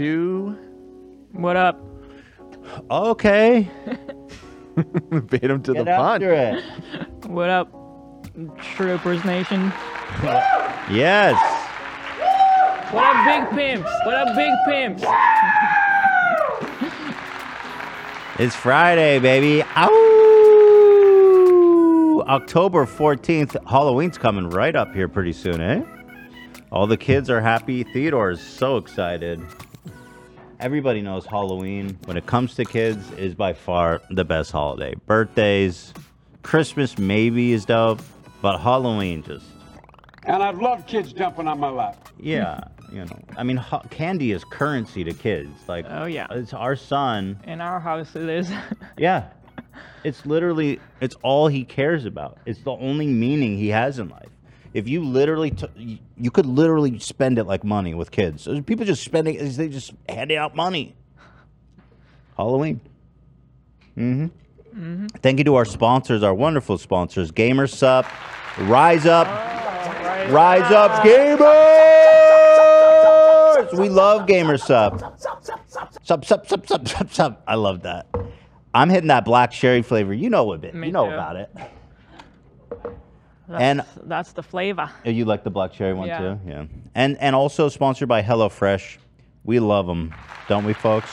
two. What up? Okay. Beat him to Get the punch. after it. What up, Troopers Nation? Yes. What up, big pimps? What up, big pimps? It's Friday, baby. Ow! October 14th. Halloween's coming right up here pretty soon, eh? All the kids are happy. Theodore is so excited. Everybody knows Halloween, when it comes to kids, is by far the best holiday. Birthdays, Christmas maybe is dope, but Halloween just, And I love kids jumping on my lap. yeah, you know. I mean, ho- candy is currency to kids. Like, Oh, yeah. It's our son. In our house, it is. Yeah. It's literally it's all he cares about. It's the only meaning he has in life. If you literally t- you- you could literally spend it like money with kids. There's people just spending is they just handing out money. Halloween. Mhm. Thank you to our sponsors, our wonderful sponsors, Gamersup, Rise Up, Rise Up Gamers. We love Gamersup. Sup, sup, sup, sup, sup, sup. I love that. I'm hitting that black sherry flavor. You know of it. Me you know too. about it. That's, And- that's the flavor. Oh, You like the black cherry one Ah. Yeah. too? Yeah. And and also sponsored by HelloFresh. We love them, don't we, folks?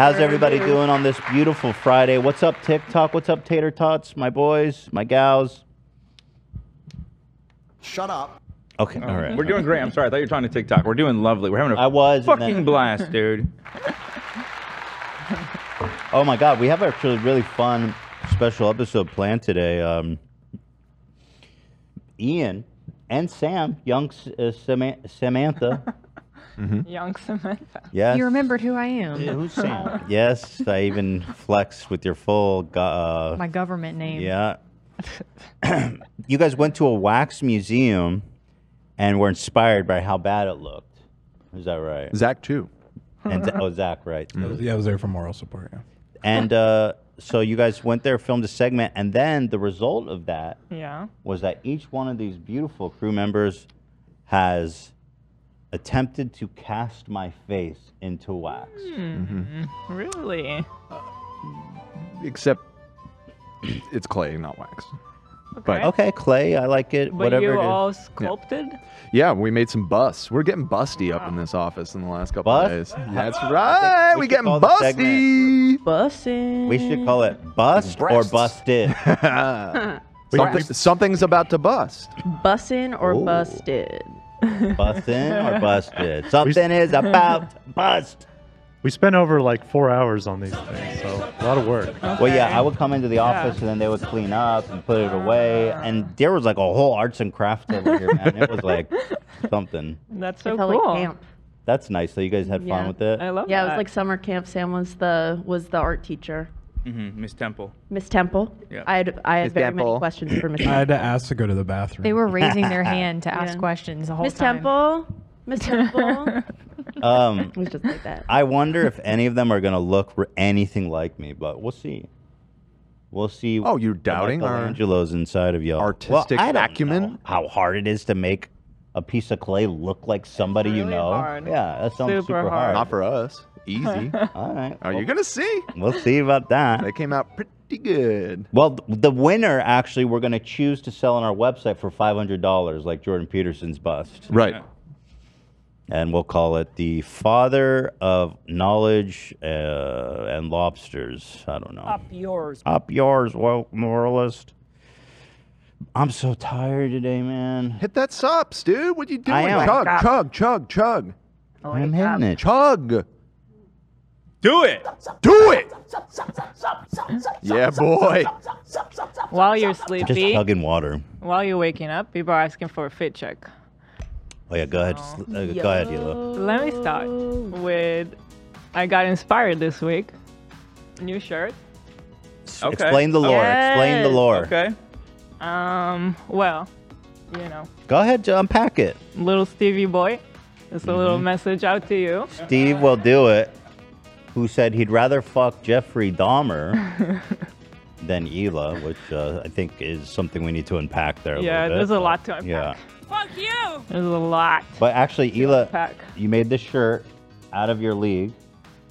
How's sure everybody do. doing on this beautiful Friday? What's up, TikTok? What's up, Tater Tots? My boys, my gals. Shut up. Okay, all right. Oh. We're doing great. I'm sorry. I thought you were talking to TikTok. We're doing lovely. We're having a I was, and fucking then- blast, dude. Oh my God, we have actually a really fun special episode planned today. Um, Ian and Sam, young S- uh, Sama- Samantha. Young Samantha. Mm-hmm. Yes. You remembered who I am. Yeah, who's Oh, Sam? yes, I even flexed with your full. go- Uh, My government name. yeah. you guys went to a wax museum and were inspired by how bad it looked. Is that right? Zach too. And Z- oh, Zach, right. Yeah, I was there for moral support. Yeah. And uh, so you guys went there, filmed a segment, and then the result of that Yeah. was that each one of these beautiful crew members has attempted to cast my face into wax. Hmm. Hmm, Really? Mm-hmm. Except it's clay, not wax. But Okay, clay, I like it. But whatever you it is. all sculpted? yeah, we made some busts. We're getting busty up in this office in the last couple of days. Bust? That's right. we We should getting call the segment. busty. Bussing. We should call it bust or Breasts. busted. Something, something's about to bust. Bussin' or busted. Bustin' or busted. Something is about bust. We spent over like four hours on these things, so a lot of work. Well, yeah, I would come into the office and then they would clean up and put it away. And there was like a whole arts and crafts over here, man. It was like something. That's I so felt like cool. camp. That's nice. So you guys had fun Yeah. with it. I love Yeah, it that. was like summer camp. Sam was the was the art teacher. Mm-hmm. Miss Temple. Miss Temple. Yeah. I had I had Miss very Temple. many questions for Miss I had Temple. to ask to go to the bathroom. They were raising their hand to ask Yeah. questions the whole Miss time. Temple. Miss Temple. it Um, was just like that. I wonder if any of them are gonna look r- anything like me, but we'll see. We'll see. Oh, you're doubting our Angelo's inside of y'all. Well, artistic I don't acumen? know how hard it is to make a piece of clay look like somebody you really know? hard. Yeah, that sounds Super super hard. hard. Not for us. Easy. All right. Are well, you going to see? We'll see about that. They came out pretty good. Well, th- the winner actually we're going to choose to sell on our website for five hundred dollars, like Jordan Peterson's bust, Right. and we'll call it the father of knowledge uh, and lobsters. I don't know. Up yours. Up yours, woke moralist. I'm so tired today, man. Hit that sups, dude. What you doing? I am. Chug, chug, chug, chug. Oh, I'm hitting it. Chug. Do it. Do it. yeah, boy. Oh, While you're Just sleepy, chugging water. while you're waking up, people are asking for a fit check. Oh yeah, go ahead. Just, uh, go ahead, Hilo. Let me start with I got inspired this week. New shirt. Okay. Explain the lore. Explain the Yes. lore. Okay. Um, well, you know, Go ahead to unpack it. little Stevie boy. It's a Mm-hmm. little message out to you. Steve will do it, who said he'd rather fuck Jeffrey Dahmer than Hila, which uh, I think is something we need to unpack there a yeah, little bit. there's a lot to unpack. Yeah. There's a lot. But actually, Hila, unpack. you made this shirt. out of your league.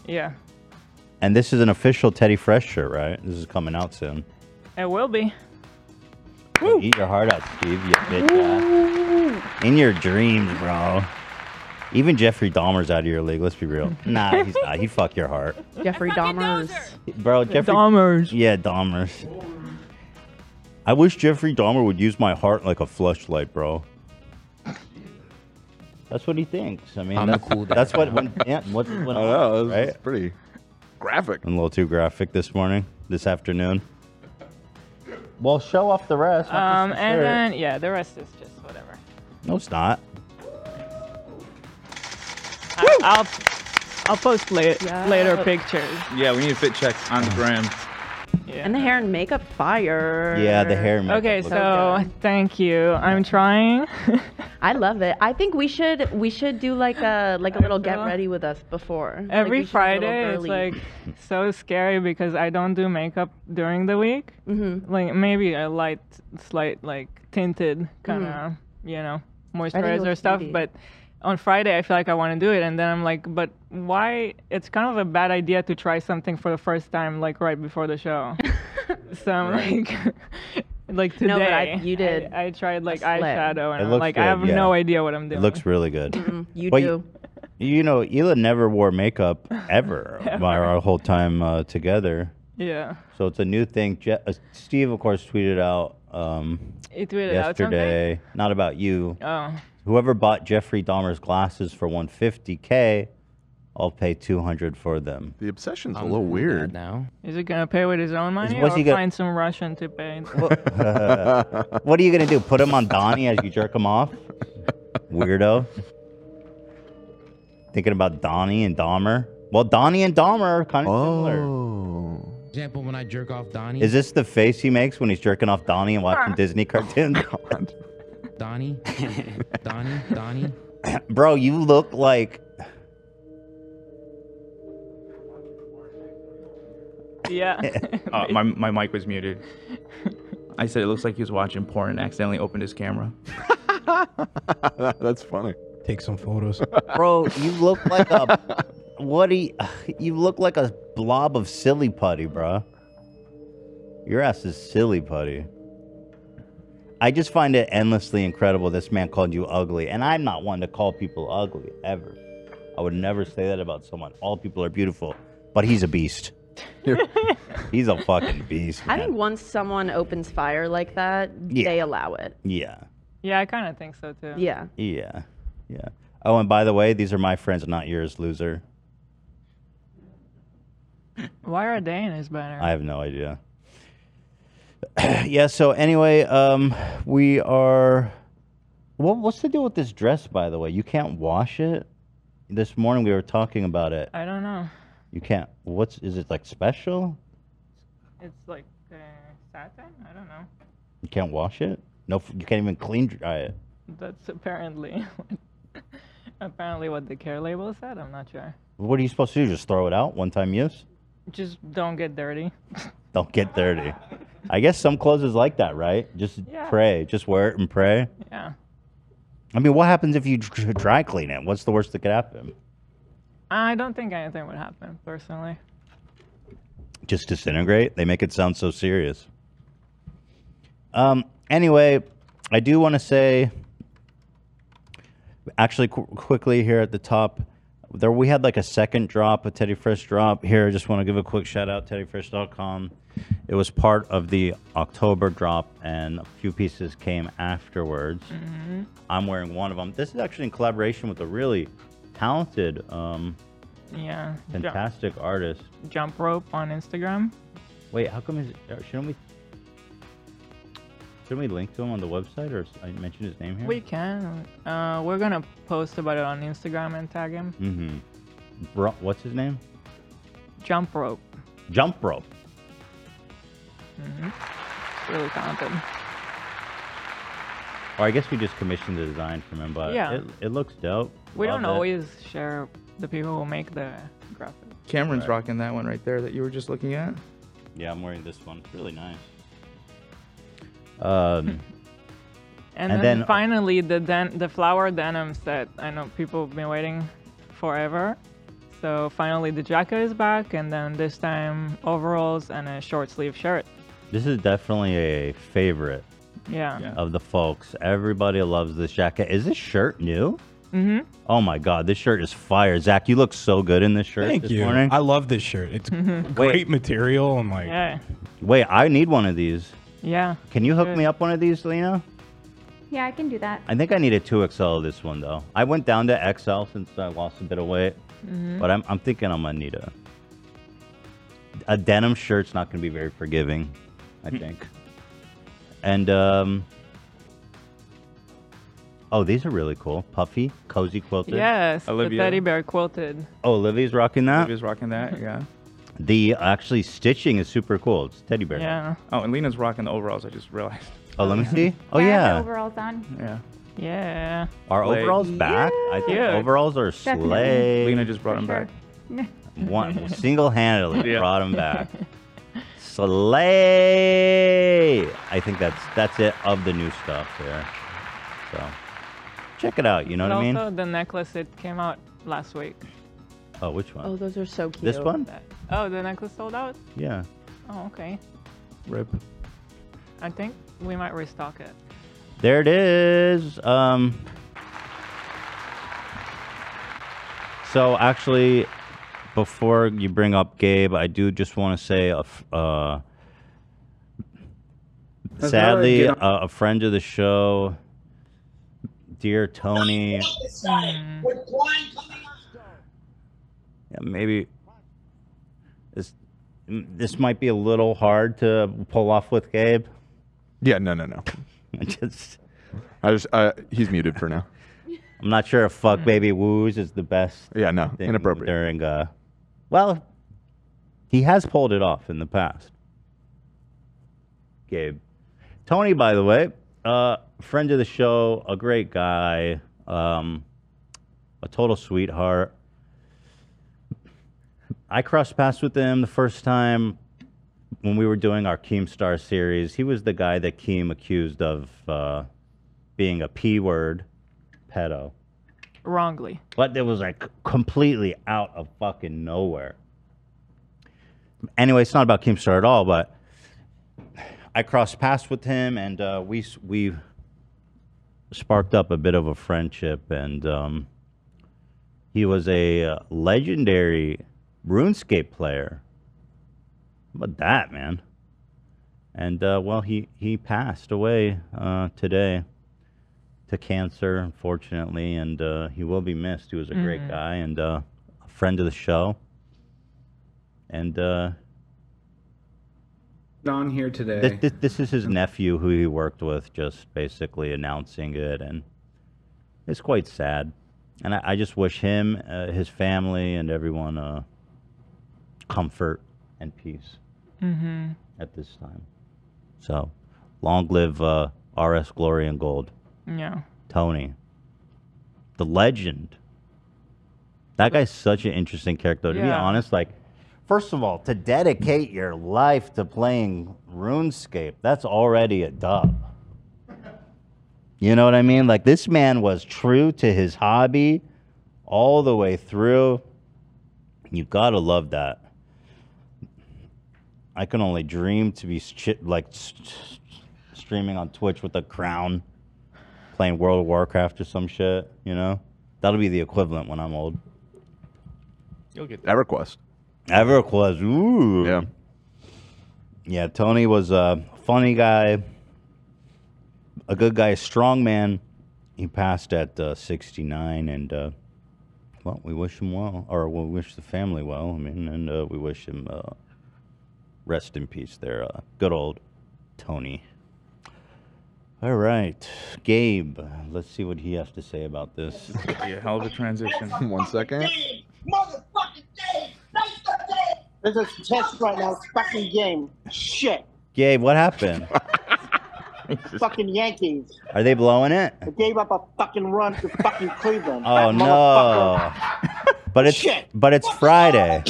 Yeah, And this is an official Teddy Fresh shirt, right? This is coming out soon. it will be. So eat your heart out, Steve. You bitch ass. Um, In your dreams, bro. Even Jeffrey Dahmer's out of your league. Let's be real. Nah, he's not. He'd fuck your heart, Jeffrey Dahmer's. bro. Jeffrey. Dahmer's. Yeah, Dahmer's. I wish Jeffrey Dahmer would use my heart like a flashlight, bro. That's what he thinks. I mean, I'm that's, cool, that's what. When, yeah, what, when, I don't know. It's right? pretty graphic. I'm a little too graphic this morning, this afternoon. Well, show off the rest. Um, and then yeah, the rest is just whatever. no, it's not. I, I'll I'll post la- Yeah. later pictures. Yeah, we need a fit check on the gram. Yeah. And the hair and makeup fire. Yeah, the hair. and makeup Okay, looks- so thank you. I'm trying. I love it. I think we should we should do like a like a little get Angela? ready with us before. Like, Every we should do a little Friday it's girly. like so scary because I don't do makeup during the week. Mm-hmm. Like maybe a light, slight like tinted kind of Mm-hmm. you know moisturizer looks stuff, pretty. but. On Friday, I feel like I want to do it, and then I'm like, but why? It's kind of a bad idea to try something for the first time, like right before the show. so I'm like, like today, No, but I- you did I, I tried like slip. eyeshadow, and It I'm looks like, good, I have yeah. no idea what I'm it doing. looks really good. Mm-hmm. you Wait, do. you know, Hila never wore makeup ever by our whole time uh, together. yeah. So it's a new thing. Je- uh, Steve, of course, tweeted out um, It tweeted out something. yesterday, not about you. Oh, Whoever bought Jeffrey Dahmer's glasses for 150K, I'll pay 200 for them. The obsession's a little weird. now. is he gonna pay with his own money what's or he gonna- find some Russian to pay? What are you gonna do? Put him on Donnie as you jerk him off? Weirdo. Thinking about Donnie and Dahmer. Well, Donnie and Dahmer are kind of similar. Oh. Example, when I jerk off Donnie, Is this the face he makes when he's jerking off Donnie and watching Disney cartoons? Donnie, Donnie, Donnie. Bro, you look like yeah. Uh, Um. my, my mic was muted. I said it looks like he was watching porn and accidentally opened his camera. That's funny. Take some photos. bro, you look like a what do you, you look like a blob of silly putty, bro. Your ass is silly putty. I just find it endlessly incredible this man called you ugly, and I'm not one to call people ugly ever. I would never say that about someone. All people are beautiful, but he's a beast. he's a fucking beast. I man. think once someone opens fire like that, Yeah. they allow it. yeah. yeah, I kind of think so too. Yeah. Yeah. Yeah. Oh, and by the way, these are my friends, not yours, loser. Why are they in his banner? I have no idea. yeah. So anyway, um, we are. What what's the deal with this dress? By the way, you can't wash it. This morning we were talking about it. I, don't know. You can't. What's is it like special? It's like uh, satin. I don't know. You can't wash it. No, f- you can't even clean dry it. That's apparently apparently what the care label said. I'm not sure. What are you supposed to do? Just throw it out one time use? Just don't get dirty. Don't get dirty. I guess some clothes is like that, right? Just Yeah. pray. Just wear it and pray. Yeah. I mean, what happens if you dr- dry clean it? What's the worst that could happen? I don't think anything would happen personally. just disintegrate. They make it sound so serious. Um. Anyway, I do want to say, actually, qu- quickly here at the top, there we had like a second drop, a Teddy Fresh drop here. I just want to give a quick shout out, TeddyFresh.com. It was part of the October drop, and a few pieces came afterwards. Mm-hmm. I'm wearing one of them. This is actually in collaboration with a really talented, um, Yeah. Ju- fantastic artist. jump rope on Instagram. Wait, how come is uh, shouldn't we shouldn't we link to him on the website or s- I mentioned his name here? We can. Uh, we're gonna post about it on Instagram and tag him. Mm-hmm. Bro, what's his name? Jump rope. Jump rope. Mm-hmm. Really talented. Or I guess we just commissioned the design from him, but Yeah. it, it looks dope. We don't Love it. always share the people who make the graphic. Cameron's rocking that one right there that you were just looking at. Yeah, I'm wearing this one. It's really nice. Um, And And, then, then- finally, the den- the flower denim set. I know people have been waiting forever. So finally, the jacket is back, and then this time overalls and a short sleeve shirt. This is definitely a favorite Yeah. Yeah. of the folks. Everybody loves this jacket. Is this shirt new? hmm Oh my god, this shirt is fire. Zach, you look so good in this shirt Thank this you. morning. Mm-hmm. I love this shirt. It's Wait. great material and like Yeah. Wait, I need one of these. Yeah. Can you hook Good. me up one of these, Lena? Yeah, I can do that. I think I need a 2XL of this one though. I went down to XL since I lost a bit of weight, Mm-hmm. but I'm, I'm thinking I'm gonna need a a denim shirt's not gonna be very forgiving, I Hmm. think. and um, oh, these are really cool, puffy, cozy quilted. Yes. Olivia. The teddy bear quilted. Oh, Olivia's rocking that. He was rocking that, yeah. The actually stitching is super cool. It's teddy bear. Yeah. Oh, and Lena's rocking the overalls. I just realized. Oh, let me see. Oh I have yeah, the overalls on. Yeah. Yeah. are Like- overalls back? I think Yeah. overalls are Definitely. slay. Lena just brought him Sure. back. one single-handedly Yeah. brought him back. Slay! I think that's that's it of the new stuff there. So check it out. You know and what I mean? also the necklace that came out last week. Oh, which one? Oh, those are so cute. this one? That- Oh, the necklace sold out. Yeah. Oh, okay. Rip. I think we might restock it. There it is. Um. So actually, before you bring up Gabe, I do just want to say a. f- Uh, That's sadly, how a, I get a friend of the show, dear Tony. Mm-hmm. Yeah, maybe this this might be a little hard to pull off with Gabe. Yeah, no, no, no. I just. I just uh, he's muted for now. I'm not sure if "fuck baby woos" is the best Yeah, no, thing inappropriate. during. Uh, well, he has pulled it off in the past. Gabe, Tony, by the way, uh, friend of the show, a great guy, um, a total sweetheart. I crossed paths with him the first time when we were doing our Keemstar series. He was the guy that Keem accused of uh, being a p word pedo. Wrongly. But it was like completely out of fucking nowhere. Anyway, it's not about Keemstar at all, but I crossed paths with him and uh, we s- we sparked up a bit of a friendship and um, he was a uh, legendary RuneScape player. How about that, man? And uh, well, he he passed away uh, today to cancer, unfortunately, and uh, he will be missed. He was a great guy and uh, a friend of the show. And uh, on here today. this, this, this is his nephew who he worked with, just basically announcing it, and it's quite sad. And I, I just wish him, uh, his family, and everyone uh, comfort and peace Mm-hmm. at this time. So, long live uh, RS Glory and Gold. Yeah. Tony, the legend. That guy's such an interesting character. To be Yeah. honest, like, first of all, to dedicate your life to playing RuneScape, that's already a dub. You know what I mean? Like, this man was true to his hobby all the way through. You gotta love that. I can only dream to be ch- like st- streaming on Twitch with a crown playing World of Warcraft or some shit, you know? That'll be the equivalent when I'm old. You'll get that. EverQuest. EverQuest, ooh. Yeah. Yeah, Tony was a funny guy, a good guy, a strong man. He passed at uh, 69, and uh, well, we wish him well, or we wish the family well. I mean, and uh, we wish him uh, rest in peace there. Uh, good old Tony. All right, Gabe, let's see what he has to say about this. This will be a hell of a transition. One second. There's a test right now. It's fucking game. Shit. Gabe, what happened? Fucking Yankees. Are they blowing it? They gave up a fucking run to fucking Cleveland. Oh That motherfucker. no! But it's Shit. but it's Friday.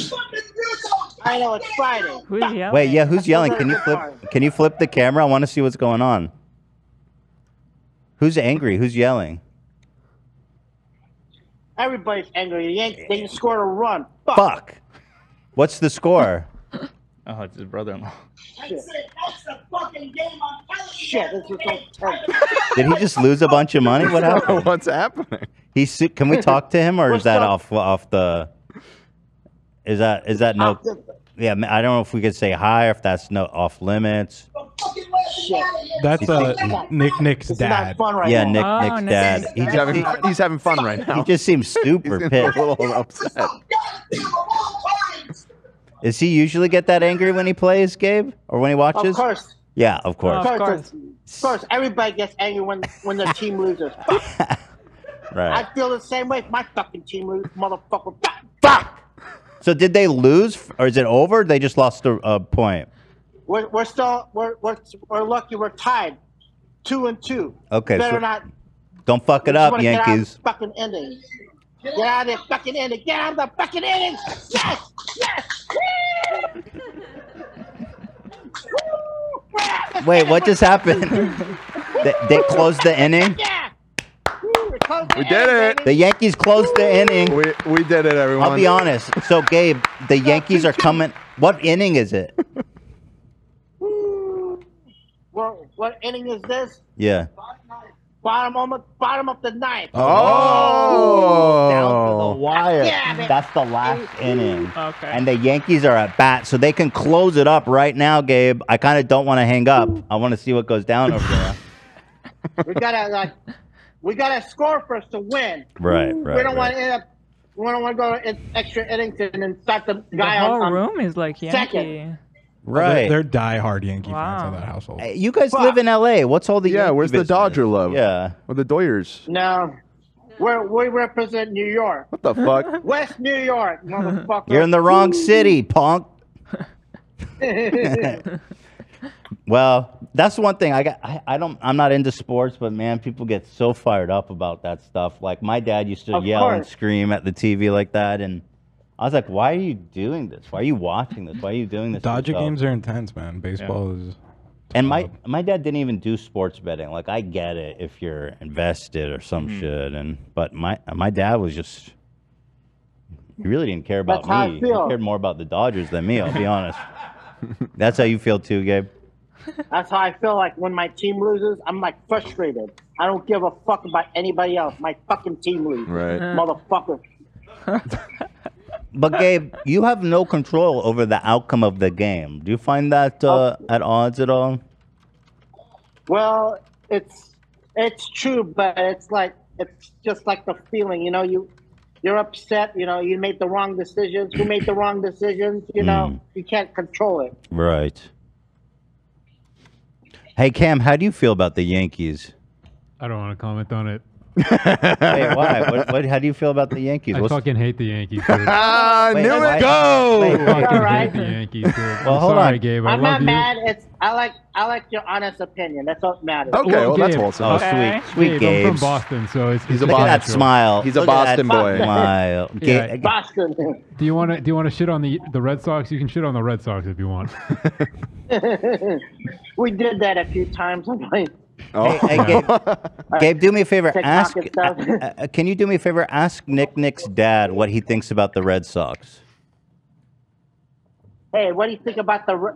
I know it's Friday. Who's yelling? Wait, yeah, who's yelling? Can you Sorry. flip? Can you flip the camera? I want to see what's going on. Who's angry? Who's yelling? Everybody's angry. The Yankees, they scored a run. Fuck. Fuck. What's the score? oh, it's his brother-in-law. Shit. fucking game. I'm telling Shit, this is so terrible. Did he just lose a bunch of money? What happened? What's happening? He su- can we talk to him or is What's that up? off off the? Is that is that no? Off the- Yeah, I don't know if we could say hi or if that's no off limits. Shit. That's uh, Nick Nick's is not dad. fun right yeah, now. Nick Oh, Nick's Nick's dad. dad. He He's just, having, he, he's having fun right he now. just seems super He's a pissed. little upset. Does he usually get that angry when he plays, Gabe, or when he watches? Of course. Yeah, of course. Of course. Of course. Everybody gets angry when when their team loses. Right. I feel the same way if my fucking team loses, motherfucker. So did they lose, f- or is it over? They just lost a, a point. We're, we're still we're, we're we're lucky we're tied, two and two. Okay, Better so- not Don't fuck it just up, wanna get out of Yankees. the fucking inning. Get out of the fucking inning. Get out of the fucking inning. Yes. Yes. Woo! Woo! Wait, what just happened? they, they closed the inning. Yeah. Woo, we closed the We did inning, it. baby. The Yankees closed the inning. We, we did it, everyone. I'll be honest. So, Gabe, the Yankees are coming. What inning is it? Woo. What, what inning is this? Yeah. Bottom of bottom of the ninth. Oh. Down to the Oh. wire. Damn it. That's the last inning. Okay. And the Yankees are at bat, so they can close it up right now, Gabe. I kind of don't want to hang up. I want to see what goes down over there. We gotta like, we gotta score first to win. Right, we right, don't want right. to end up. We don't want to go in extra innings and then start the The guy whole on. on- room is like Yankee. second. Right. They're, they're diehard Yankee fans Wow. of that household. Hey, you guys live in L.A. What's all the Yeah, Yankee where's the business? Dodger love? Yeah. Or the Doyers. No, we're, we represent New York, What the fuck? West New York, motherfucker. You're in the wrong city, punk. Well, that's one thing I got. I, I don't. I'm not into sports, but man, people get so fired up about that stuff. Like my dad used to Of yell and course. scream at the TV like that, and I was like, "Why are you doing this? Why are you watching this? Why are you doing this?" to Dodger yourself?" games are intense, man. Baseball is. And my my dad didn't even do sports betting. Like I get it if you're invested or some Hmm. shit, and but my my dad was just. He really didn't care about That's how I me. feel. He cared more about the Dodgers than me. I'll be honest. That's how you feel too, Gabe. That's how I feel like when my team loses. I'm like frustrated. I don't give a fuck about anybody else. My fucking team loses, Right. motherfucker. But Gabe, you have no control over the outcome of the game. Do you find that Oh. uh, at odds at all? Well, it's it's true, but it's like it's just like the feeling, you know. You you're upset, you know. You made the wrong decisions. You made the wrong decisions. You Mm. know, you can't control it. Right. Hey Cam, how do you feel about the Yankees? I don't want to comment on it. Wait, why? What, what, how do you feel about the Yankees? I What's- fucking hate the Yankees. Dude. I Ah, Wait, knew why- it. Go. wait, wait, fucking right. hate the Yankees. Dude. Well, I'm hold sorry, on. Gabe. I I'm love not you. mad. It's I like I like your honest opinion. That's all that matters. Okay, Well, well, that's Gabe. wholesome. Oh, Okay. sweet, sweet Gabe, I'm from Gabe. Boston, so it's He's it's a Look at Boston. that smile. He's a Look at Boston that boy. Smile. Yeah. Gabe- Boston. Do you want to do you want to shit on the the Red Sox? You can shit on the Red Sox if you want. we did that a few times. I'm like, Oh. Hey, Gabe, Gabe, do me a favor. TikTok Ask. and stuff. uh, uh, can you do me a favor? Ask Nick Nick's dad what he thinks about the Red Sox. hey, what do you think about the? Re-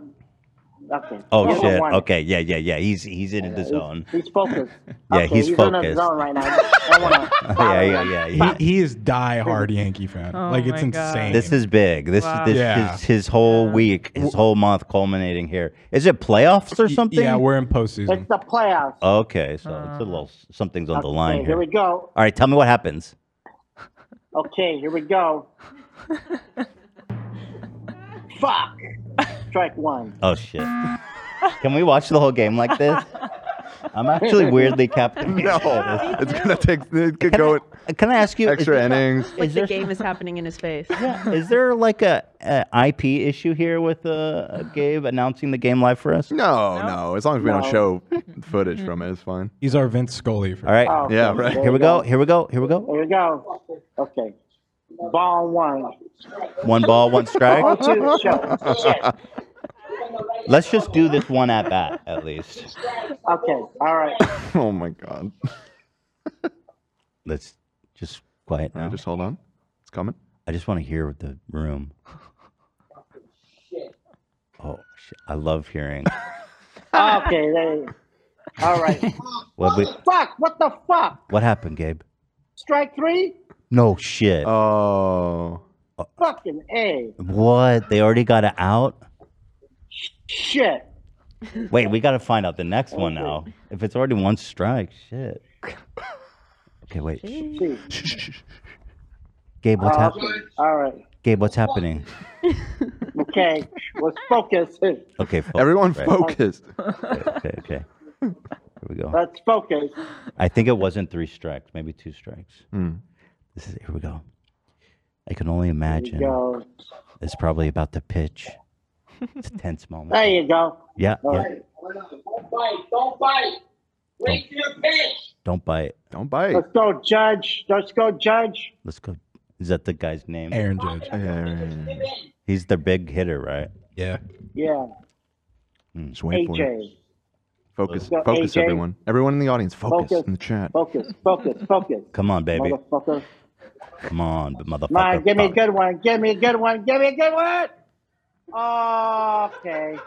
okay. Oh Here's the shit. one. Okay. Yeah. Yeah. Yeah. He's he's in the zone. He's focused. Yeah, Okay, he's in his focused. zone right now. I don't wanna Yeah. Yeah. Yeah. He, he is diehard Yankee fan. Oh like it's my God. insane. This is big. This Wow. is this Yeah. is his whole week, his whole month culminating here. Is it playoffs or Y- something? Yeah, we're in It's postseason. the playoffs. Okay, so Oh. it's a little something's on the line okay, here here. we go. All right, tell me what happens. Okay, here we go. Fuck. Strike one. Oh shit. Can we watch the whole game like this? I'm actually weirdly captivated. No, it's gonna take. It could Can go I, can I ask you? extra is, innings. Like there the game is happening in his face. there- is there like a, a IP issue here with uh, Gabe announcing the game live for us? No, no. As long as we No. don't show footage from it, it's fine. He's our Vince Scully. For, All right, Oh, Yeah, okay, right. there here we go. Here we go. Here we go. Here we go. Okay. Ball one. One ball, one Ball strike. two. Show. Shit. Let's just do this one at bat at least. Okay. All right. Oh my god. let's just quiet now. just hold on. It's coming. I just want to hear the room. Oh, shit. I love hearing. okay, there you go. All right. what, we, fuck, what the fuck? what happened, Gabe? Strike three? No shit. Oh. Fucking A. What? They already got it out? Shit. Wait, we got to find out the next one now. Oh. If it's already one strike, shit. Okay, wait. Gabe, what's Okay, happening? All right. Gabe, what's happening? Okay. Let's focus. Okay, fo- Everyone right. focused. Okay, okay. Here we go. Let's focus. I think it wasn't three strikes, maybe two strikes. Mm. This is here we go. I can only There you imagine. go. It's probably about to pitch. It's a tense moment. There you go. Yeah, All yeah. right. Don't bite. Don't bite. Oh. Wait for your pitch. Don't bite. Don't bite. Let's go, Judge. Let's go, Judge. Let's go. Is that the guy's name? Aaron Judge. He's the big hitter, right? Hmm. Yeah. Yeah. Just wait for it. AJ. Focus, Let's go, focus, AJ. everyone. Everyone in the audience, focus, Focus. in the chat. Focus, focus, focus. Come on, baby. Motherfucker. Come on, but motherfucker. Come on, give me a good one. Give me a good one. Give me a good one. Okay.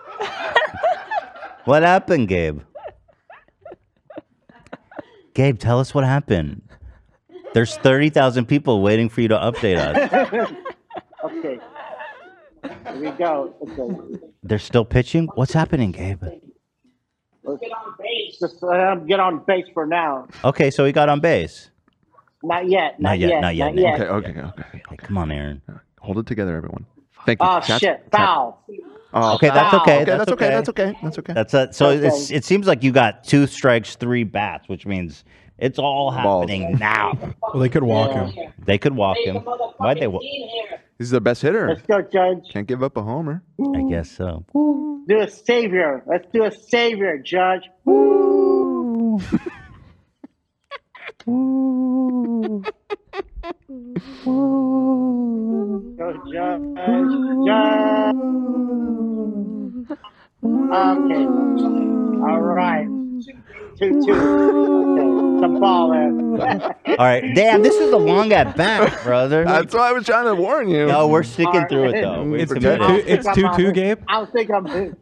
What happened, Gabe? Gabe, tell us what happened. There's 30,000 people waiting for you to update us. okay. Here we go. Okay. They're still pitching? What's happening, Gabe? Let's get on base. Just let him get on base for now. Okay, so he got on base. Not yet. Not, yet, not yet. Not yet. Okay, oh. okay, okay, okay. Come on, Aaron. Hold it together, everyone. Thank you. Oh Chat- shit! chat- Foul. Oh, Okay, that's foul. okay. Okay, that's, that's okay. okay. That's okay. That's okay. That's it. So Okay. it's, it seems like you got two strikes, three bats, which means it's all Balls. happening now. Well, they could walk him. They could walk him. Why'd they walk? He's the best hitter. Let's go, Judge. Can't give up a homer. I guess so. Do a savior. Let's do a savior, Judge. Go, Judge. Judge. Okay. All right. Two two. Okay. It's a baller. All right. Damn, this is a long at bat, brother. That's why I was trying to warn you. No, we're sticking through it, though. We're It's committed. two- it's two- two, Gabe? I don't think I'm. Did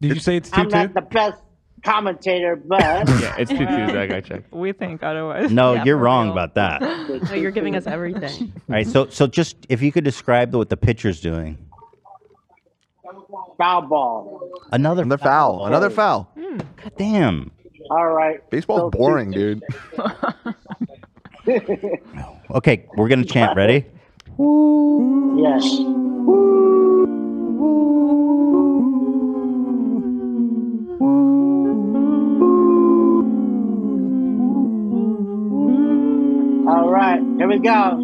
you say it's I'm not the best commentator, but Yeah, it's two twos. I got checked. We think otherwise. No, you're wrong about that. All No, you're giving us everything. right. So, so just if you could describe what the pitcher's doing. foul ball. Another, foul. Another foul. God damn. All right. Baseball's Hmm. So- boring, dude. Okay, we're gonna chant. Ready? yes. All right, here we go.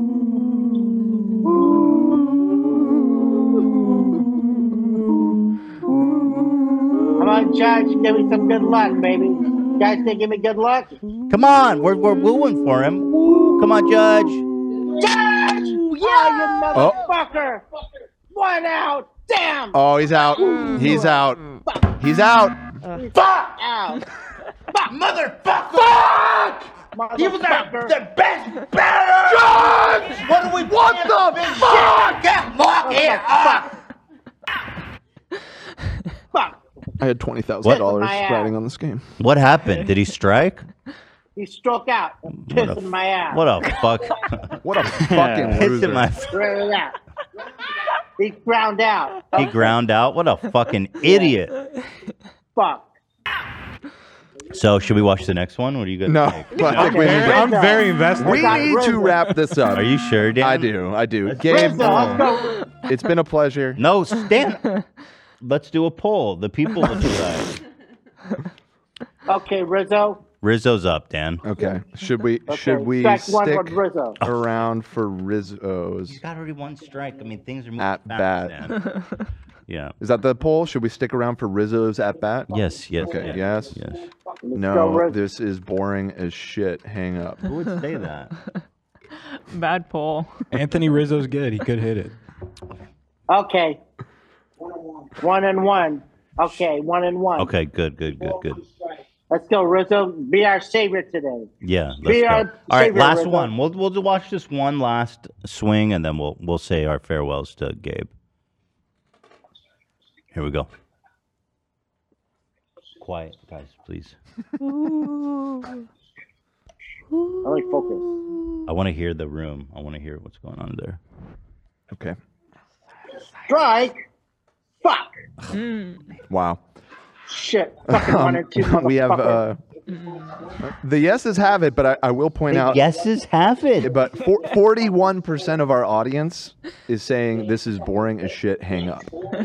Come on, Judge, give me some good luck, baby. You guys think give me good luck? Come on, we're we're wooing for him. Come on, Judge. Judge! Yeah, Oh. you motherfucker! One out! Damn! Oh, he's out. He's out. He's out. Fuck! Out! Fuck! Motherfucker! Fuck! He was our, the best batter! Judge! What do we What the fuck? Get Mark here! I had twenty thousand dollars My ass. riding on this game. What happened? Did he strike? He struck out and pissed in my ass. What a fuck. what a fucking Pissed in my f- Really that. He ground out. He ground out. What a fucking idiot. Fuck. So should we watch the next one? What do you guys No, think? but I think we need to- I'm very invested. We need to wrap this up. Are you sure, Dan? I do. I do. Gabe, Rizzo, let's go. it's been a pleasure. No, Stan. Let's do a poll. The people will decide. Okay, Rizzo. Rizzo's up, Dan. Okay. Should we Okay, should we strike one stick for Rizzo. around for Rizzo's He's got already one strike. I mean, things are moving at fast, bat? Dan. Yeah. Is that the poll? Should we stick around for Rizzo's at bat? Yes. Yes. Okay. yeah. Yes. Yes. go, No, Rizzo. this is boring as shit. Hang up. Who would say that? Bad poll. Anthony Rizzo's good. He could hit it. Okay. One and one. Okay, one and one. Okay. Good. Good. Good. Good. Let's go, Rizzo. Be our savior today. Yeah. Let's Be go. our All right, savior, last Rizzo. one. We'll we'll watch this one last swing, and then we'll we'll say our farewells to Gabe. Here we go. Quiet, guys, please. I like focus. I want to hear the room. I want to hear what's going on there. Okay. Strike. Fuck. Hmm. Wow. Shit. Fucking one and two. Um, we have uh, the yeses have it, but I, I will point The out yeses have it. But forty-one percent of our audience is saying this is boring as shit. Hang up.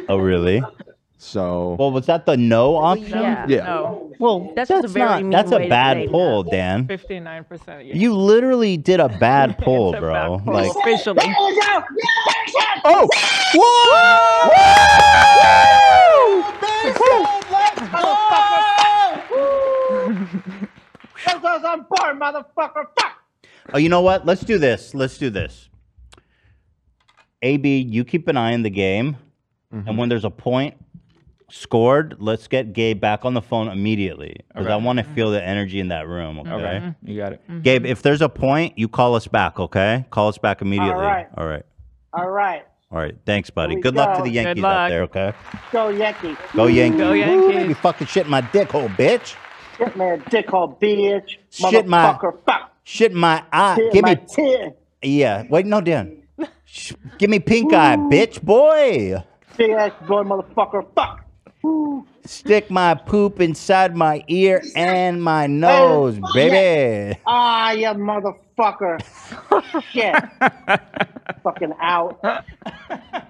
Oh, really? So. Well, was that the no option? Yeah. Yeah. No. Well, that's, not. that's a bad poll, Dan. Fifty-nine percent. You literally did a bad poll, bro. Like, officially. Oh! Rizzo's on board, motherfucker. Fuck. oh, you know what? Let's do this. Let's do this. AB, you keep an eye on the game, Mm-hmm. and when there's a point scored, let's get Gabe back on the phone immediately because I Okay. want to feel the energy in that room. Okay. Okay, you got it. Gabe, if there's a point, you call us back. Okay, call us back immediately. right. All right. All right. All right. Thanks, buddy. we Good luck go. to the Good Yankees luck. out there. Okay. Go Yankee. Go Yankees. Go Woo, Yankees. you fucking shit in my dick hole, bitch. Shit, man. Dickhole, bitch. Shit in my Motherfucker. Fuck. shit in my eye. Shit in Give my me tear. yeah. Wait, no, Dan. Sh- Give me pink eye, bitch, boy. Big ass boy, motherfucker. Fuck. Stick my poop inside my ear and Oh, my nose, baby. Ah, you motherfucker. Shit. Fucking out.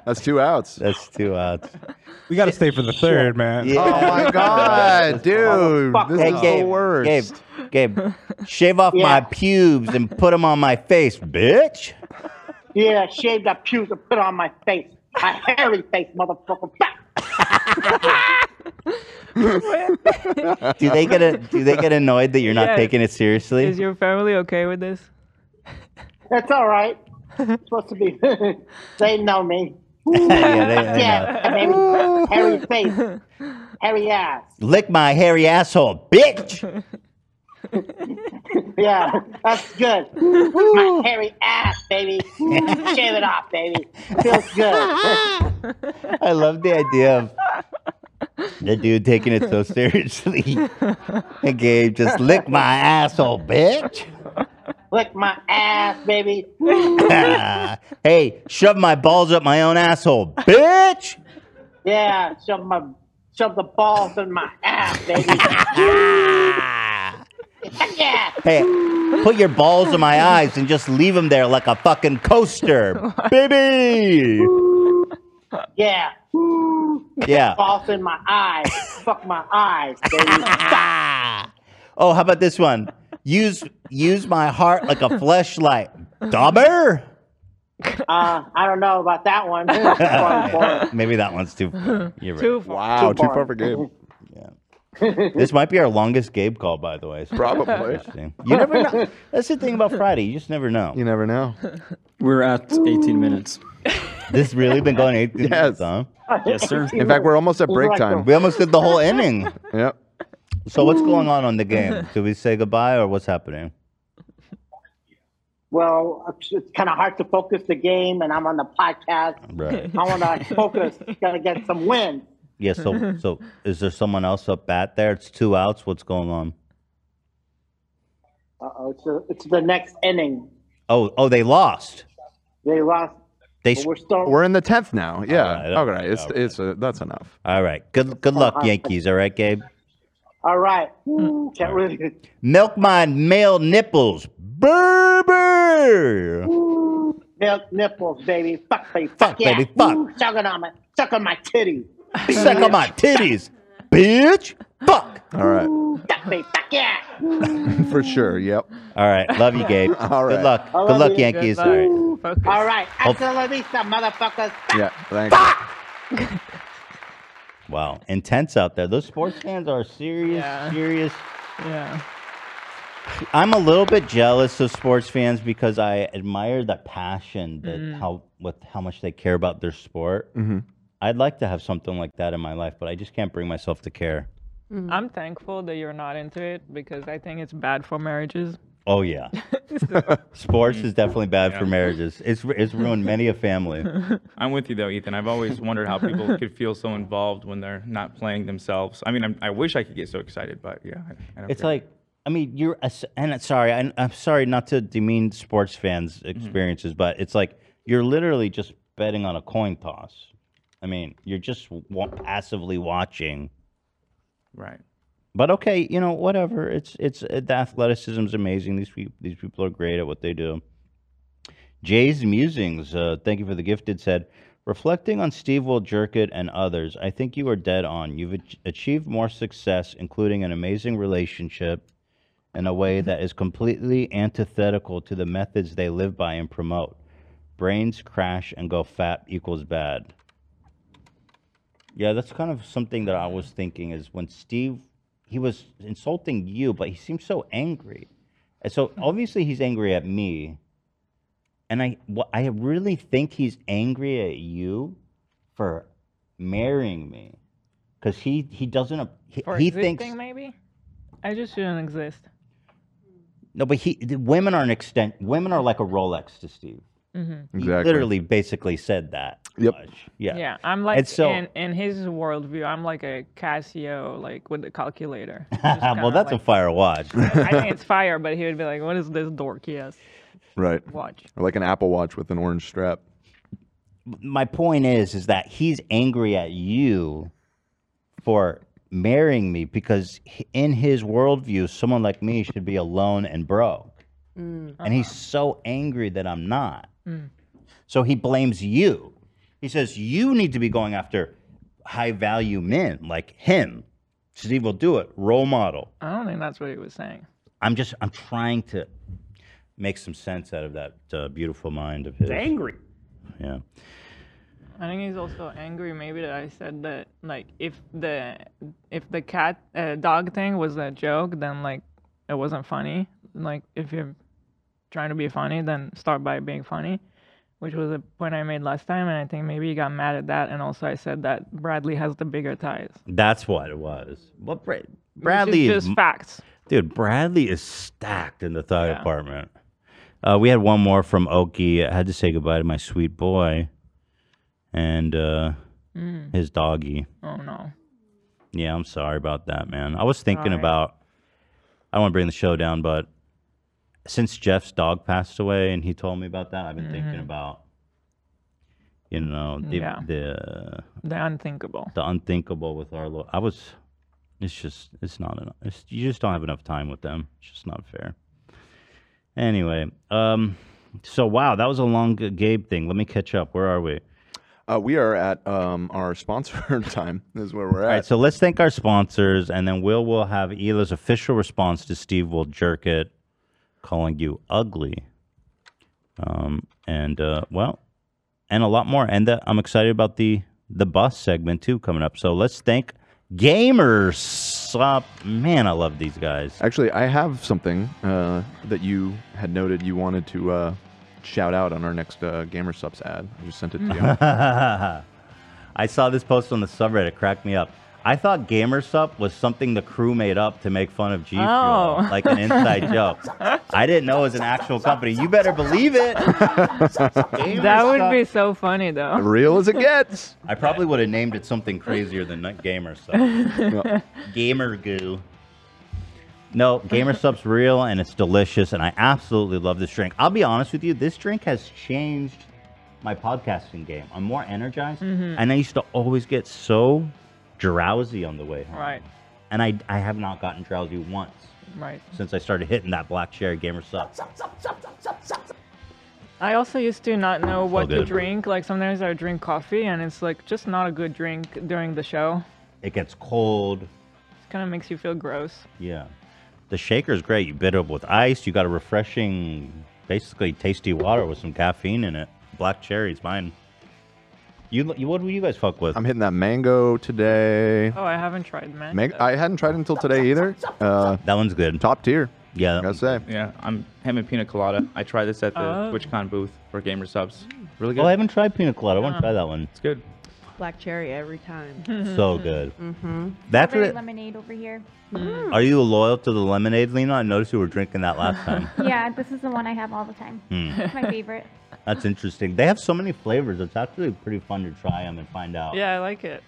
That's two outs. That's two outs. We got to stay for the third, man. Yeah. Oh my god, dude! This Hey, is the Gabe, worst. Gabe, Gabe, shave off my pubes and put them on my face, bitch. Yeah, shaved that pubes and put it on my face. My hairy face, motherfucker. Fuck. Do they get a, do they get annoyed that you're not Yeah. taking it seriously? Is your family okay with this? That's all right. It's supposed to be. they know me. Yeah, they- they yeah, baby. hairy face, hairy ass. Lick my hairy asshole, bitch. Yeah, that's good. My hairy ass, baby. Shave it off, baby. Feels good. I love the idea of the dude taking it so seriously. and Gabe just lick my asshole, bitch. Lick my ass, baby. Uh, hey, shove my balls up my own asshole, bitch. Yeah, shove my shove the balls in my ass, baby. yeah, Hey, put your balls in my eyes and just leave them there like a fucking coaster, baby. yeah. Yeah. Balls in my eyes. Fuck my eyes, baby. Oh, how about this one? Use use my heart like a fleshlight, dauber. Uh, I don't know about that one. Maybe that one's too. You're right. Too far. Wow, Too too far. far for Gabe. this might be our longest Gabe call, by the way. so it's Probably. interesting. You never know. That's the thing about Friday. You just never know. You never know. We're at 18 minutes. This really been going 18 minutes, huh? Yes, sir. In fact, we're almost at break time. We almost did the whole inning. Yep. So what's going on on the game? Do we say goodbye or what's happening? Well, it's- it's kind of hard to focus the game, and I'm on the podcast. Right. I want to focus. Gotta get some wins. Yeah. So so is there someone else up bat there? It's two outs. What's going on? Uh oh, it's, the- it's the next inning. Oh oh they lost. They lost. They but we're still. We're in the tenth now. Yeah. right, Okay. all right, It's all it's uh, that's enough. All right. Good good luck Yankees. All right, Gabe. All right. Ooh, Can't really. Milk my male nipples, baby. Milk nipples, baby. Fuck, baby. Fuck, yeah. baby, fuck. Ooh, Suck it on my. Suck on my titty. Suck on my titties, bitch. Fuck. All right. Fuck, baby. Fuck yeah. For sure. Yep. All right. Love you, Gabe. All right. Good luck. I Good love luck, you. Yankees. Good All right. luck. All right. Hope- Hasta la vista, motherfuckers. Yeah. Thanks. Wow. Intense out there. Those sports fans are serious, serious. Yeah. I'm a little bit jealous of sports fans because I admire the passion that Mm. how with how much they care about their sport. Mhm. I'd like to have something like that in my life, but I just can't bring myself to care. I'm thankful that you're not into it because I think it's bad for marriages. Oh yeah, sports is definitely bad for marriages. It's ru- it's ruined many a family. I'm with you though, Ethan. I've always wondered how people could feel so involved when they're not playing themselves. I mean, I'm, I wish I could get so excited, but yeah, I, I don't It's care. like, I mean, you're a, and it's- sorry, I, I'm sorry not to demean sports fans' Mm-hmm. experiences, but it's like you're literally just betting on a coin toss. I mean, you're just wa- passively watching. Right. But okay, you know, whatever. It's it's uh, the athleticism's amazing. These people these people are great at what they do. Jay's musings. Uh, thank you for the gifted. Said, reflecting on Steve Will Jerkett and others, I think you are dead on. You've ach- achieved more success, including an amazing relationship, in a way that is completely antithetical to the methods they live by and promote. Brains crash and go fat equals bad. Yeah, that's kind of something that I was thinking is when Steve, he was insulting you, but he seemed so angry. And so Hmm. obviously he's angry at me. And I, wha- I really think he's angry at you for marrying me. Because he, he doesn't, ap- he, For he existing, thinks, maybe. I just shouldn't exist. no, but he, the women are an extent, women are like a Rolex to Steve. Mhm. He Exactly. literally basically said that. Yep. Yeah. Yeah, I'm like And so- in in his worldview, I'm like a Casio, like with the calculator. well, that's a fire watch. I think it's fire, but he would be like, "What is this dorky ass?" Right. Watch. Or like an Apple Watch with an orange strap. my point is is that he's angry at you for marrying me because h- in his worldview someone like me should be alone and broke and he's so angry that i'm not Mm. so he blames you he says you need to be going after high value men like him steve will do it role model I don't think that's what he was saying. i'm just i'm trying to make some sense out of that uh, beautiful mind of his He's angry. yeah I think he's also angry, maybe that I said that, like, if the if the cat uh, dog thing was a joke, then like it wasn't funny. Like, if you're trying to be funny, then start by being funny, which was a point I made last time, and I think maybe he got mad at that. And also, I said that Bradley has the bigger ties. That's what it was. What Bra- Bradley just facts. Dude, Bradley is stacked in the thigh apartment. Uh, we had one more from Okie. I had to say goodbye to my sweet boy and uh, Mm. his doggy. Oh no. Yeah, I'm sorry about that, man. I was thinking Alright. about I don't want to bring the show down, but since Jeff's dog passed away and he told me about that, I've been thinking Mhm. about you know the Yeah. the The unthinkable. the unthinkable with our Lord. I was, it's just, it's not enough. It's, you just don't have enough time with them. It's just not fair. Anyway, um, so wow, that was a long G- Gabe thing. Let me catch up. Where are we? Uh, we are at um, our sponsor time. Is where we're All right, at. so let's thank our sponsors, and then Will will have Ela's official response to Steve will jerk it, calling you ugly, um, and uh, well, and a lot more. And the, I'm excited about the the bus segment too coming up. So let's thank gamers. Uh, man, I love these guys. Actually, I have something uh, that you had noted you wanted to uh, shout out on our next uh, Gamer Subs ad. I just sent it to you. I saw this post on the subreddit. It cracked me up. I thought Gamersup was something the crew made up to make fun of G Fuel, Oh. like an inside joke. I didn't know it was an actual company. You better believe it. That would be so funny though. real as it gets. I probably would have named it something crazier than Gamersup. Gamer goo. No, Gamersup's real and it's delicious, and I absolutely love this drink. I'll be honest with you, this drink has changed my podcasting game. I'm more energized, Mhm. and I used to always get so drowsy on the way home, Right. and I I have not gotten drowsy once Right. since I started hitting that black cherry Gamersup. I also used to not know what to good. drink. Like sometimes I would drink coffee and it's like just not a good drink during the show. It gets cold. It kind of makes you feel gross. Yeah. The shaker's great. You bit it up with ice. You got a refreshing, basically tasty water with some caffeine in it. Black cherry's mine. You, you what do you guys fuck with? I'm hitting that mango today. Oh, I haven't tried man. Mang- I hadn't tried it until today either. Uh, that one's good. Top tier. Yeah. Gotta say. Yeah, I'm having pina colada. I tried this at the Oh. TwitchCon booth for Gamer Subs. Really good. Oh, I haven't tried pina colada. I want Yeah. to try that one. It's good. black cherry every time. So good. Mm-hmm. That's Strawberry what it- Mm. lemonade over here. Mm-hmm. Are you loyal to the lemonade, Lena? I noticed you were drinking that last time. Yeah, this is the one I have all the time. Hmm. It's my favorite. That's interesting. They have so many flavors. It's actually pretty fun to try them and find out. Yeah, I like it.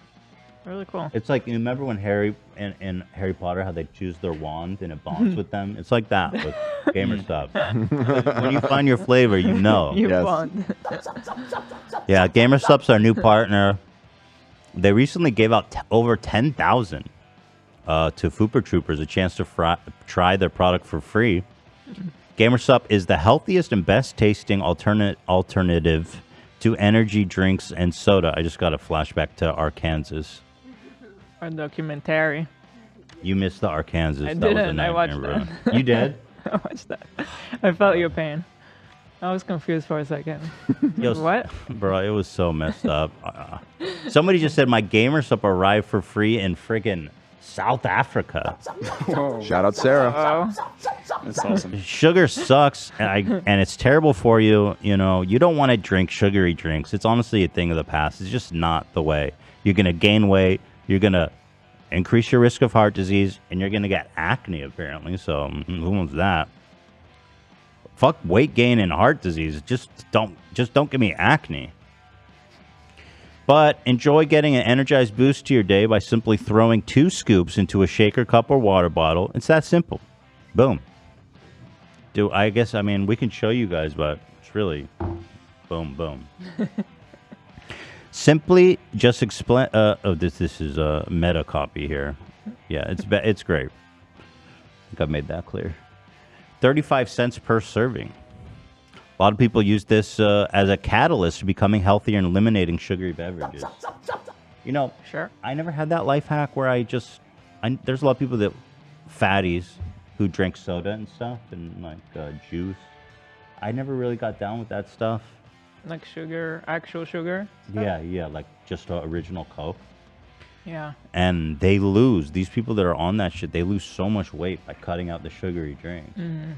Really cool. It's like you remember when Harry and, and Harry Potter how they choose their wand and it Hmm. bonds with them. It's like that with gamer stuff. when you find your flavor, you know. You bond. Yeah, gamer subs our new partner. They recently gave out t- over ten thousand uh, to Fupa Troopers a chance to fry- try their product for free. Gamersup is the healthiest and best tasting alternate alternative to energy drinks and soda. I just got a flashback to Arkansas. Our documentary. You missed the Arkansas. I that Was a didn't. I nightmare, watched bro. that. You did? I watched that. I felt your pain. I was confused for a second. Yo, what? Bro, it was so messed up. Uh, somebody just said my Gamersup arrived for free in friggin' South Africa. Shout out Sarah. That's awesome. Sugar sucks, and, I, and it's terrible for you. You know, you don't want to drink sugary drinks. It's honestly a thing of the past. It's just not the way. You're gonna gain weight. You're gonna increase your risk of heart disease, and you're gonna get acne apparently. So mm, who wants that? Fuck weight gain and heart disease. Just don't. Just don't give me acne. But enjoy getting an energized boost to your day by simply throwing two scoops into a shaker cup or water bottle. It's that simple. Boom. Do I guess I mean we can show you guys, but it's really boom boom. Simply just explain. Uh, oh, this this is a meta copy here. Yeah, it's be- it's great. I think I've made that clear. Thirty-five cents per serving. A lot of people use this uh, as a catalyst to becoming healthier and eliminating sugary beverages. You know, sure. I never had that life hack where I just. I, there's a lot of people that fatties who drink soda and stuff and like uh, juice. I never really got down with that stuff. Like sugar, actual sugar. Yeah, yeah, like just uh, original Coke. Yeah. And they lose these people that are on that shit. They lose so much weight by cutting out the sugary drinks. Mm.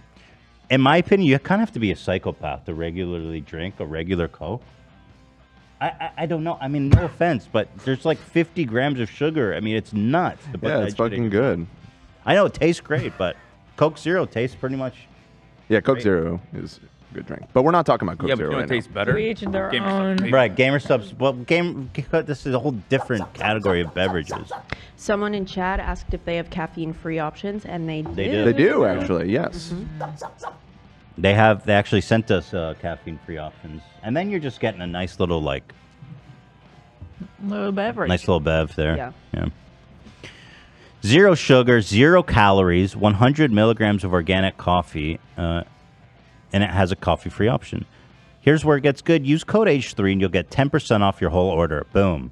In my opinion, you kind of have to be a psychopath to regularly drink a regular Coke. I, I, I don't know. I mean, no offense, but there's like 50 grams of sugar. I mean, it's nuts. to put Yeah, that it's shit in. fucking good. I know it tastes great, but Coke Zero tastes pretty much. Yeah, Coke Zero is a good drink, but we're not talking about Coke Yeah, but Zero you know right it now. tastes better? We each their own. Right, gamer subs. Well, game. This is a whole different category of beverages. Someone in chat asked if they have caffeine-free options, and they do. They do. They do actually. Yes. Mm-hmm. They have. They actually sent us uh, caffeine-free options, and then you're just getting a nice little like Little beverage. Nice little bev there. Yeah. Zero sugar, zero calories, 100 milligrams of organic coffee, uh, and it has a coffee free option. Here's where it gets good. Use code H3 and you'll get 10% off your whole order. Boom.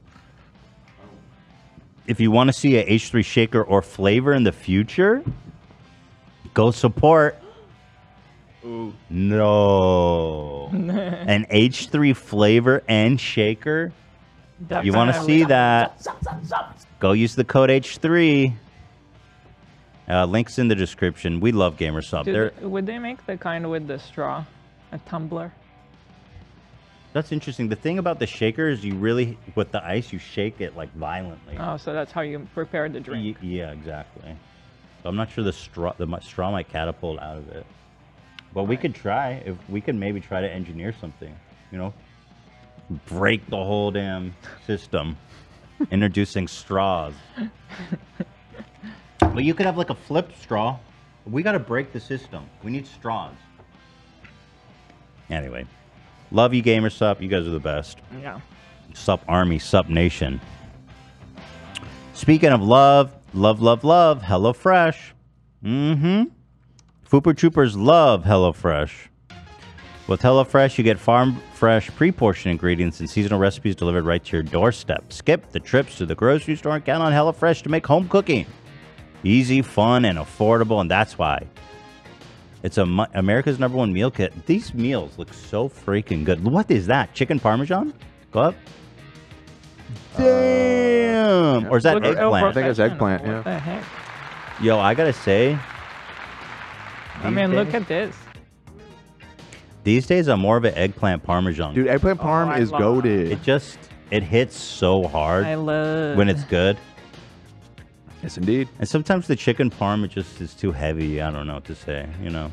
If you want to see a H3 shaker or flavor in the future, go support. Ooh. No. An H3 flavor and shaker? you want to Definitely. see that? Go use the code H3. Uh, links in the description. We love Gamer Sub. Do They're- they- would they make the kind with the straw, a tumbler? That's interesting. The thing about the shaker is you really, with the ice, you shake it like violently. Oh, so that's how you prepare the drink. Y- yeah, exactly. So I'm not sure the straw the mi- straw might catapult out of it, but we could try. If we could maybe try to engineer something, you know, break the whole damn system, introducing straws. but you could have like a flip straw. We got to break the system. We need straws. Anyway, love you, Gamer Sup. You guys are the best. Yeah. Sup Army, Sup Nation. Speaking of love, love, love, love, HelloFresh. Mm-hmm. Fupa Troopers love HelloFresh. With HelloFresh, you get farm fresh, pre portioned ingredients and seasonal recipes delivered right to your doorstep. Skip the trips to the grocery store and count on HelloFresh to make home cooking easy, fun, and affordable. And that's why it's a mu- America's number one meal kit. These meals look so freaking good. What is that? Chicken parmesan? Go up. Damn. or is that Look at eggplant? Elbert. What yeah. the heck? Yo, I gotta say. I these mean, look days- at this. These days, I'm more of an eggplant parmesan. Dude, eggplant parm I is Oh, love- goated. It just It hits so hard I love- when it's good. Yes, indeed. And sometimes the chicken parm it just is too heavy. I don't know what to say. You know,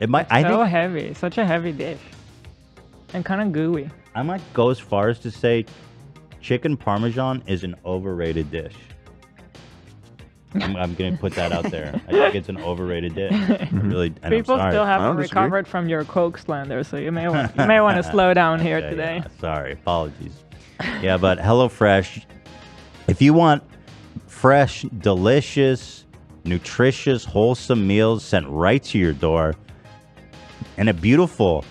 it might. I so think heavy, such a heavy dish, and kind of gooey. I might go as far as to say chicken parmesan is an overrated dish. I'm, I'm gonna put that out there. I think it's an overrated dish. I really, and People I'm sorry. still haven't recovered from your Coke slander, so you may want you may want to slow down here Okay, today. yeah, sorry, apologies. Yeah, but HelloFresh, if you want fresh, delicious, nutritious, wholesome meals sent right to your door in a beautiful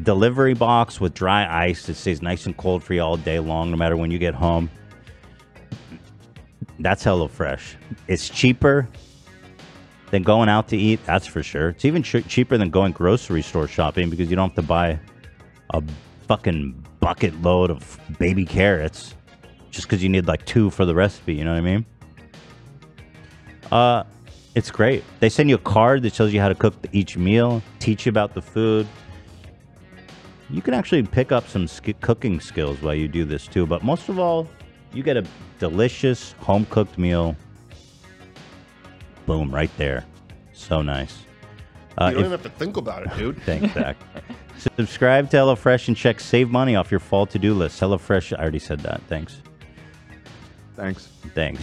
delivery box with dry ice that stays nice and cold for you all day long, no matter when you get home. That's HelloFresh. It's cheaper than going out to eat. That's for sure. It's even ch- cheaper than going grocery store shopping because you don't have to buy a fucking bucket load of baby carrots just because you need like two for the recipe. You know what I mean? Uh, it's great. They send you a card that tells you how to cook the- each meal, teach you about the food. You can actually pick up some sk- cooking skills while you do this too. But most of all, you get a delicious home cooked meal boom, right there. So nice. Uh, you if- don't even have to think about it, dude. Thanks, Zach. Subscribe to HelloFresh and check save money off your fall to do list. HelloFresh, I already said that. Thanks. Thanks. Thanks.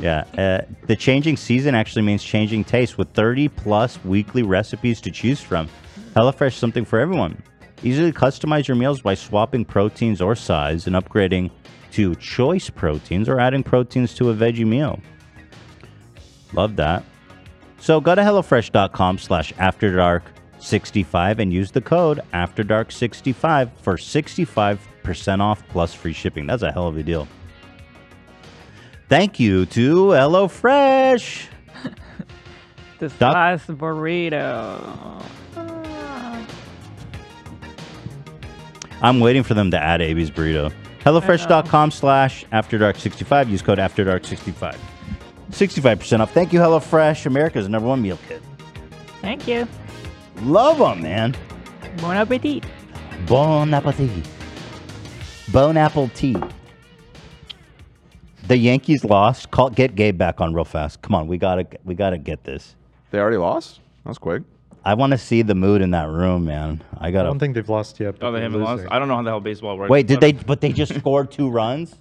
yeah. Uh, the changing season actually means changing taste with 30 plus weekly recipes to choose from. HelloFresh, is something for everyone. Easily customize your meals by swapping proteins or size and upgrading to choice proteins or adding proteins to a veggie meal. Love that. So go to HelloFresh.com slash AfterDark65 and use the code AfterDark65 for 65% off plus free shipping. That's a hell of a deal. Thank you to HelloFresh. This Doc- last burrito. I'm waiting for them to add Abby's burrito. HelloFresh.com slash AfterDark65. Use code AfterDark65. 65% off. Thank you, HelloFresh, America's number one meal kit. Thank you. Love them, man. Bon appetit. Bon appetit. Bone apple tea. The Yankees lost. Call, get Gabe back on real fast. Come on, we gotta we gotta get this. They already lost. That was quick. I want to see the mood in that room, man. I I gotta. don't think they've lost yet. but Oh, they they're haven't lost. losing. I don't know how the hell Oh, baseball works. Wait, did they? but- But they just scored two runs.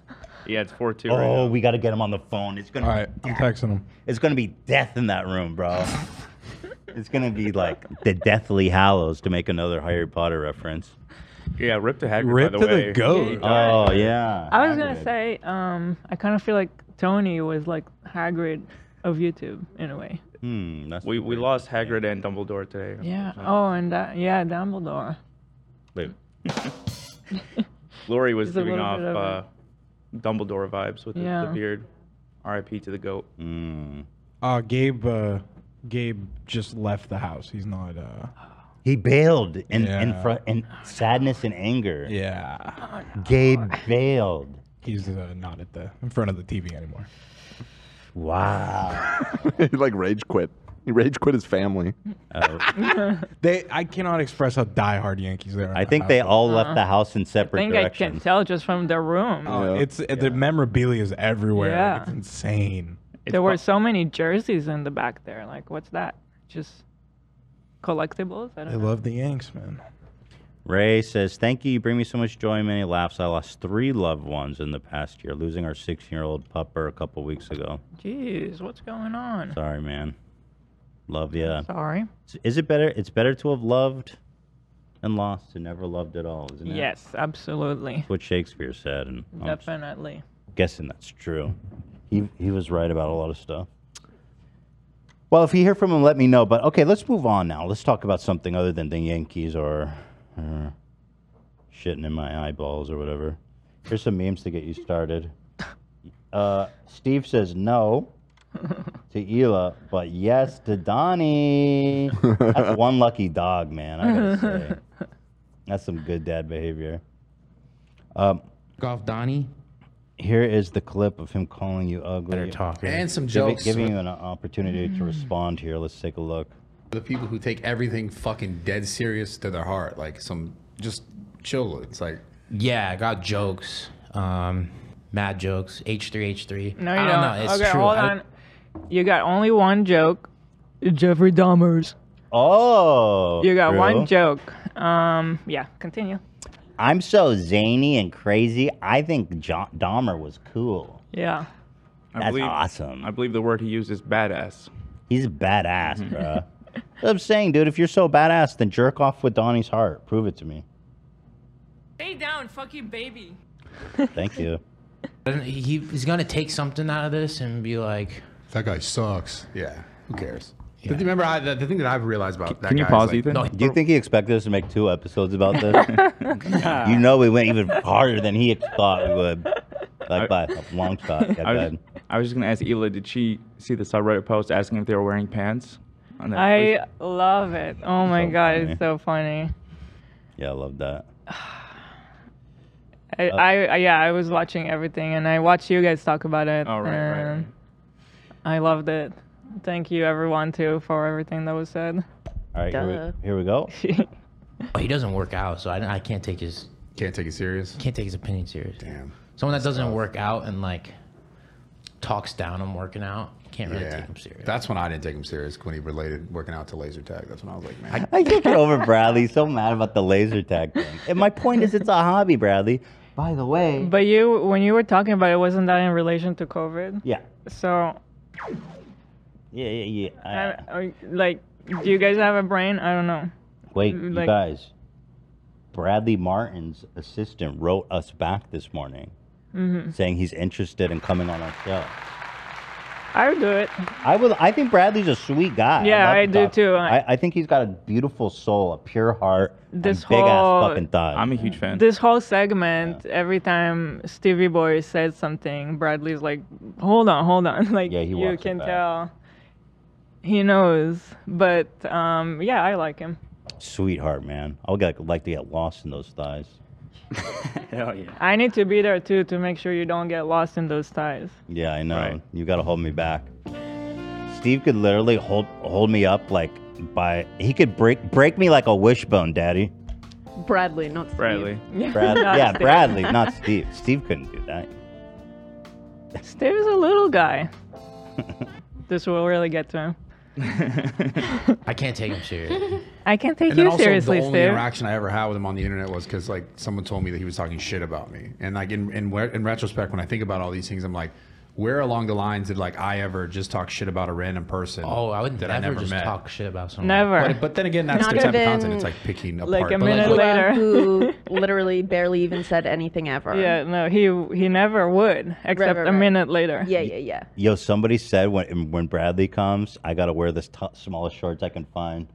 Yeah, it's four two. right Oh, now. we gotta get him on the phone. It's gonna. All be right, death. It's gonna be death in that room, bro. it's gonna be like the Deathly Hallows to make another Harry Potter reference. Yeah, rip to Hagrid. Rip by to the the way. goat. Oh, yeah. I was gonna say, um, I kind of feel like Tony was like Hagrid of YouTube in a way. Hmm, that's we we lost Hagrid and Dumbledore today. Yeah. Oh, and that, yeah, Dumbledore. Wait. Lori was It's a giving little off bit of uh, Dumbledore vibes with the- the, Yeah. beard. R.I.P. to the goat. Hmm, Uh, Gabe, uh, Gabe just left the house. He's not. Uh, He bailed in in, Yeah. fr- in sadness and anger. Yeah. Gabe bailed. he's uh, not at the in front of the TV anymore. Wow. he like rage quit. He rage quit his family. Oh. they, I cannot express how diehard Yankees they are. I think they all Uh-huh. left the house in I separate think I directions. can tell just from the room. Oh, It's uh, the memorabilia is everywhere. Yeah. It's insane. there were so many jerseys in the back there. Like, what's that? Just collectibles? I I don't know. love the Yanks, man. Ray says, "Thank you. You bring me so much joy and many laughs. I lost three loved ones in the past year, losing our six-year-old pupper a couple weeks ago. Jeez, what's going on? Sorry, man. Love ya. Sorry. S- Is it better? It's better to have loved and lost than never loved at all, isn't it? Yes, absolutely. That's what Shakespeare said, and I'm s- Definitely. guessing that's true. He he was right about a lot of stuff. Well, if you hear from him, let me know. But okay, let's move on now. Let's talk about something other than the Yankees or, or shitting in my eyeballs or whatever. Here's some memes to get you started. Uh, Steve says no to Ela, but yes to Donnie. That's one lucky dog, man. I gotta say, that's some good dad behavior. Um, Golf Donnie. Here is the clip of him calling you ugly. Better talk, And some Give it- jokes. Giving you an opportunity to respond here. Let's take a look. The people who take everything fucking dead serious to their heart, like some just chill. It's like Yeah, I got jokes. Um, mad jokes. H3H3. No, you I don't. don't, know. It's okay, true. hold I- on. You got only one joke. Jeffrey Dahmer's. Oh. You got true. one joke. Um, yeah, continue. I'm so zany and crazy. I think John Dahmer was cool. Yeah. That's awesome. I believe the word he used is badass. He's badass, bruh. That's what I'm saying, dude. If you're so badass, then jerk off with Donnie's heart. Prove it to me. Stay down, fuck you, baby. Thank you. Doesn't- He, he's gonna take something out of this and be like, "That guy sucks." Yeah, who cares? The- Remember, I, the, the thing that I've realized about that guy is, like, Do you think he expected us to make two episodes about this? you know, we went even harder than he thought we would. Like by a long shot. Yeah, go I, was, ahead. I was just gonna ask Ela, did she see the subreddit post asking if they were wearing pants? On that I post? love it. Oh my So god, funny. it's so funny. Yeah, I love that. I, Uh, I, I- yeah, I was watching everything, and I watched you guys talk about it. Oh, right, right, right. and I loved it. Thank you, everyone, too, for everything that was said. All right, Duh. here we, here we go. oh, he doesn't work out, so I, I can't take his can't take it serious. Can't take his opinion serious. Damn. Someone That's that doesn't tough. work out and like talks down on working out can't really yeah. take him serious. That's when I didn't take him serious when he related working out to laser tag. That's when I was like, man, I can't get over Bradley. He's so mad about the laser tag thing. And my point is, it's a hobby, Bradley. By the way. But you, when you were talking about it, wasn't that in relation to COVID? Yeah. So, Yeah, yeah, yeah. I, I- I- like, do you guys have a brain? I don't know. Wait, Mm, you like- guys. Bradley Martin's assistant wrote us back this morning hmm saying he's interested in coming on our show. I would do it. I will. I think Bradley's a sweet guy. I'd Yeah, love I to do talk- too. I- I, I think he's got a beautiful soul, a pure heart, This big ass whole- fucking thigh. I'm a huge fan. This whole segment, every time Stevie Boy said something, Bradley's like, "Hold on, hold on." Like Yeah, he you walks it can back. tell, he knows. But um, yeah, I like him. Sweetheart, man. I would like, like to get lost in those thighs. Hell yeah. I need to be there too to make sure you don't get lost in those ties. Yeah, I know. You got to hold me back. Steve could literally hold hold me up like by he could break break me like a wishbone, daddy. Bradley, not Steve. Bradley. Brad, yeah, Bradley, not Steve. Steve couldn't do that. Steve's a little guy. this will really get to him. I can't take him serious. I can't take and then you also seriously, the only Steve. interaction I ever had with him on the internet was because like someone told me that he was talking shit about me, and like in in, where- in retrospect, when I think about all these things, I'm like, where along the lines did like I ever just talk shit about a random person? Oh, I would that never I never just met? talk shit about someone. Never. But, but then again, that's Not the type of even, content. It's like picking apart. like, a but, minute what- later. who literally barely even said anything ever. Yeah, no, he he never would, except right, a right. minute later. Yeah, yeah, yeah. Yo, somebody said when when Bradley comes, I gotta wear this t- smallest shorts I can find.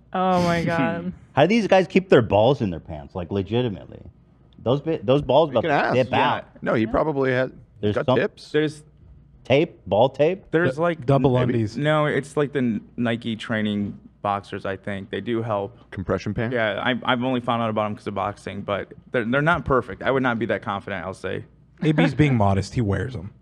Oh my god. How do these guys keep their balls in their pants? Like legitimately, those bi- those balls about can to ask. dip Yeah. out. No, he probably has. There's got some- tips. There's tape, ball tape. There's like double maybe- undies. No, it's like the Nike training boxers. I think they do help. Compression pants. Yeah, I, I've only found out about them because of boxing, but they're they're not perfect. I would not be that confident. I'll say. AB's being modest. He wears them.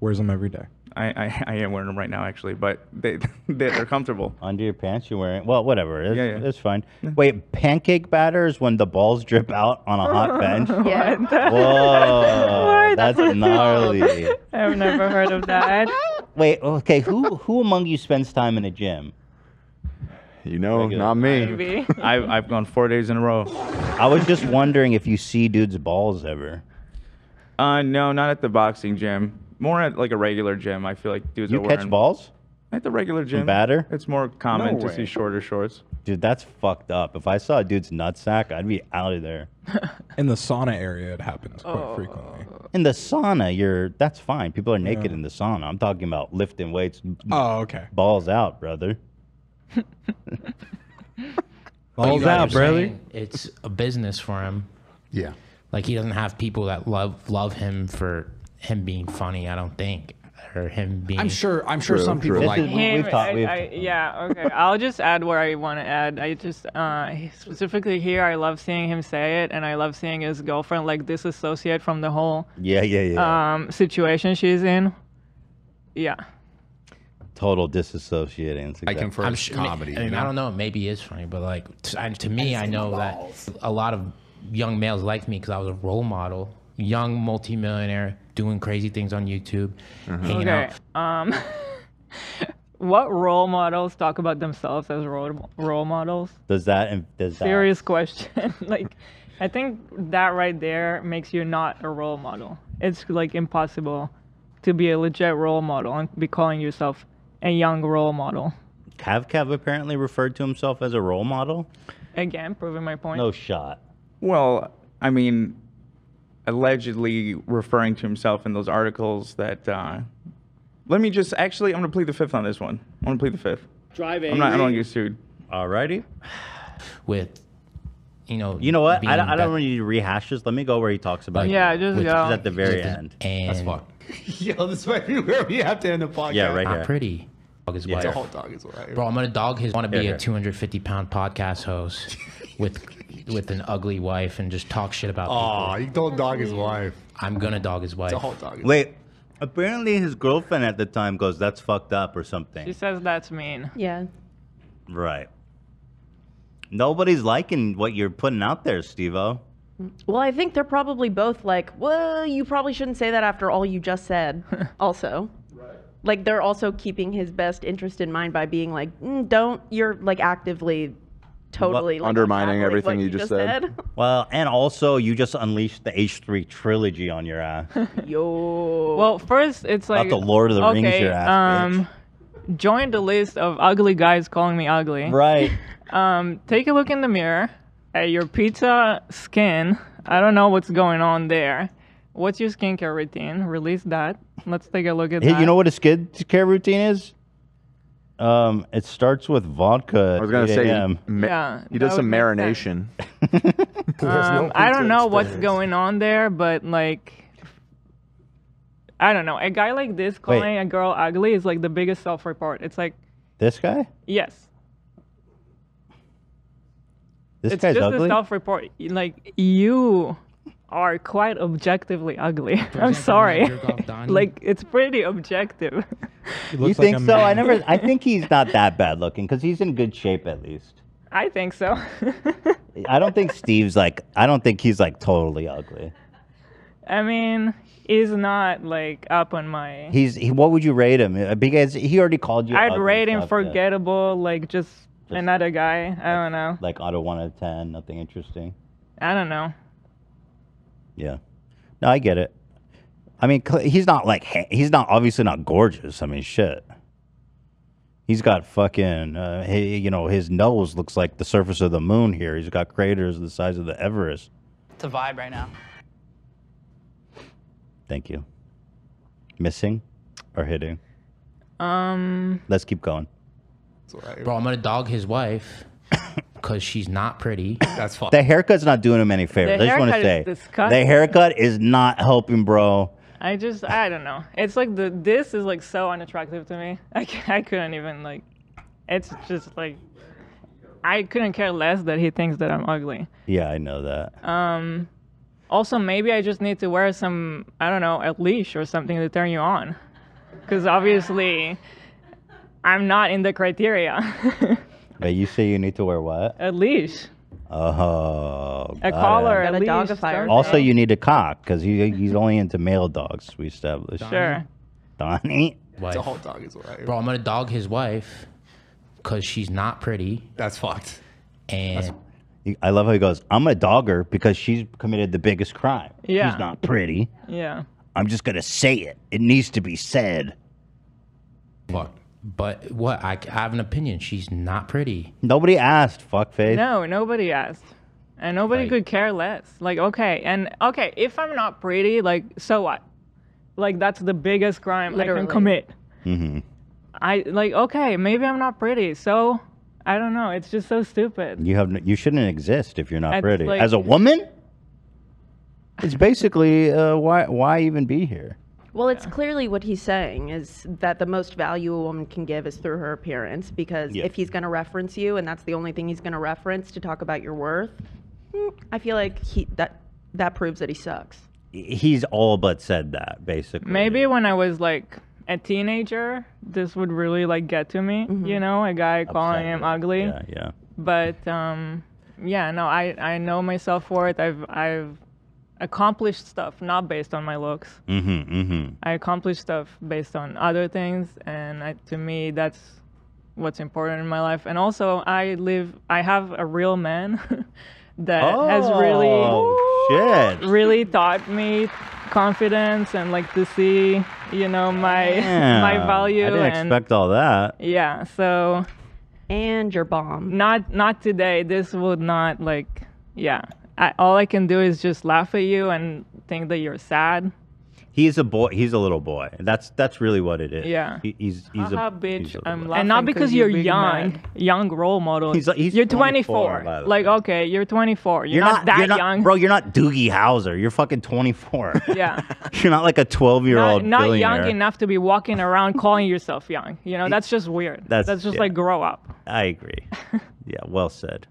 Wears them every day. I, I, I am wearing them right now actually, but they they- they're comfortable. Under your pants you're wearing. Well, whatever. It's, Yeah, yeah. it's fine. Wait, pancake batter is when the balls drip out on a hot bench. Yeah. Whoa, What? Oh, that's gnarly. I've never heard of that. Wait, okay, who who among you spends time in a gym? You know, not me. Maybe. I've I've gone four days in a row. I was just wondering if you see dudes' balls ever. Uh, no, not at the boxing gym. More at like a regular gym. I feel like dudes You are catch wearing balls? at the regular From gym. batter? It's more common No to way. see shorter shorts. Dude, that's fucked up. If I saw a dude's nutsack, I'd be out of there. In the sauna area, it happens quite Oh. frequently. In the sauna, you're that's fine. People are naked Yeah. in the sauna. I'm talking about lifting weights. Oh, okay. Balls out, brother. But you Balls guys out, are brother. saying It's a business for him. Yeah. Like he doesn't have people that love love him for him being funny. I don't think, or him being. I'm sure. I'm sure some people like. Him, I- I- yeah, okay. I'll just add where I want to add. I just uh, specifically here, I love seeing him say it, and I love seeing his girlfriend like disassociate from the whole Yeah, yeah, yeah. um, situation she's in. Yeah, Total disassociating. That's exact- I'm sure- I mean, I don't know. Maybe he is funny, but like t- I- to me, I know that a lot of young males liked me because I was a role model, young multimillionaire doing crazy things on YouTube, Mm-hmm. hanging Okay. out. Um, what role models talk about themselves as role role models? Does that and does that Serious question. like, I think that right there makes you not a role model. It's like impossible to be a legit role model and be calling yourself a young role model. Cav Cav apparently referred to himself as a role model? Again, proving my point. No shot. Well, I mean, allegedly referring to himself in those articles that. Uh, let me just actually, I'm gonna plead the fifth on this one. I'm gonna plead the fifth. Drive I'm not. I don't get sued. Alrighty. With, you know, You know what? I being don't, I that- don't really need to rehash this. Let me go where he talks about Yeah, just which go. is at the very Just end. That's fucked. Yo, this might be where we have to end the podcast. Yeah, right Not here. pretty. Dog is Yeah. white. The whole dog is white. Bro, I'm gonna dog his. Want to be Yeah, yeah. a 250 pound podcast host with with an ugly wife and just talk shit about. Aw, you don't dog his wife. I'm gonna dog his wife. Wait. Apparently his girlfriend at the time goes, That's fucked up or something. She says that's mean. Yeah. Right. Nobody's liking what you're putting out there, Steve O. Well, I think they're probably both like, well, you probably shouldn't say that after all you just said, also. Like, they're also keeping his best interest in mind by being like, "Mm, don't, you're like actively, totally like, undermining unraveling everything what you just said. Well, and also you just unleashed the H three trilogy on your ass. Yo. Well, first it's Not like the Lord of the Rings okay, your ass, Um, join the list of ugly guys calling me ugly. Right. um, take a look in the mirror at your pizza skin. I don't know what's going on there. What's your skincare routine? Release that. Let's take a look at Hey, that. you know what his kid care routine is? Um, it starts with vodka. I was gonna say ma- Yeah, that he does some would make marination. Um, I don't know what's going on there, but like, I don't know. A guy like this Wait. calling a girl ugly is like the biggest self-report. It's like, this guy. yes, This it's guy's just a ugly. self-report. Like you are quite objectively ugly. I'm sorry. like it's pretty objective. You think so? I never. I think he's not that bad looking because he's in good shape at least. I think so. I don't think Steve's like. I don't think he's like totally ugly. I mean, he's not like up on my. He's. He, what would you rate him? Uh, Because he already called you. I'd ugly rate him stuff, yeah. forgettable, like just, another guy. I don't know. Like out of one out of ten, nothing interesting. I don't know. Yeah. No, I get it. I mean, cl- he's not like ha- he's not obviously not gorgeous. I mean, shit. He's got fucking uh, he, you know, his nose looks like the surface of the moon here. He's got craters the size of the Everest. It's a vibe right now. Thank you. Missing or hitting? Um. Let's keep going. Bro, I'm gonna dog his wife because she's not pretty. That's fine. The haircut's not doing him any favors. The I just want to haircut say is disgusting. the haircut is not helping, bro. I just, I don't know. It's like the this is like so unattractive to me. I, c- I couldn't even like. It's just like, I couldn't care less that he thinks that I'm ugly. Yeah, I know that. Um, also maybe I just need to wear some, I don't know, a leash or something to turn you on, because obviously, I'm not in the criteria. But you say you need to wear what? a leash, Oh, a got collar, it. a, Got a leash. dogifier. something. Also, you need a cock because he, he's only into male dogs. We established. Sure. Donnie. Wife. The whole dog is white. Bro, I'm gonna dog his wife because she's not pretty. That's fucked. And I love how he goes. I'm gonna dog her because she's committed the biggest crime. Yeah. She's not pretty. yeah. I'm just gonna say it. It needs to be said. Fuck. But what? I, I have an opinion. She's not pretty. Nobody asked. Fuckface. No, nobody asked. And nobody could care less. Like, okay, and okay, if I'm not pretty, like, so what? Like, that's the biggest crime I Literally. can commit. Mm-hmm. I, like, okay, maybe I'm not pretty. So, I don't know. It's just so stupid. You have. n- You shouldn't exist if you're not That's pretty. like- As a woman, it's basically uh, why why even be here? Well, it's clearly what he's saying is that the most value a woman can give is through her appearance because Yeah. if he's going to reference you and that's the only thing he's going to reference to talk about your worth, mm, I feel like he that that proves that he sucks. He's all but said that basically. Maybe when I was, like, a teenager, this would Mm-hmm. really, like, get to me, you know, a guy calling him ugly. Yeah. But, um, yeah, no, I I know myself for it. I've I've accomplished stuff not based on my looks. Mm-hmm. Mm-hmm. I accomplish stuff based on other things, and I, to me, that's what's important in my life. And also, I live, I have a real man that has really, Oh shit. really taught me confidence and like to see, you know, my my Yeah. value I didn't and expect all that. yeah. So, and your bomb. Not not today. This would not like, yeah. I, all I can do is just laugh at you and think that you're sad. He's a boy. He's a little boy. That's that's really what it is. Yeah. He, he's he's Haha, a bitch, I'm Uh-huh, laughing And not 'cause because you're you're big young, young role model. He's like- he's you're 24, by 24. the like, okay, you're 24. You're, not, that you're not, young. bro. You're not Doogie Howser. You're fucking 24. yeah. you're not like a 12 year Not, old. not young enough to be walking around calling yourself young. You know, that's just weird. That's- That's, just yeah. like grow up. I agree. yeah, well said.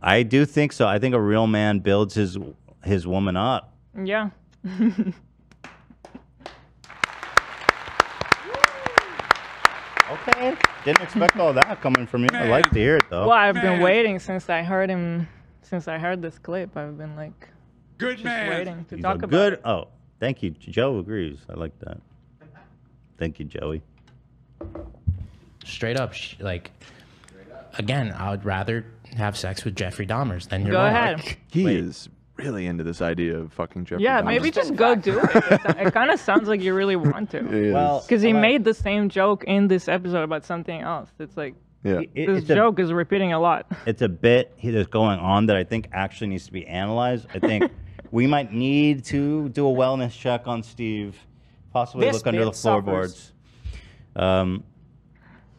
I do think so. I think a real man builds his his woman up. Yeah. okay. Didn't expect all that coming from you. I like to hear it though. Well, I've been waiting since I heard him, since I heard this clip. I've been like, good just waiting to He's talk a about good. Oh, thank you. Joe agrees. I like that. Thank you, Joey. Straight up, sh- like, again, I would rather have sex with Jeffrey Dahmer's than your Go mom. ahead. He is really into this idea of fucking Jeffrey. Yeah, Dahmer. maybe just go do it. It, kind of sounds like you really want to. is. Well, because he I like- made the same joke in this episode about something else. It's like Yeah. It- this it's a- joke is repeating a lot. it's a bit he- that's going on that I think actually needs to be analyzed. I think we might need to do a wellness check on Steve, possibly This look under the bit suffers. floorboards. Um,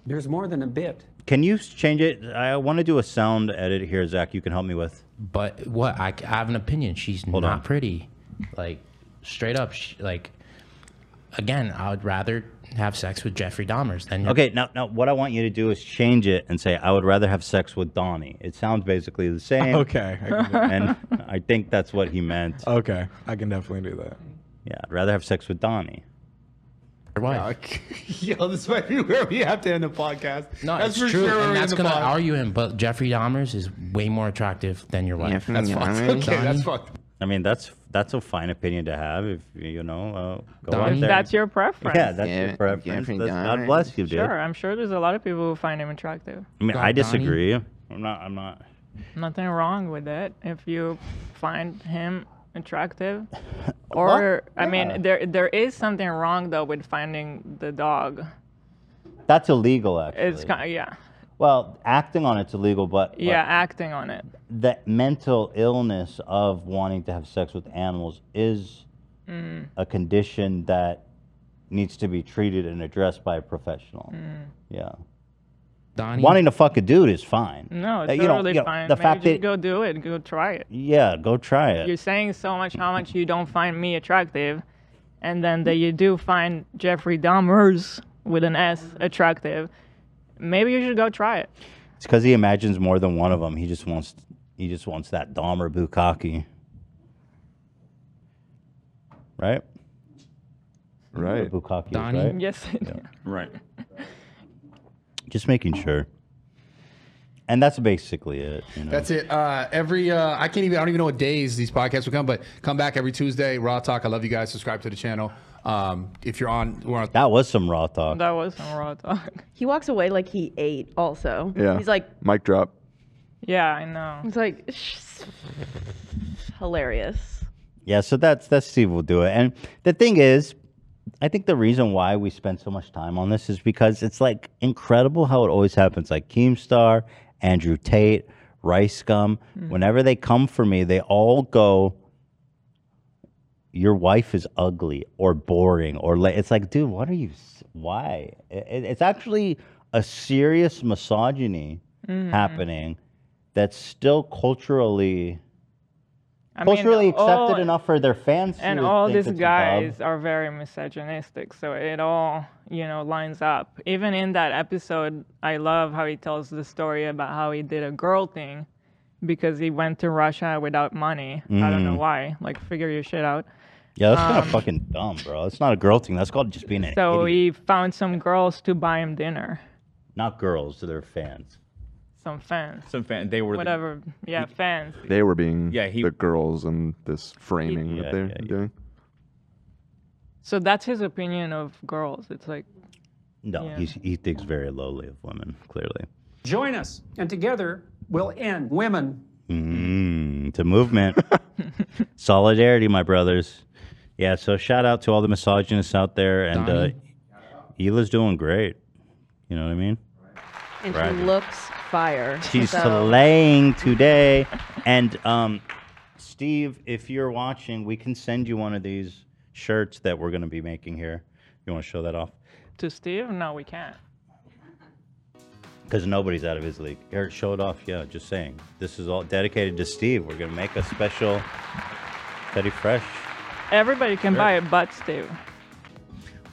There's more than a bit. can you s- change it? I want to do a sound edit here, Zach. You can help me with. But what? I, I have an opinion. She's not pretty. Like, straight up, sh like, again, I would rather have sex with Jeffrey Dahmer's than your Okay, now now what I want you to do is change it and say I would rather have sex with Donnie. It sounds basically the same. Okay, I can do that. and I think that's what he meant. Okay, I can definitely do that. Yeah, I'd rather have sex with Donnie. Yo, this might be where we have to end the podcast. No, that's it's for true, sure. where and we that's end the gonna pod. argue him. But Jeffrey Dahmer's is way more attractive than your wife. Yeah, That's yeah, fucked. I mean- Okay, that's fucked. I mean, that's that's a fine opinion to have. If you know, uh, go out If there. that's your preference. Yeah, that's your preference. That's, God bless you, dude. Sure, I'm sure there's a lot of people who find him attractive. I mean, I disagree. I'm not. I'm not. Nothing wrong with it if you find him attractive. Or I Yeah. mean, there there is something wrong though with finding the dog. That's illegal, actually. It's kind of yeah, well, acting on it's illegal, but, but yeah, acting on it. the mental illness of wanting to have sex with animals is Mm. a condition that needs to be treated and addressed by a professional. Mm. Yeah. Donnie. Wanting to fuck a dude is fine. No, it's Uh, you know- totally you know, fine. The Maybe fact just that go do it, go try it. yeah, go try it. You're saying so much how much you don't find me attractive, and then that you do find Jeffrey Dahmer's with an S attractive. Maybe you should go try it. It's because he imagines more than one of them. He just wants he just wants that Dahmer Bukaki. Right? Right. Bukaki, Donnie? right? Yes. Right. Just making sure. And that's basically it. You know? That's it. Uh, every uh, I can't even I don't even know what days these podcasts will come, but come back every Tuesday. Raw talk. I love you guys. Subscribe to the channel. Um, if you're on, we're on. That was some raw talk. That was some raw talk. He walks away like he ate. Also, Yeah. he's like, mic drop. Yeah, I know. he's like, hilarious. Yeah, so that's that's Steve will do it. And the thing is, I think the reason why we spend so much time on this is because it's like incredible how it always happens. Like Keemstar, Andrew Tate, Rice Gum, whenever they come for me, they all go, "Your wife is ugly or boring or la-. it's like, dude, what are you? s- Why? It- it- it's actually a serious misogyny Mhm. happening that's still culturally I mean, culturally accepted all- enough for their fans to And all think these it's a guys dub. are very misogynistic, so it all you know lines up. Even in that episode, I love how he tells the story about how he did a girl thing because he went to Russia without money. I don't know Mm. why. Like, figure your shit out. yeah that's kind Um, of fucking dumb bro it's not a girl thing that's called just being an So idiot. he found some girls to buy him dinner. not girls they're fans some fans. Some fan. They were the- whatever. yeah, fans. They were being Yeah, he- the girls and this framing Yeah, that they're yeah, doing. So that's his opinion of girls. It's like No, Yeah. he's, he thinks very lowly of women, clearly. Join us, and together we'll end women. Mm, to movement. Solidarity, my brothers. Yeah, so shout out to all the misogynists out there. And uh, Donnie? Hila's doing great. You know what I mean? And Right. she looks fire. She's so- slaying today. And um, Steve, if you're watching, we can send you one of these shirts that we're going to be making here. You want to show that off? to Steve. No, we can't. Because nobody's out of his league. Eric, show it off. Yeah, just saying. This is all dedicated to Steve. We're going to make a special Betty Fresh. Everybody can Sure. buy it, but Steve.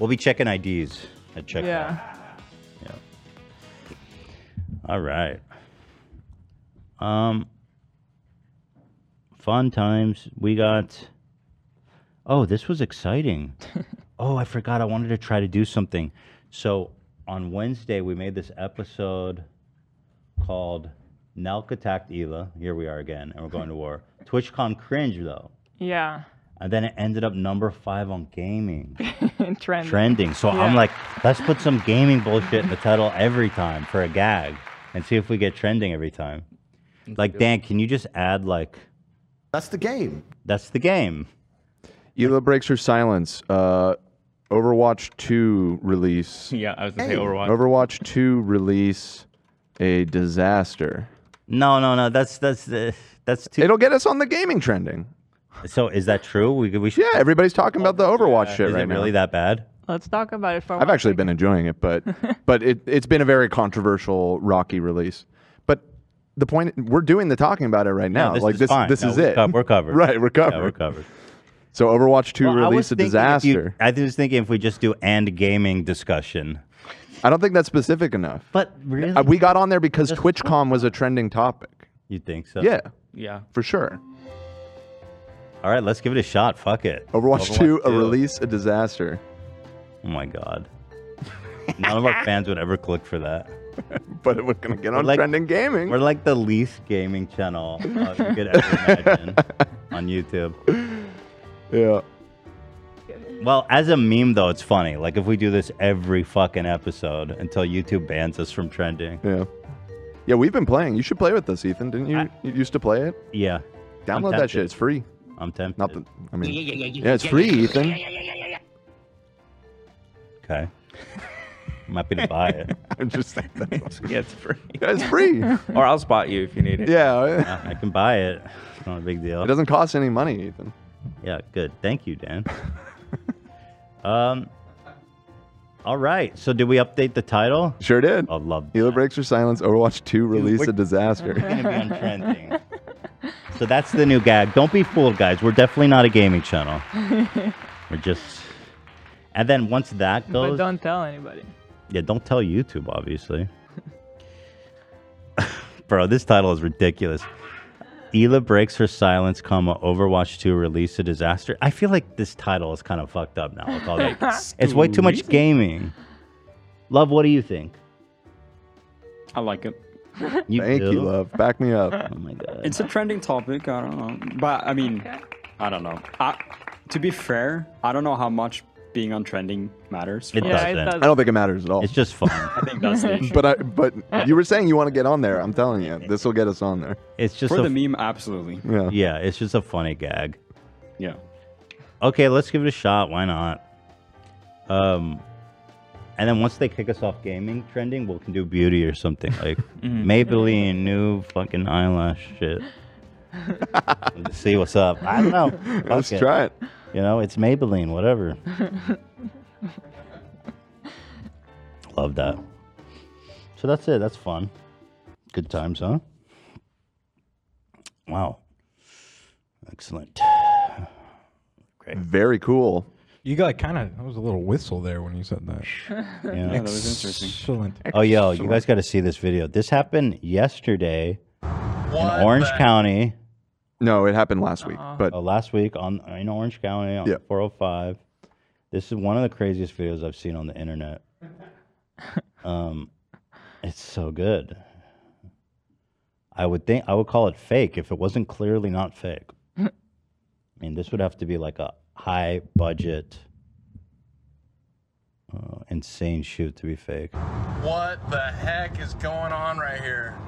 We'll be checking IDs at checkout. yeah. Yeah. All right. Um. Fun times. We got. Oh, this was exciting. oh, I forgot. I wanted to try to do something. So on Wednesday, we made this episode called Nelk attacked Ela. Here we are again, and we're going to war. TwitchCon cringe though, Yeah. and then it ended up number five on gaming Trend. trending. So I'm Yeah. like, let's put some gaming bullshit in the title every time for a gag and see if we get trending every time. Like, Dan, can you just add, like, that's the game? That's the game. Hila breaks her silence. Uh, Overwatch 2 release. Yeah, I was gonna say Hey. Overwatch. Overwatch 2 release a disaster. No, no, no. That's that's uh, that's too. It'll get us on the gaming trending. So is that true? We could- we should. Yeah, everybody's talking about the Overwatch shit Is right it now. really that bad? Let's talk about it for. I've actually been enjoying it, but but it it's been a very controversial rocky release. But the point we're doing the talking about it right No, now. this like is this fine. this No, is we're it. co- we're covered. right, we're Yeah, covered. we're covered. So Overwatch 2 Well, I was release a thinking if you- disaster. I was thinking if we just do and gaming discussion. I don't think that's specific enough. But really? Uh, we got on there because TwitchCon was a trending topic. You think so? Yeah. Yeah. For sure. All right, let's give it a shot. Fuck it. Overwatch, 2, a release, a disaster. Oh my god. None of our fans would ever click for that. but we're gonna get on trending gaming. We're like the least gaming channel uh, you could ever imagine on YouTube. Yeah. Well, as a meme though, it's funny. Like if we do this every fucking episode until YouTube bans us from trending. Yeah. Yeah, we've been playing. You should play with this, Ethan. Didn't you? you used to play it. Yeah. I'm Download that tempted. shit. It's free. I'm tempted. Not the. I mean. yeah, yeah, yeah, Yeah, it's yeah, free, yeah, yeah, Ethan. Okay. I'm happy to buy it. I'm just saying. yeah, it's free. it's free. or I'll spot you if you need it. Yeah. I can buy it. It's not a big deal. It doesn't cost any money, Ethan. Yeah, good. Thank you, Dan. um All right. So did we update the title? Sure did. I love Hila breaks her silence. Overwatch 2 release we're- a disaster. We're gonna be on trending. So that's the new gag. Don't be fooled, guys. We're definitely not a gaming channel. We're just And then once that But goes don't tell anybody. Yeah, don't tell YouTube, obviously. Bro, this title is ridiculous. Ela breaks her silence, comma, Overwatch 2 release a disaster. I feel like this title is kind of fucked up now. with all the- it's way too much Squeeze. gaming. Love, what do you think? I like it. You Thank do? you, love. Back me up. Oh my god. It's It's a trending topic. I don't know, but I mean, I don't know. I, to be fair, I don't know how much being on trending matters. It for us. Yeah, it doesn't. I don't think it matters at all. It's just fun. I think that's the issue. but I, but you were saying you want to get on there. I'm telling you, this will get us on there. It's just for a, the meme, absolutely. Yeah. yeah, it's just a funny gag. Yeah. Okay, let's give it a shot. Why not? Um, and then once they kick us off gaming trending, we can do beauty or something like Maybelline new fucking eyelash shit. Let's See what's up. I don't know. Fuck Let's try it. You know, it's Maybelline, whatever. Love that. So that's it. That's fun. Good times, huh? Wow. Excellent. Very cool. You got kind of. That was a little whistle there when you said that. Yeah. Yeah, that was interesting. Excellent. Oh, yo, you guys got to see this video. This happened yesterday in Orange County. No, it happened last week, but oh, last week on in Orange County on Yeah. 405. This is one of the craziest videos I've seen on the internet. um, it's so good. I would think I would call it fake if it wasn't clearly not fake. I mean, this would have to be like a high budget, uh, insane shoot to be fake. What the heck is going on right here?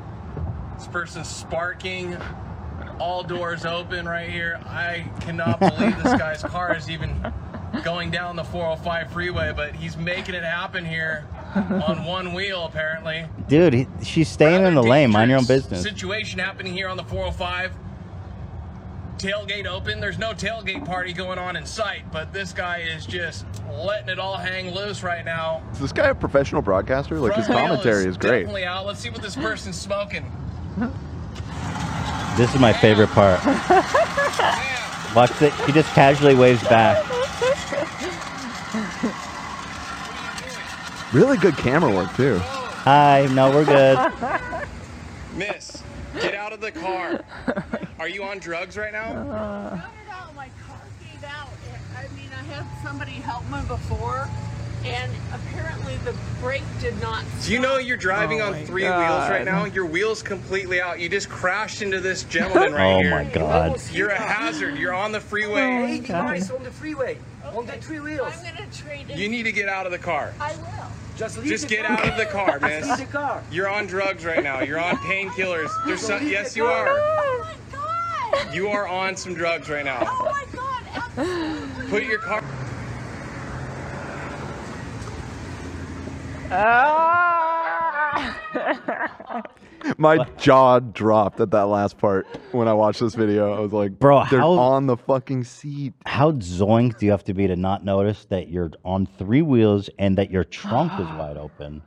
This person's sparking, and all doors open right here. I cannot believe this guy's car is even going down the 405 freeway, but he's making it happen here on one wheel apparently. Dude, he, she's staying in the lane. Mind your own business. Situation happening here on the 405. Tailgate open. There's no tailgate party going on in sight, but this guy is just letting it all hang loose right now. Is this guy a professional broadcaster? Like his Front wheel commentary is great. Definitely out. Let's see what this person's smoking. This is my favorite part. Watch it. She just casually waves back. Really good camera work too. Hi, no, we're good. Miss, get out of the car. Are you on drugs right now? out, my car gave out. I mean, I had somebody help me before, and apparently the brake did not. Do you know you're driving on three wheels right God. now? Your wheel's completely out. You just crashed into this gentleman right Oh here. my god. You're a hazard. You're on the Oh my freeway. God. on the freeway. On the three wheels. I'm gonna trade it. You need to get out of the car. I will. Just Just get out of the car, miss. Just leave the car. You're on drugs right now. You're on painkillers. There's Just some, leave yes, the you car. are. You are on some drugs right now. Oh my god. Put your car. My jaw dropped at that last part when I watched this video. I was like, Bro, they're how- on the fucking seat. How zoinked do you have to be to not notice that you're on three wheels and that your trunk is wide open?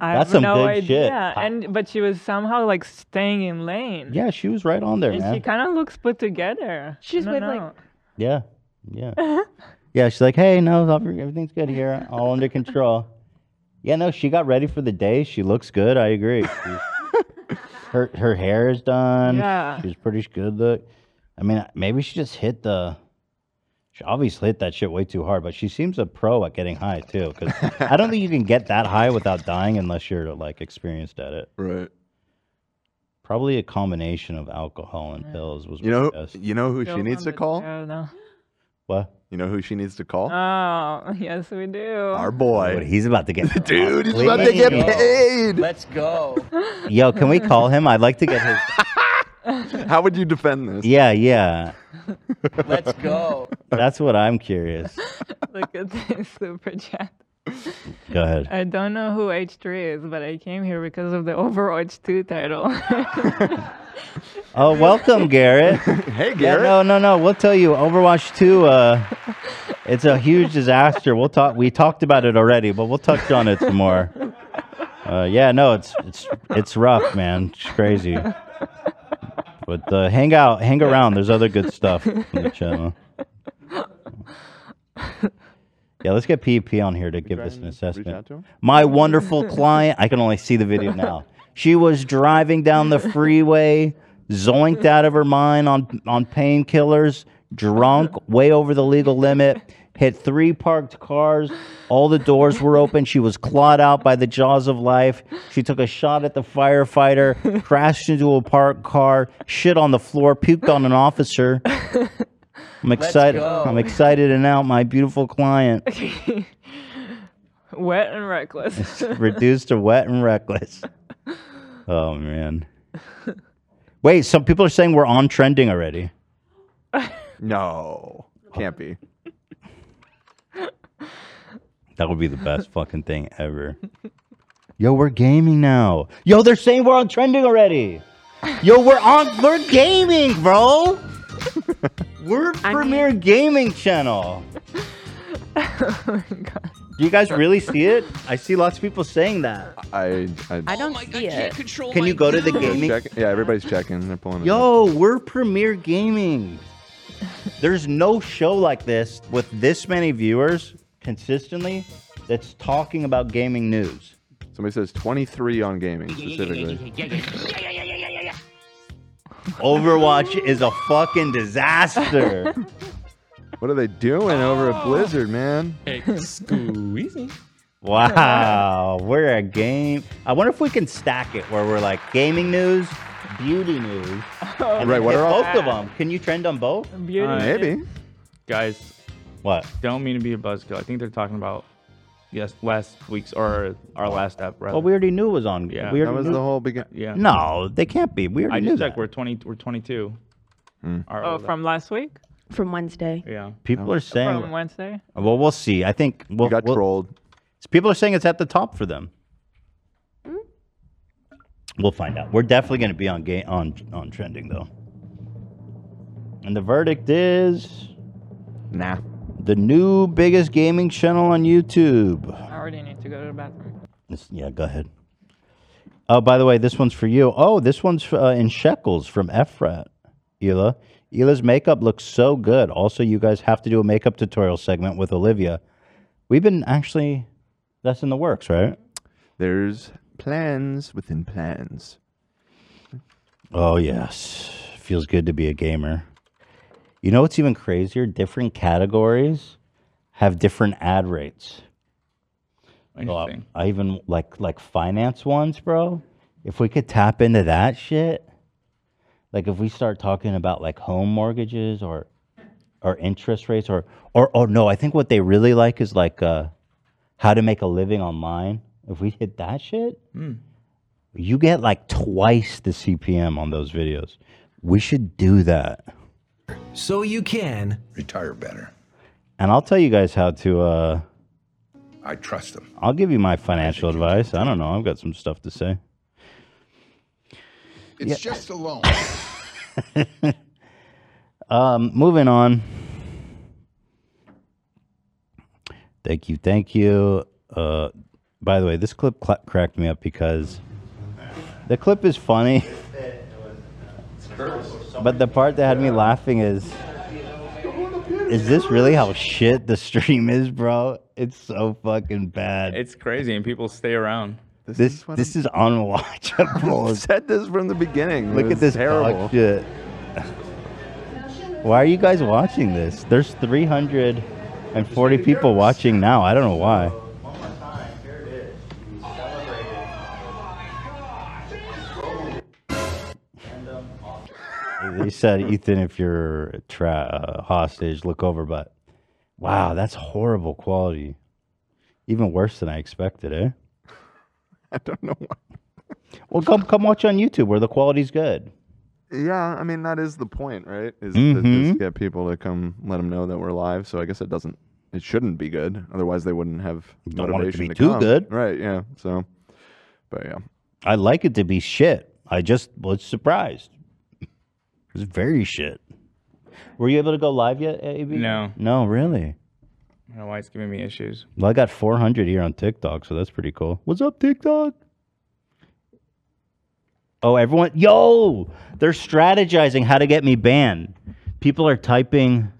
I That's have some no good idea. shit. And but she was somehow like staying in lane. Yeah, she was right on there, and she man. kind of looks put together. She's I with, don't like- know. Yeah, yeah. Yeah, she's like, hey, no, everything's good here. All under control. Yeah, no, she got ready for the day. She looks good. I agree. She- her her hair is done. Yeah. She's pretty good look. I mean, maybe she just hit the. She obviously hit that shit way too hard, but she seems a pro at getting high too. Because I don't think you can get that high without dying unless you're like experienced at it. Right. Probably a combination of alcohol and pills was. You know, you know who she Girls needs on to the- call? I don't know. What? You know who she needs to call? Oh yes, we do. Our boy. he's about to get. Dude, he's about to get paid. Let's go. Yo, can we call him? I'd like to get his. How would you defend this? Yeah, yeah. Let's go. That's what I'm curious. Look at this super chat. Go ahead. I don't know who H3 is, but I came here because of the Overwatch 2 title. Oh, welcome, Garrett. hey, Yeah, Garrett. no, no, no. We'll tell you. Overwatch Two. Uh, it's a huge disaster. We'll talk. We talked about it already, but we'll touch on it some more. Uh, yeah, no, it's it's it's rough, man. It's crazy. But uh, hang out, hang around. There's other good stuff on the channel. Yeah, let's get PEP on here to give us an out to him? assessment. My wonderful client, I can only see the video now. She was driving down the freeway, zoinked out of her mind on on painkillers, drunk, way over the legal limit, hit three parked cars, all the doors were open, she was clawed out by the jaws of life. She took a shot at the firefighter, crashed into a parked car, shit on the floor, puked on an officer. I'm Let's excited. go. I'm excited and out. My beautiful client Wet and reckless. reduced to wet and reckless. Oh man. Wait, some people are saying we're on trending already. No, can't be. That would be the best fucking thing ever. Yo, we're gaming now. Yo, they're saying we're on trending already. Yo, we're on we're gaming, bro. we're premier gaming channel. Do you guys really see it? I see lots of people saying that. I I, I don't see it. Can you go to the gaming? Check- yeah, everybody's checking. They're pulling. it up. Yo, we're Premier Gaming. There's no show like this with this many viewers consistently that's talking about gaming news. Somebody says 23 on gaming specifically. Overwatch is a fucking disaster. what are they doing over at Blizzard, man? Excuse Wow, we're a game. I wonder if we can stack it where we're like gaming news, beauty news, and Right, then what hit are all- both of them? Can you trend on both? Beauty Uh, maybe. news. Guys, what? Don't mean to be a buzzkill. I think they're talking about yes, last week's or our last app. Rather. Well, we already knew it was on. Yeah, we that already was knew- the whole begin- yeah. No, they can't be. We I already knew just that. Hmm. checked. We're twenty. We're twenty-two. Our Oh, old app. from last week? From Wednesday. Yeah. People are saying. From Wednesday? Well, we'll see. I think we'll, got trolled. People are saying it's at the top for them. Hmm? We'll find out. We're definitely going to be on game on on trending though. And the verdict is nah. The new biggest gaming channel on YouTube. I already need to go to the bathroom. It's- yeah, go ahead. Oh, by the way, this one's for you. Oh, this one's uh, in shekels from Efrat. Ela, Ela's makeup looks so good. Also, you guys have to do a makeup tutorial segment with Olivia. We've been actually, that's in the works, right? There's plans within plans. Oh yes, feels good to be a gamer. You know what's even crazier? Different categories have different ad rates. So I- I, even like like finance ones, bro. If we could tap into that shit, like if we start talking about like home mortgages or or interest rates or or oh no, I think what they really like is like uh how to make a living online. If we hit that shit, Hmm. you get like twice the CPM on those videos. We should do that. So you can retire better. And I'll tell you guys how to uh I trust them. I'll give you my financial advice. I don't know. I've got some stuff to say. It's just a loan. Um, moving on. Thank you, thank you. Uh, by the way, this clip cla cracked me up because the clip is funny, but the part that had me laughing is. Is this really how shit the stream is, bro? It's so fucking bad. It's crazy, and people stay around. This this is, unwatchable. Said this from the beginning. Look It at was this terrible. dog shit. Why are you guys watching this? There's 340 people watching now. I don't know why. They said, Ethan, if you're a tra- uh, hostage, look over. But wow, that's horrible quality. Even worse than I expected, eh? I don't know why. Well, come come watch on YouTube where the quality's good. Yeah, I mean that is the point, right? Is to Mhm. just get people to come, let them know that we're live. So I guess it doesn't, it shouldn't be good. Otherwise, they wouldn't have Don't want it to motivation be too come. good. right? Yeah. So, but yeah, I like it to be shit. I just was surprised. It was very shit. Were you able to go live yet, AB? No. No, really? I don't know why it's giving me issues. Well, I got 400 here on TikTok, so that's pretty cool. What's up, TikTok? Oh, everyone. Yo, they're strategizing how to get me banned. People are typing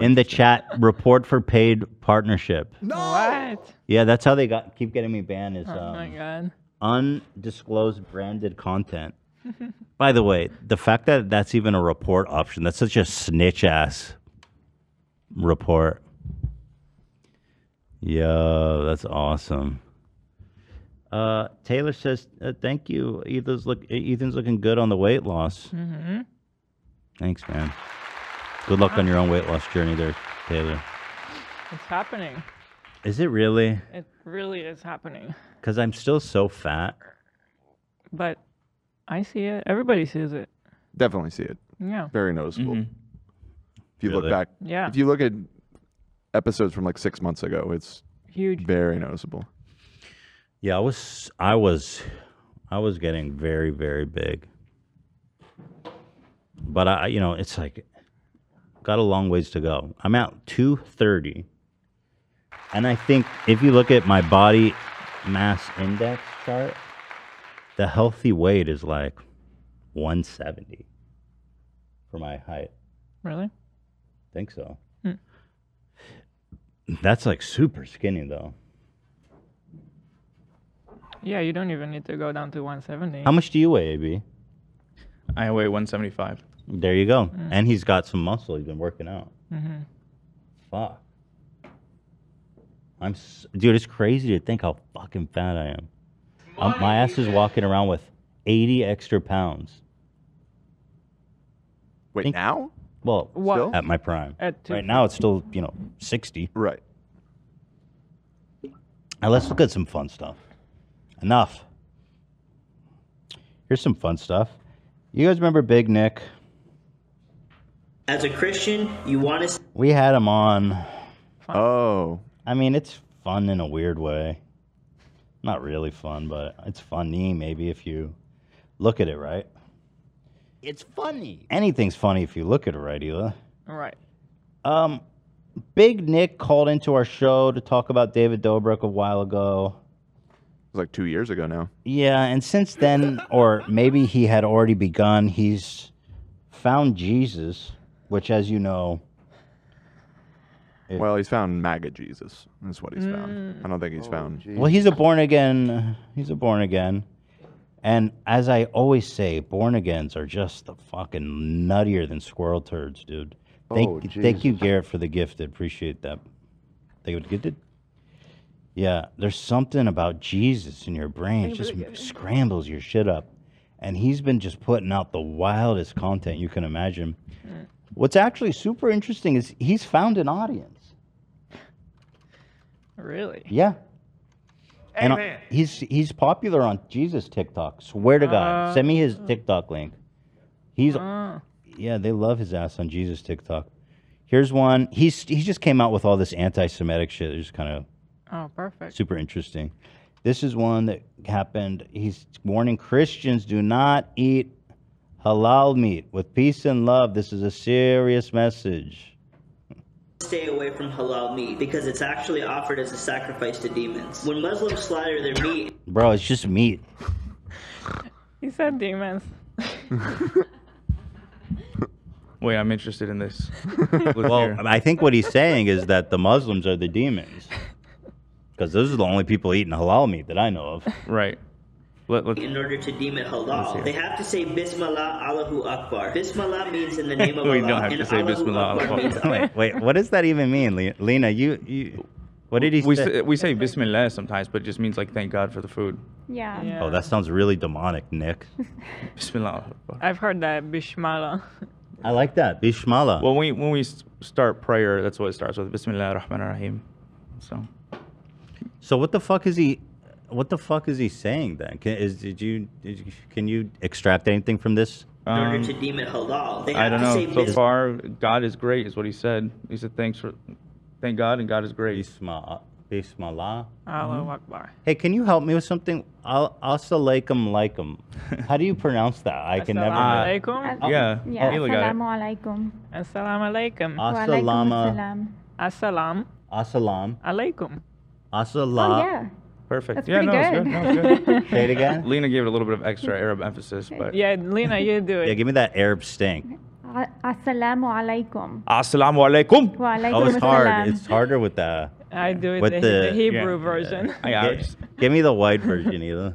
in the chat report for paid partnership. What? Yeah, that's how they got keep getting me banned is Oh um, my god. undisclosed branded content. By the way, the fact that that's even a report option, that's such a snitch ass report. Yo, that's awesome. Uh, Taylor says, uh, "Thank you, Ethan's look. Ethan's looking good on the weight loss. Mhm. Thanks, man. Good luck on your own weight loss journey, there, Taylor. It's happening. Is it really? It really is happening. Because I'm still so fat. But I see it. Everybody sees it. definitely see it. Yeah. Very noticeable. Mm-hmm. If you look Really? back, Yeah. If you look at episodes from like six months ago, it's Huge. very noticeable. Yeah, I was, I was, I was getting very, very big. But I, you know, it's like, got a long ways to go. I'm at 230. And I think if you look at my body mass index chart, the healthy weight is like 170 for my height. Really? think so. Hmm. That's like super skinny though. Yeah, you don't even need to go down to 170. How much do you weigh, AB? I weigh 175. There you go. Mm. And he's got some muscle. He's been working out. Mhm. Fuck. I'm, s- dude. It's crazy to think how fucking fat I am. Um, my ass is walking around with 80 extra pounds. Wait, now? Well, What? still? at my prime. At two- right now, it's still you know 60. Right. Now let's look at some fun stuff. Enough. Here's some fun stuff. You guys remember Big Nick? As a Christian, you want to We had him on. Oh. I mean, it's fun in a weird way. Not really fun, but it's funny maybe if you look at it right. It's funny. Anything's funny if you look at it right, Hila. Right. Um, Big Nick called into our show to talk about David Dobrik a while ago. It was like two years ago now. Yeah, and since then, or maybe he had already begun, he's found Jesus, which, as you know, Well, he's found MAGA Jesus. That's what he's found. I don't think he's found. Well, he's a born again. He's a born again. And as I always say, born agains are just the fucking nuttier than squirrel turds, dude. Thank, Oh, thank you, Garrett, for the gifted. Appreciate that. Thank you, gifted. Yeah, there's something about Jesus in your brain. It just scrambles your shit up. And he's been just putting out the wildest content you can imagine. Mm, What's actually super interesting is he's found an audience. Really? Yeah. And uh, Amen. he's he's popular on Jesus TikTok. Swear to God. Uh, Send me his TikTok link. He's Ah. yeah, they love his ass on Jesus TikTok. Here's one. He's he just came out with all this anti-Semitic shit. It's kind of Oh, perfect. Super interesting. This is one that happened. He's warning Christians do not eat halal meat with peace and love. This is a serious message. stay away from halal meat because it's actually offered as a sacrifice to demons. When Muslims slaughter their meat, Bro, it's just meat. He said demons. Wait, I'm interested in this. well, I think what he's saying is that the Muslims are the demons. Because those are the only people eating halal meat that I know of. Right. in order to deem it Let's hear halal, it. they have to say Bismillah Allahu Akbar. Bismillah means in the name of We Allah. don't have and to say Allahu Bismillah uh, Akbar means wait, wait, what does that even mean, Le- Lena? You, you, what did he we say? Say, we say Bismillah sometimes, but it just means like thank God for the food. Yeah. Oh, that sounds really demonic, Nick. Bismillah. I've heard that Bishmala. I like that. Bishmala. Well, when we, when we s- start prayer, that's what it starts with. Bismillah ar-Rahman ar-Rahim. So. So what the fuck is he? What the fuck is he saying then? Can, is did you, did you can you extract anything from this? in order to deem it halal, they have Um, I don't to know. say So Bismillah. far, God is great, is what he said. He said, "Thanks for, thank God, and God is great." Bismillah. Bismillah. Allahu Akbar. Hey, can you help me with something? Al- Assalamualaikum laikum. How do you pronounce that? I can never. Ah. Assalamualaikum. Uh, Yeah. Assalamu alaikum. Assalamu alaikum. Assalama. Assalam. Assalam. Alaikum. Oh, Assalam. Oh, Perfect. That's yeah, pretty no, it's good. No, it's good. Say it again. Lena gave it a little bit of extra Arab emphasis, but Yeah, Lena, you do Yeah, it. give me that Arab stink. A- Assalamu alaikum. Assalamu alaikum. Wa alaikum Oh, it's assalam. hard. It's harder with the. I do it With the, the- the Hebrew Yeah. version. Gi- Give me the white version, either.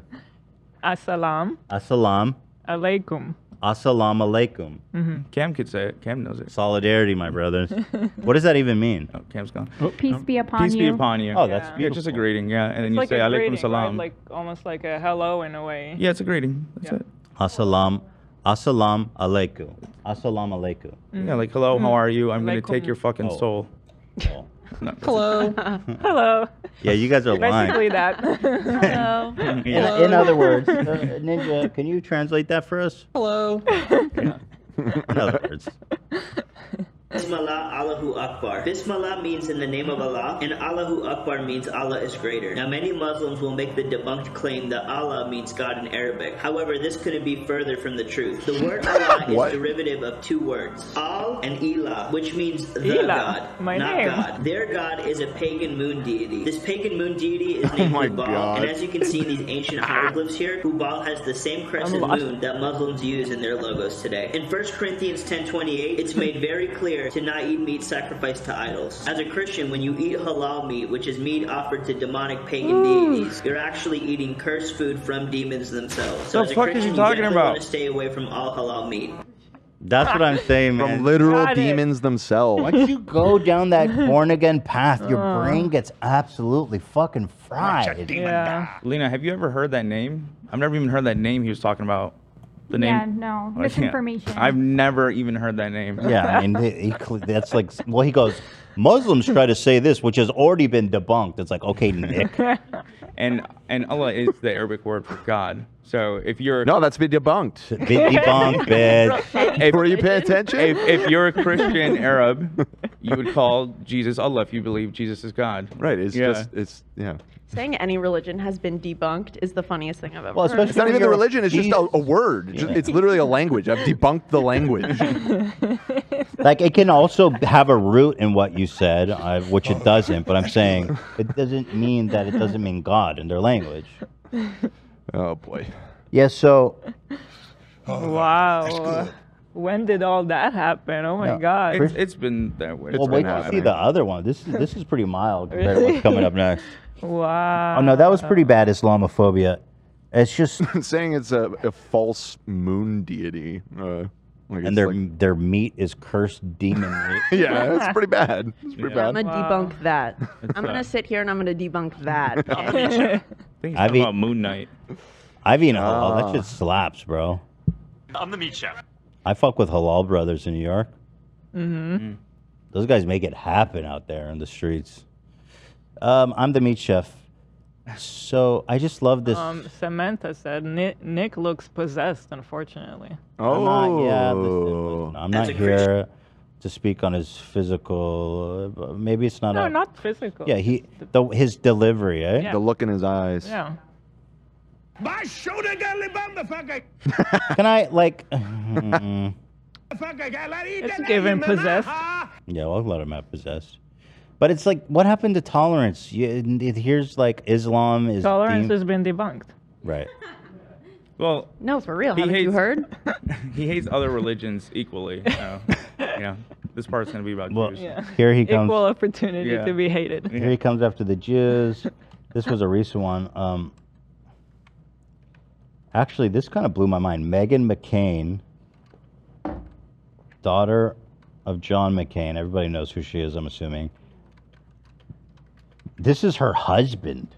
Assalam. Assalam. Alaikum. Assalamu alaikum. Mhm. Cam could say it. Cam knows it. Solidarity, my brothers. what does that even mean? Oh, Cam's gone. Peace be upon Peace you. be upon you. Oh, that's yeah, just a greeting. Yeah, and then you like say a alaikum greeting, right? salam. Like almost like a hello in a way. yeah, it's a greeting. That's it. Assalam. Assalam alaikum. Assalam alaikum. Yeah, like hello, how are you? I'm gonna Alaikum. take your fucking Oh. soul. Hello. hello. Yeah, you guys are lying. Basically that. hello. In, in other words, uh, Ninja, can you translate that for us? Hello. In other words, Bismillah Allahu Akbar. Bismillah means in the name of Allah, and Allahu Akbar means Allah is greater. Now, many Muslims will make the debunked claim that Allah means God in Arabic. However, this couldn't be further from the truth. The word Allah What? is derivative of two words, Al and Ilah, which means the Ilah, God, my not name. God. Their God is a pagan moon deity. This pagan moon deity is named Oh my Hubal, God. and as you can see in these ancient hieroglyphs here, Hubal has the same crescent I'm lost. moon that Muslims use in their logos today. In 1 Corinthians 10:28, it's made very clear to not eat meat sacrificed to idols. As a Christian, when you eat halal meat, which is meat offered to demonic pagan Hmm. deities, you're actually eating cursed food from demons themselves. So The as a fuck is Christian, he talking you definitely about? want to stay away from all halal meat. That's what I'm saying, From man. literal Got it. demons themselves. Once you go down that born again path, your Uh. brain gets absolutely fucking fried. Lena, have you ever heard that name? I've never even heard that name he was talking about. The name. Oh, Yeah, no, I can't- misinformation. I've never even heard that name. Yeah, I mean, they- he, cle- that's like, well, he goes, Muslims try to say this, which has already been debunked. It's like, okay, Nick. and and Allah is the Arabic word for God. So if you're no, that's been debunked. Been debunked, bitch. If, Were you paying attention? If, if you're a Christian Arab, you would call Jesus Allah if you believe Jesus is God. Right. It's just- it's yeah. Saying any religion has been debunked is the funniest thing I've ever Well, heard. especially it's not even the religion. It's just a, a word. Ju- Yeah. It's literally a language. I've debunked the language. Like, it can also have a root in what you said, uh, which it doesn't, but I'm saying it doesn't mean that it doesn't mean God in their language. Oh, boy. Yeah, so wow. When did all that happen? Oh my Yeah. god. It's, it's been that way. well, wait till you see the other one. This is this is pretty mild compared to what's coming up next. Wow. Oh no, that was pretty bad Islamophobia. It's just saying it's a, a false moon deity. Uh, like it's and their like- their meat is cursed demon meat. yeah, that's pretty bad. It's pretty I'm bad. gonna debunk that. I'm uh, gonna sit here and I'm gonna debunk that. think I've eaten Moon Knight. I've eaten halal. Ah. That shit slaps, bro. I'm the meat chef. I fuck with halal brothers in New York. Mm-hmm. Those guys make it happen out there in the streets. Um, I'm the meat chef. So I just love this. Um, Samantha said Nick, Nick looks possessed, unfortunately. I'm Oh. not, yeah, listen, Oh. listen, I'm That's not a great- here to speak on his physical. uh, Maybe it's not. No, a- not physical. Yeah, he the, his delivery, eh? Yeah. The look in his eyes. Yeah. Can I like? It's given possessed. Yeah, well, I'll let him have possessed. But it's like, what happened to tolerance? You, it- it- here's like Islam is Tolerance deemed- has been debunked. right. Well, No, for real. He Haven't you hates- heard? he hates other religions equally. So, yeah. This part's gonna be about Jews. Here he comes. Equal opportunity Yeah. to be hated. Here he comes after the Jews. this was a recent one. Um, actually, this kind of blew my mind. Megan McCain, daughter of John McCain. Everybody knows who she is, I'm assuming. This is her husband.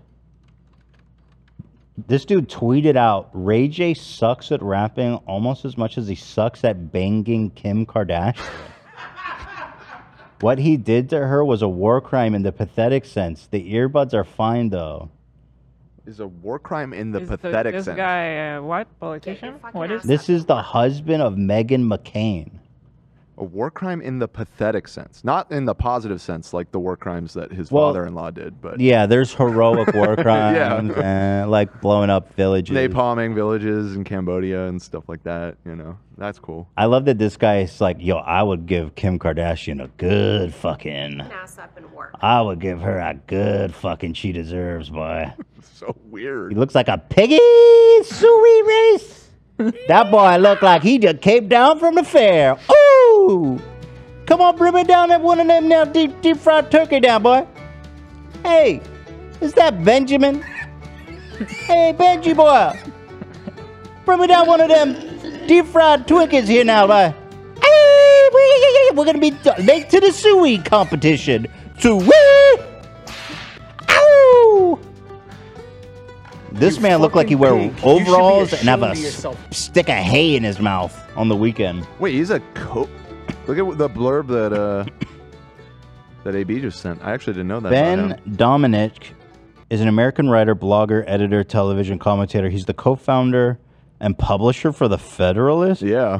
This dude tweeted out Ray J sucks at rapping almost as much as he sucks at banging Kim Kardashian. What he did to her was a war crime in the pathetic sense. The earbuds are fine though. Is a war crime in the Is the- pathetic this sense. guy uh, what politician? What is This is the husband of Megan McCain. A war crime in the pathetic sense, not in the positive sense, like the war crimes that his father-in-law did, but Yeah, there's heroic war Yeah. crimes and like blowing up villages. napalming villages in Cambodia and stuff like that. You know, that's cool. I love that this guy is like, yo, I would give Kim Kardashian a good fucking. I would give her a good fucking she deserves, boy. so weird. He looks like a piggy suey race. that boy look like he just came down from the fair. Ooh! Come on, bring me down that one of them now deep deep fried turkey down, boy. Hey, is that Benjamin? hey, Benji boy. Bring me down one of them deep fried Twinkies here now, boy. Hey, we- We're gonna be late to the suey competition. Suey! Ow! This man looked like he wear pig. You should be overalls and have a ashamed of s- yourself. stick of hay in his mouth on the weekend. Wait, he's a co. Look at what- the blurb that uh that AB just sent. I actually didn't know that. about him. Ben Dominic is an American writer, blogger, editor, television commentator. He's the co-founder and publisher for the Federalist. Yeah.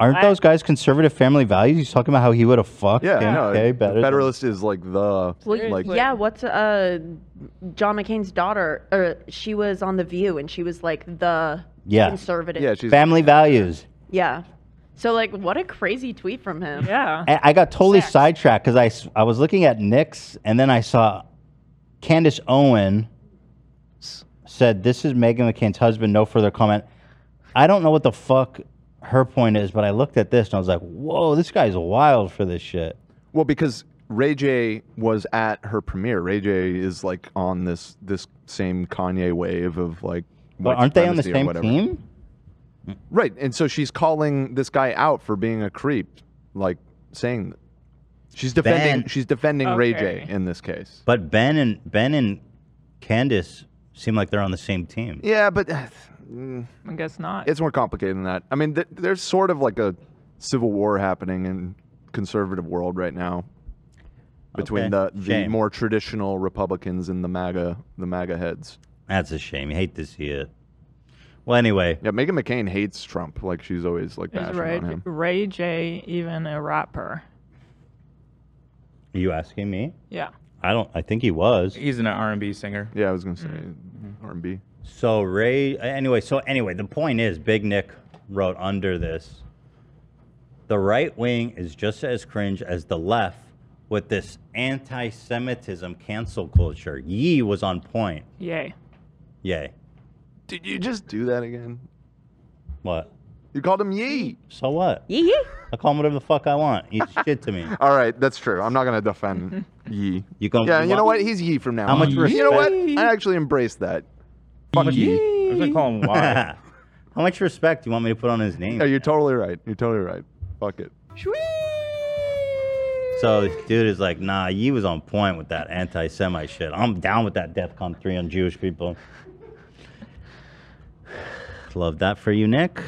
Aren't those guys conservative family values? He's talking about how he would have fucked Yeah, Kim no, K the better. than- Federalist is like the Well, like yeah, what's uh John McCain's daughter? Or she was on the View, and she was like the yeah. conservative. family values. Yeah. So like, what a crazy tweet from him. Yeah. I, I got totally sidetracked because I, s- I was looking at Nick's and then I saw Candace Owen s- said, This is Megan McCain's husband, no further comment. I don't know what the fuck her point is, but I looked at this and I was like, Whoa, this guy's wild for this shit. Well, because Ray J was at her premiere. Ray J is like on this this same Kanye wave of like. But white aren't they on the supremacy or same whatever. team? Right. And so she's calling this guy out for being a creep, like saying she's defending Ben. she's defending Ray J Okay. in this case. But Ben and Ben and Candace seem like they're on the same team. Yeah, but mm. I guess not. It's more complicated than that. I mean, th- there's sort of like a civil war happening in conservative world right now between Okay. the, the Shame. more traditional Republicans and the MAGA the MAGA heads. That's a shame. You hate to see it. Well, anyway, yeah, Megan McCain hates Trump. Like she's always like Is bashing Ray, on him. Ray J even a rapper? Are you asking me? Yeah. I don't. I think he was. He's an R and B singer. Yeah, I was gonna say R and B. So Ray. Anyway. So anyway, the point is, Big Nick wrote under this. The right wing is just as cringe as the left with this anti-Semitism cancel culture. Yee was on point. Yay. Yay. Did you just do that again? What? You called him Yee. So what? Yee yee. I call him whatever the fuck I want. He's shit to me. All right, that's true. I'm not gonna defend Yee. You gonna Yeah, you know what? He's Yee from now. How on. much You know what? respect- I actually embrace that. Fuck Yee. I was gonna call him Y. How much respect do you want me to put on his name? No, you're totally right. You're totally right. Fuck it. So this dude is like, nah, you was on point with that anti-Semite shit. I'm down with that DEFCON 3 on Jewish people. Love that for you, Nick.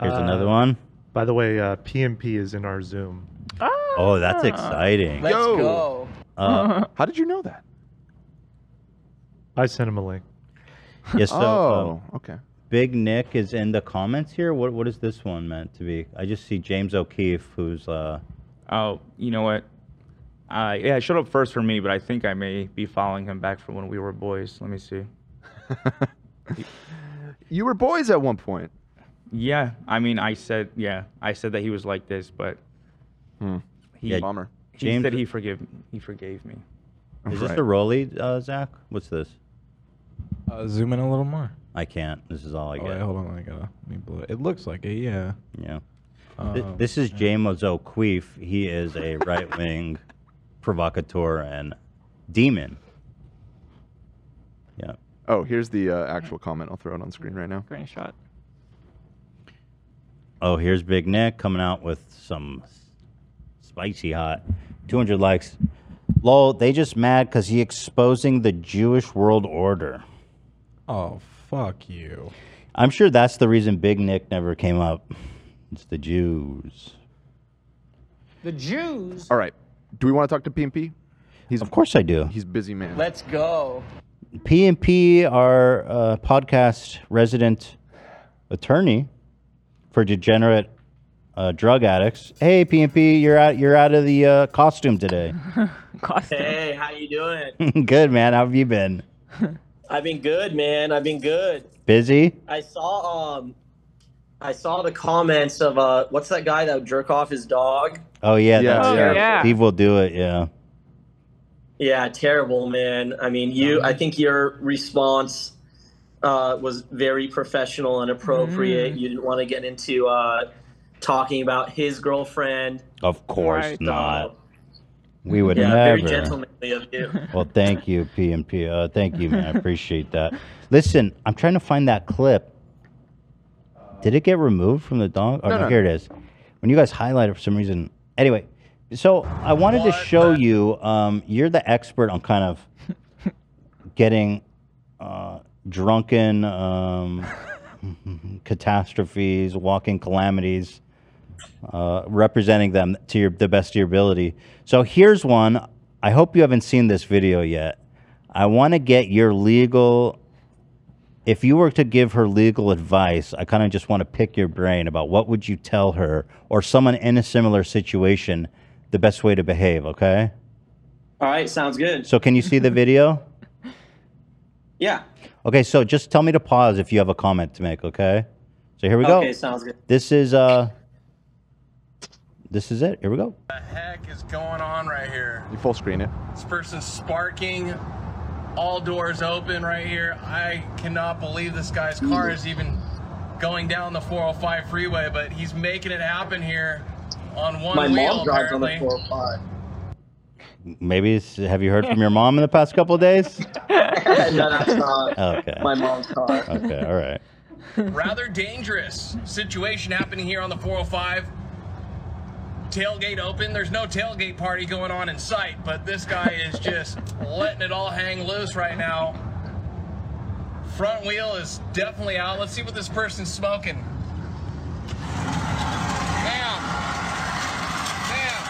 Here's another Uh, one. By the way, uh, PMP is in our Zoom. Oh, that's exciting. Let's Yo. go. Uh, How did you know that? I sent him a link. yeah, so, Oh, um, okay. Big Nick is in the comments here. What what is this one meant to be? I just see James O'Keefe, who's uh, Oh, you know what? Uh, yeah, it showed up first for me, but I think I may be following him back from when we were boys. Let me see. You were boys at one point. Yeah, I mean, I said, yeah, I said that he was like this, but Hmm. he, Yeah, He James- said he forgive, he forgave me. is this Right. the Rolly uh, Zach? What's this? Uh, zoom in a little more. I can't. This is all I Oh, get. wait, hold on. I gotta. Let me blow it. It looks like it. Yeah. Yeah. Th- Um, this is James O'Queef. He is a right wing provocateur and demon. Yeah. Oh, here's the uh, actual comment. I'll throw it on screen right now. Screenshot. Oh, here's Big Nick coming out with some spicy hot 200 likes. Lol, they just mad because he exposing the Jewish world order. Oh fuck you. I'm sure that's the reason Big Nick never came up. It's the Jews. The Jews. All right. Do we want to talk to PMP? He's Of course I do. He's busy man. Let's go. P and P, our uh, podcast resident attorney for degenerate uh, drug addicts. Hey, P and P, you're out. You're out of the uh, costume today. Hey, how you doing? Good man. How have you been? I've been good, man. I've been good. Busy. I saw um, I saw the comments of uh, what's that guy that would jerk off his dog? Oh yeah, Yeah, that's Oh, it. yeah. Steve will do it. Yeah. Yeah, terrible, man. I mean, you. I think your response uh, was very professional and appropriate. You didn't want to get into uh, talking about his girlfriend. Of course Right. not. We would yeah, never. very gentlemanly of you. Well, thank you, P and P. Uh, thank you, man. I appreciate that. Listen, I'm trying to find that clip. Did it get removed from the dog? Oh, No, no, no. Here it is. When you guys highlight it for some reason. Anyway, so I wanted to show you. Um, you're the expert on kind of getting uh, drunken um, catastrophes, walking calamities, uh, representing them to your the best of your ability. So here's one. I hope you haven't seen this video yet. I want to get your legal. If you were to give her legal advice, I kind of just want to pick your brain about what would you tell her or someone in a similar situation the best way to behave. Okay. All right, sounds good. So can you see the video? Yeah. Okay, so just tell me to pause if you have a comment to make, okay? So here we go. Okay, sounds good. This is uh This is it. Here we go. The heck is going on right here? You full screen it. This person's sparking. All doors open right here. I cannot believe this guy's car is even going down the 405 freeway, but he's making it happen here on one My wheel mom drives on the apparently. 405. Maybe it's, have you heard from your mom in the past couple of days? no, that's not Okay. Uh, my mom's car. Okay, all right. Rather dangerous situation happening here on the 405. Tailgate open. There's no tailgate party going on in sight, but this guy is just letting it all hang loose right now. Front wheel is definitely out. Let's see what this person's smoking. Damn. Damn.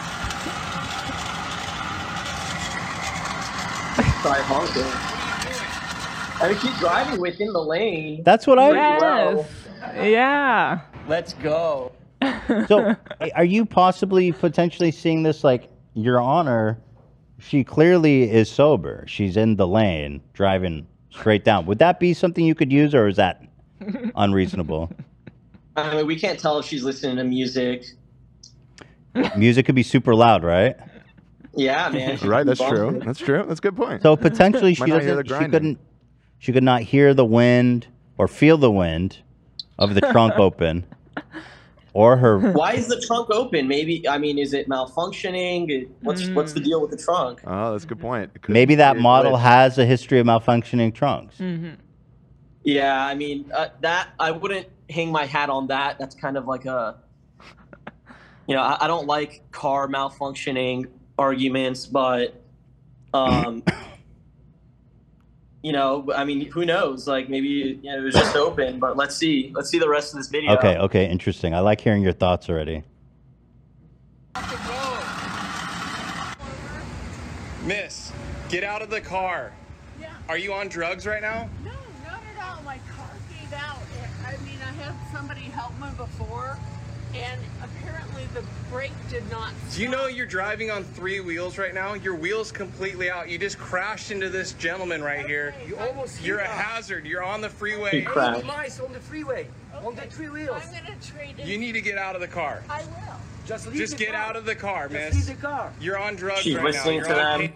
Try honking. I mean, keep driving within the lane. That's what I- Pretty well. Yeah. Let's go. So, are you possibly potentially seeing this like Your Honor? She clearly is sober. She's in the lane driving straight down. Would that be something you could use, or is that unreasonable? I mean, we can't tell if she's listening to music. Music could be super loud, right? Yeah, man. she Right, could be that's true. bumping. That's true. That's a good point. So potentially she Might not hear the doesn't. She grinding. couldn't. She could not hear the wind or feel the wind of the trunk open, or her. Why is the trunk open? Maybe I mean, is it malfunctioning? What's what's the deal with the trunk? Oh, that's a good point. Maybe that be a model glitch. has a history of malfunctioning trunks. Yeah, I mean uh, that I wouldn't hang my hat on that. That's kind of like a, you know, I, I don't like car malfunctioning arguments, but, um, you know, I mean, who knows? Like maybe you know, it was just open, but let's see, let's see the rest of this video. Okay, uh, okay, interesting. I like hearing your thoughts already. Miss, get out of the car. Are you on drugs right now? Not at all. My car gave out. I mean, I had somebody help me before, and apparently the brake did not. Do you know you're driving on three wheels right now? Your wheel's completely out. You just crashed into this gentleman right here. You almost You're a hazard. You're on the freeway. He crashed. Mice on the freeway, on the three wheels. I'm gonna trade You need to get out of the car. I will. Just leave Just the get car. out of the car, Just miss. leave the car. You're on drugs She's right whistling now. to You're on them.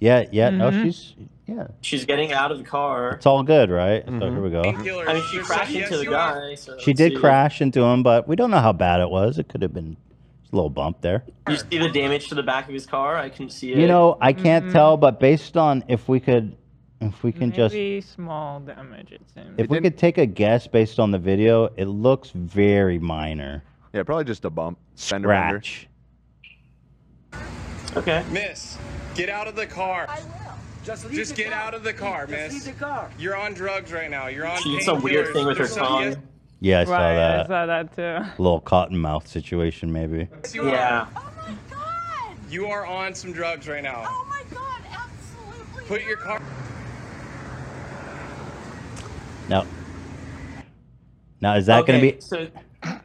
Yeah, yeah. No, Mhm. she's yeah. She's getting out of the car. Mm-hmm. It's all good, right? So Mm-hmm. here we go. I mean, she crashed into E the guy. So She let's did see. crash into him, but we don't know how bad it was. It could have been a little bump there. You see the damage to the back of his car? I can see it. You know, I can't Mm-hmm. tell, but based on if we could, if we can just, Mm-hmm. Maybe small damage. It seems. if we could take a guess based on the video, it looks very minor. Yeah, probably just a bump. Fender bender. Scratch. Okay. Miss, get out of the car. I will. Just, leave Just the get car. out of the car, Just miss. leave the car. You're on drugs right now. You're on She did some weird painkillers. thing with her There's some- tongue. Yeah, I saw right, that. I saw that too. Little cotton mouth situation, maybe. Yes, you Yeah. Are. Oh my god. You are on some drugs right now. Oh my god, absolutely. Put your car. Now, now is that going to Okay, be? So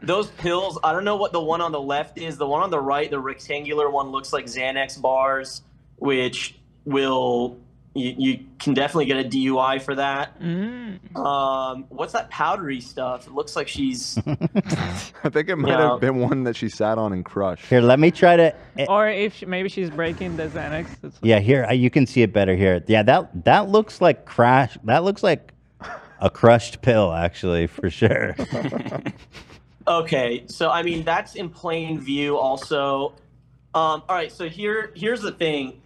those pills, I don't know what the one on the left is. The one on the right, the rectangular one, looks like Xanax bars, which will you, you can definitely get a DUI for that. Um, what's that powdery stuff? It looks like she's I think it might Yeah. have been one that she sat on and crushed. Here, let me try to. Or if she, maybe she's breaking the Xanax. It's Yeah, here I- you can see it better here. Yeah, that that looks like crash. That looks like a crushed pill, actually, for sure. Okay, so I mean that's in plain view. Also, um, all right. So here, here's the thing.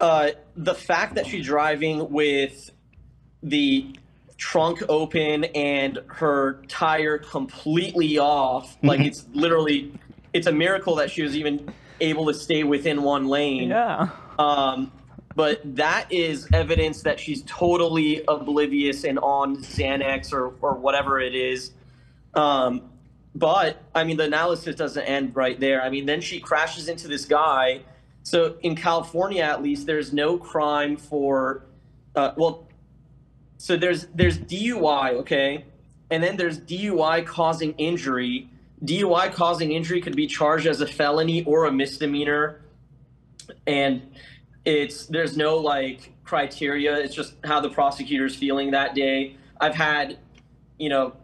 Uh, the fact that she's driving with the trunk open and her tire completely off, like it's literally, it's a miracle that she was even able to stay within one lane. Yeah. Um, but that is evidence that she's totally oblivious and on Xanax or, or whatever it is. Um, but I mean, the analysis doesn't end right there. I mean, then she crashes into this guy. So in California, at least, there's no crime for, uh, well, so there's there's DUI, okay, and then there's DUI causing injury. DUI causing injury could be charged as a felony or a misdemeanor, and it's there's no like criteria. It's just how the prosecutor's feeling that day. I've had, you know,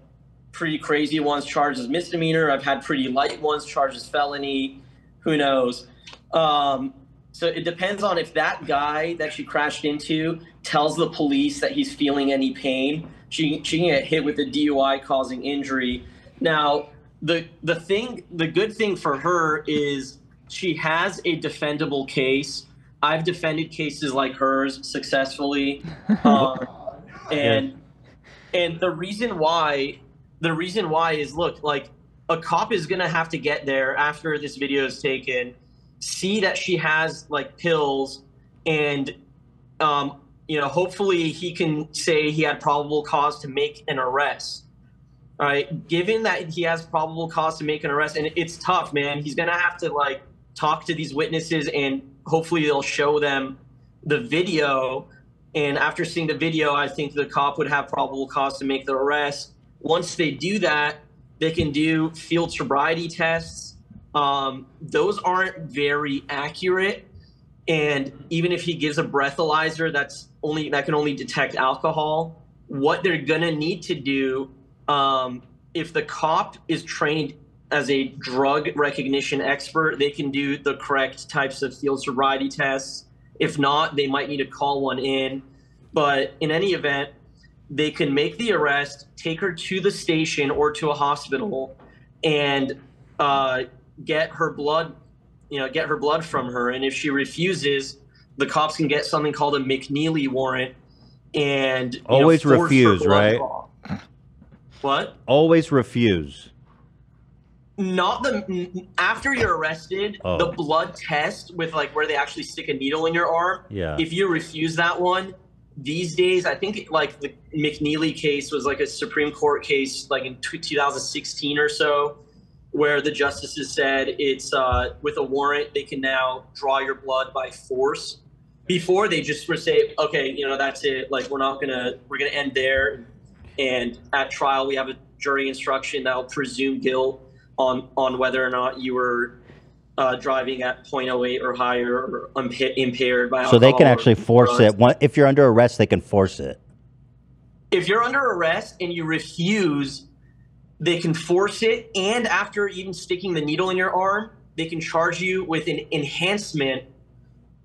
pretty crazy ones charged as misdemeanor. I've had pretty light ones charged as felony. Who knows? Um, so it depends on if that guy that she crashed into tells the police that he's feeling any pain. She she can get hit with a DUI causing injury. Now the the thing the good thing for her is she has a defendable case. I've Uh, defended cases like hers successfully, um, and And the reason why, the reason why is look, like a cop is gonna have to get there after this video is taken, see that she has like pills, and um, you know, hopefully he can say he had probable cause to make an arrest. All right, given that he has probable cause to make an arrest, and it's tough, man. He's gonna have to like talk to these witnesses, and hopefully they'll show them the video. And after seeing the video, I think the cop would have probable cause to make the arrest. Once they do that, they can do field sobriety tests. Um, those aren't very accurate, and even if he gives a breathalyzer, that's only that can only detect alcohol. What they're gonna need to do um, if the cop is trained as a drug recognition expert, they can do the correct types of field sobriety tests. If not, they might need to call one in. But in any event, they can make the arrest, take her to the station or to a hospital, and uh, get her blood, you know, get her blood from her. And if she refuses, the cops can get something called a McNeely warrant. And you know, Always force her refuse, blood right? draw. What? Always refuse. not the n- after you're arrested Oh. the blood test with like where they actually stick a needle in your arm Yeah. if you refuse that one these days i think like the mcneely case was like a supreme court case like in tw 2016 or so where the justices said it's uh, with a warrant they can now draw your blood by force before they just were say okay you know that's it like we're not gonna we're gonna end there and at trial we have a jury instruction that'll presume guilt on on whether or not you were uh, driving at 0.08 or higher or umpa- impaired by So they alcohol can or actually force drugs. it. One- If you're under arrest, they can force it. if you're under arrest and you refuse they can force it and after even sticking the needle in your arm they can charge you with an enhancement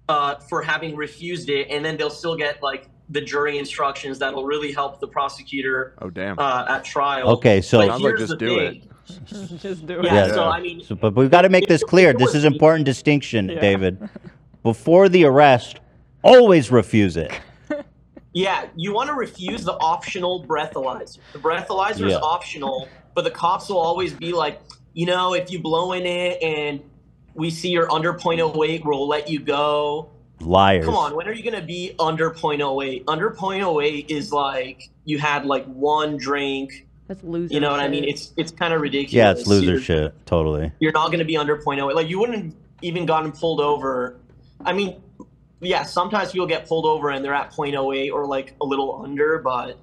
uh, for having refused it and then they'll still get like the jury instructions that'll really help the prosecutor Oh damn. uh, at trial Okay, so- But Sounds like here's just the do thing. Just do it. Yeah, so I mean- So- but we've got to make this clear. This is important distinction, Yeah. David. Before the arrest, always refuse it. Yeah, you want to refuse the optional breathalyzer. The breathalyzer is Yeah. optional, but the cops will always be like, you know, if you blow in it and we see you're under 0.08, we'll let you go. Liars. Come on, when are you going to be under 0.08? Under 0.08 is like you had like one drink. That's loser. You know what I mean? shit. It's it's kind of ridiculous. Yeah, it's loser You're- shit. Totally. you're not going to be under 0.08. Like you wouldn't have even gotten pulled over. I mean, yeah, sometimes people get pulled over and they're at 0.08 or like a little under, but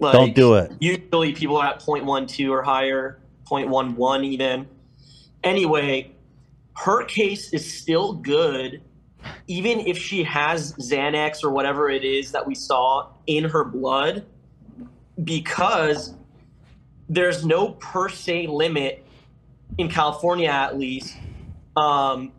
like, Don't do it. Usually people are at 0.12 or higher, 0.11 even. Anyway, her case is still good, even if she has Xanax or whatever it is that we saw in her blood, because there's no per se limit in California at least, um,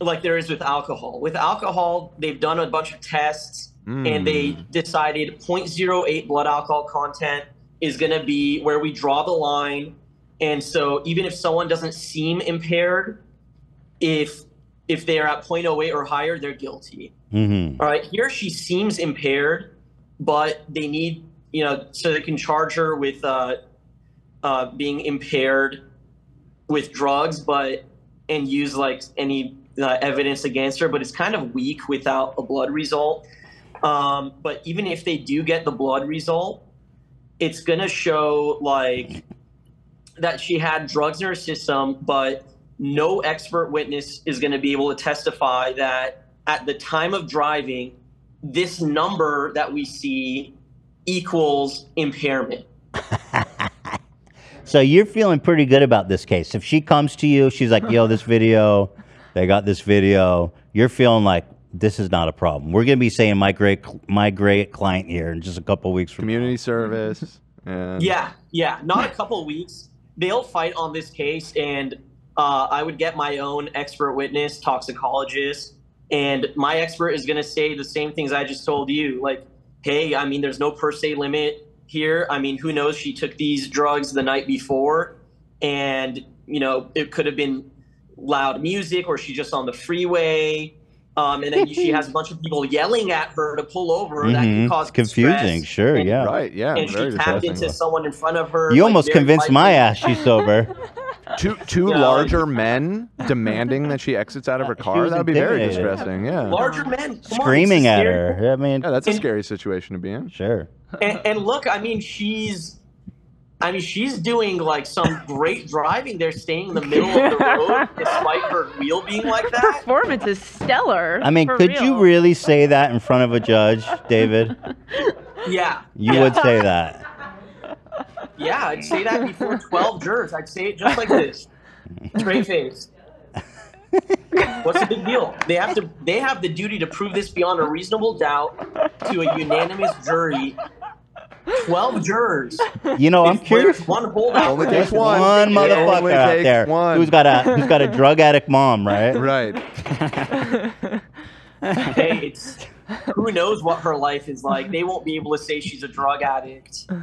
like there is with alcohol. With alcohol, they've done a bunch of tests and they decided 0.08 blood alcohol content is going to be where we draw the line. And so even if someone doesn't seem impaired, if if they are at 0.08 or higher, they're guilty. Mm-hmm. Hmm. All right, here she seems impaired, but they need, you know, so they can charge her with uh, uh, being impaired with drugs, but and use like any uh, evidence against her. But it's kind of weak without a blood result. Um, but even if they do get the blood result, it's gonna show like that she had drugs in her system, but no expert witness is going to be able to testify that at the time of driving, this number that we see equals impairment. So you're feeling pretty good about this case. If she comes to you, she's like, yo, this video, they got this video. You're feeling like this is not a problem. We're going to be saying my great, my great client here in just a couple weeks from Community service. And Yeah, yeah, not a couple weeks. They'll fight on this case, and uh, I would get my own expert witness, toxicologist, and my expert is going to say the same things I just told you. Like, hey, I mean, there's no per se limit here. I mean, who knows? She took these drugs the night before, and you know, it could have been loud music, or she's just on the freeway. Um, and then she has a bunch of people yelling at her to pull over. That Mhm. can It's cause confusing, stress. sure, And- yeah. Right, yeah, And she very tapped depressing. into someone in front of her. You like, almost very convinced my lightly. ass she's sober. Two two Yeah, larger men demanding that she exits out of her car. was That would be very intimidated. distressing. Yeah. Larger men come on, Screaming it's at hysterical. her. I mean, yeah, that's a scary situation to be in. Sure. and, and look, I mean, she's, I mean, she's doing like some great driving. They're staying in the middle of the road despite her wheel being like that. Performance is stellar. I mean, for could real. you really say that in front of a judge, David? Yeah. You would say that. Yeah, I'd say that before twelve jurors. I'd say it just like this, straight face. What's the big deal? They have to. They have the duty to prove this beyond a reasonable doubt to a unanimous jury. Twelve jurors. You know, I'm If there's curious. One holdout. Only takes one. motherfucker out there who's got a who's got a drug addict mom, right? Right. hey, it's who knows what her life is like. They won't be able to say she's a drug addict.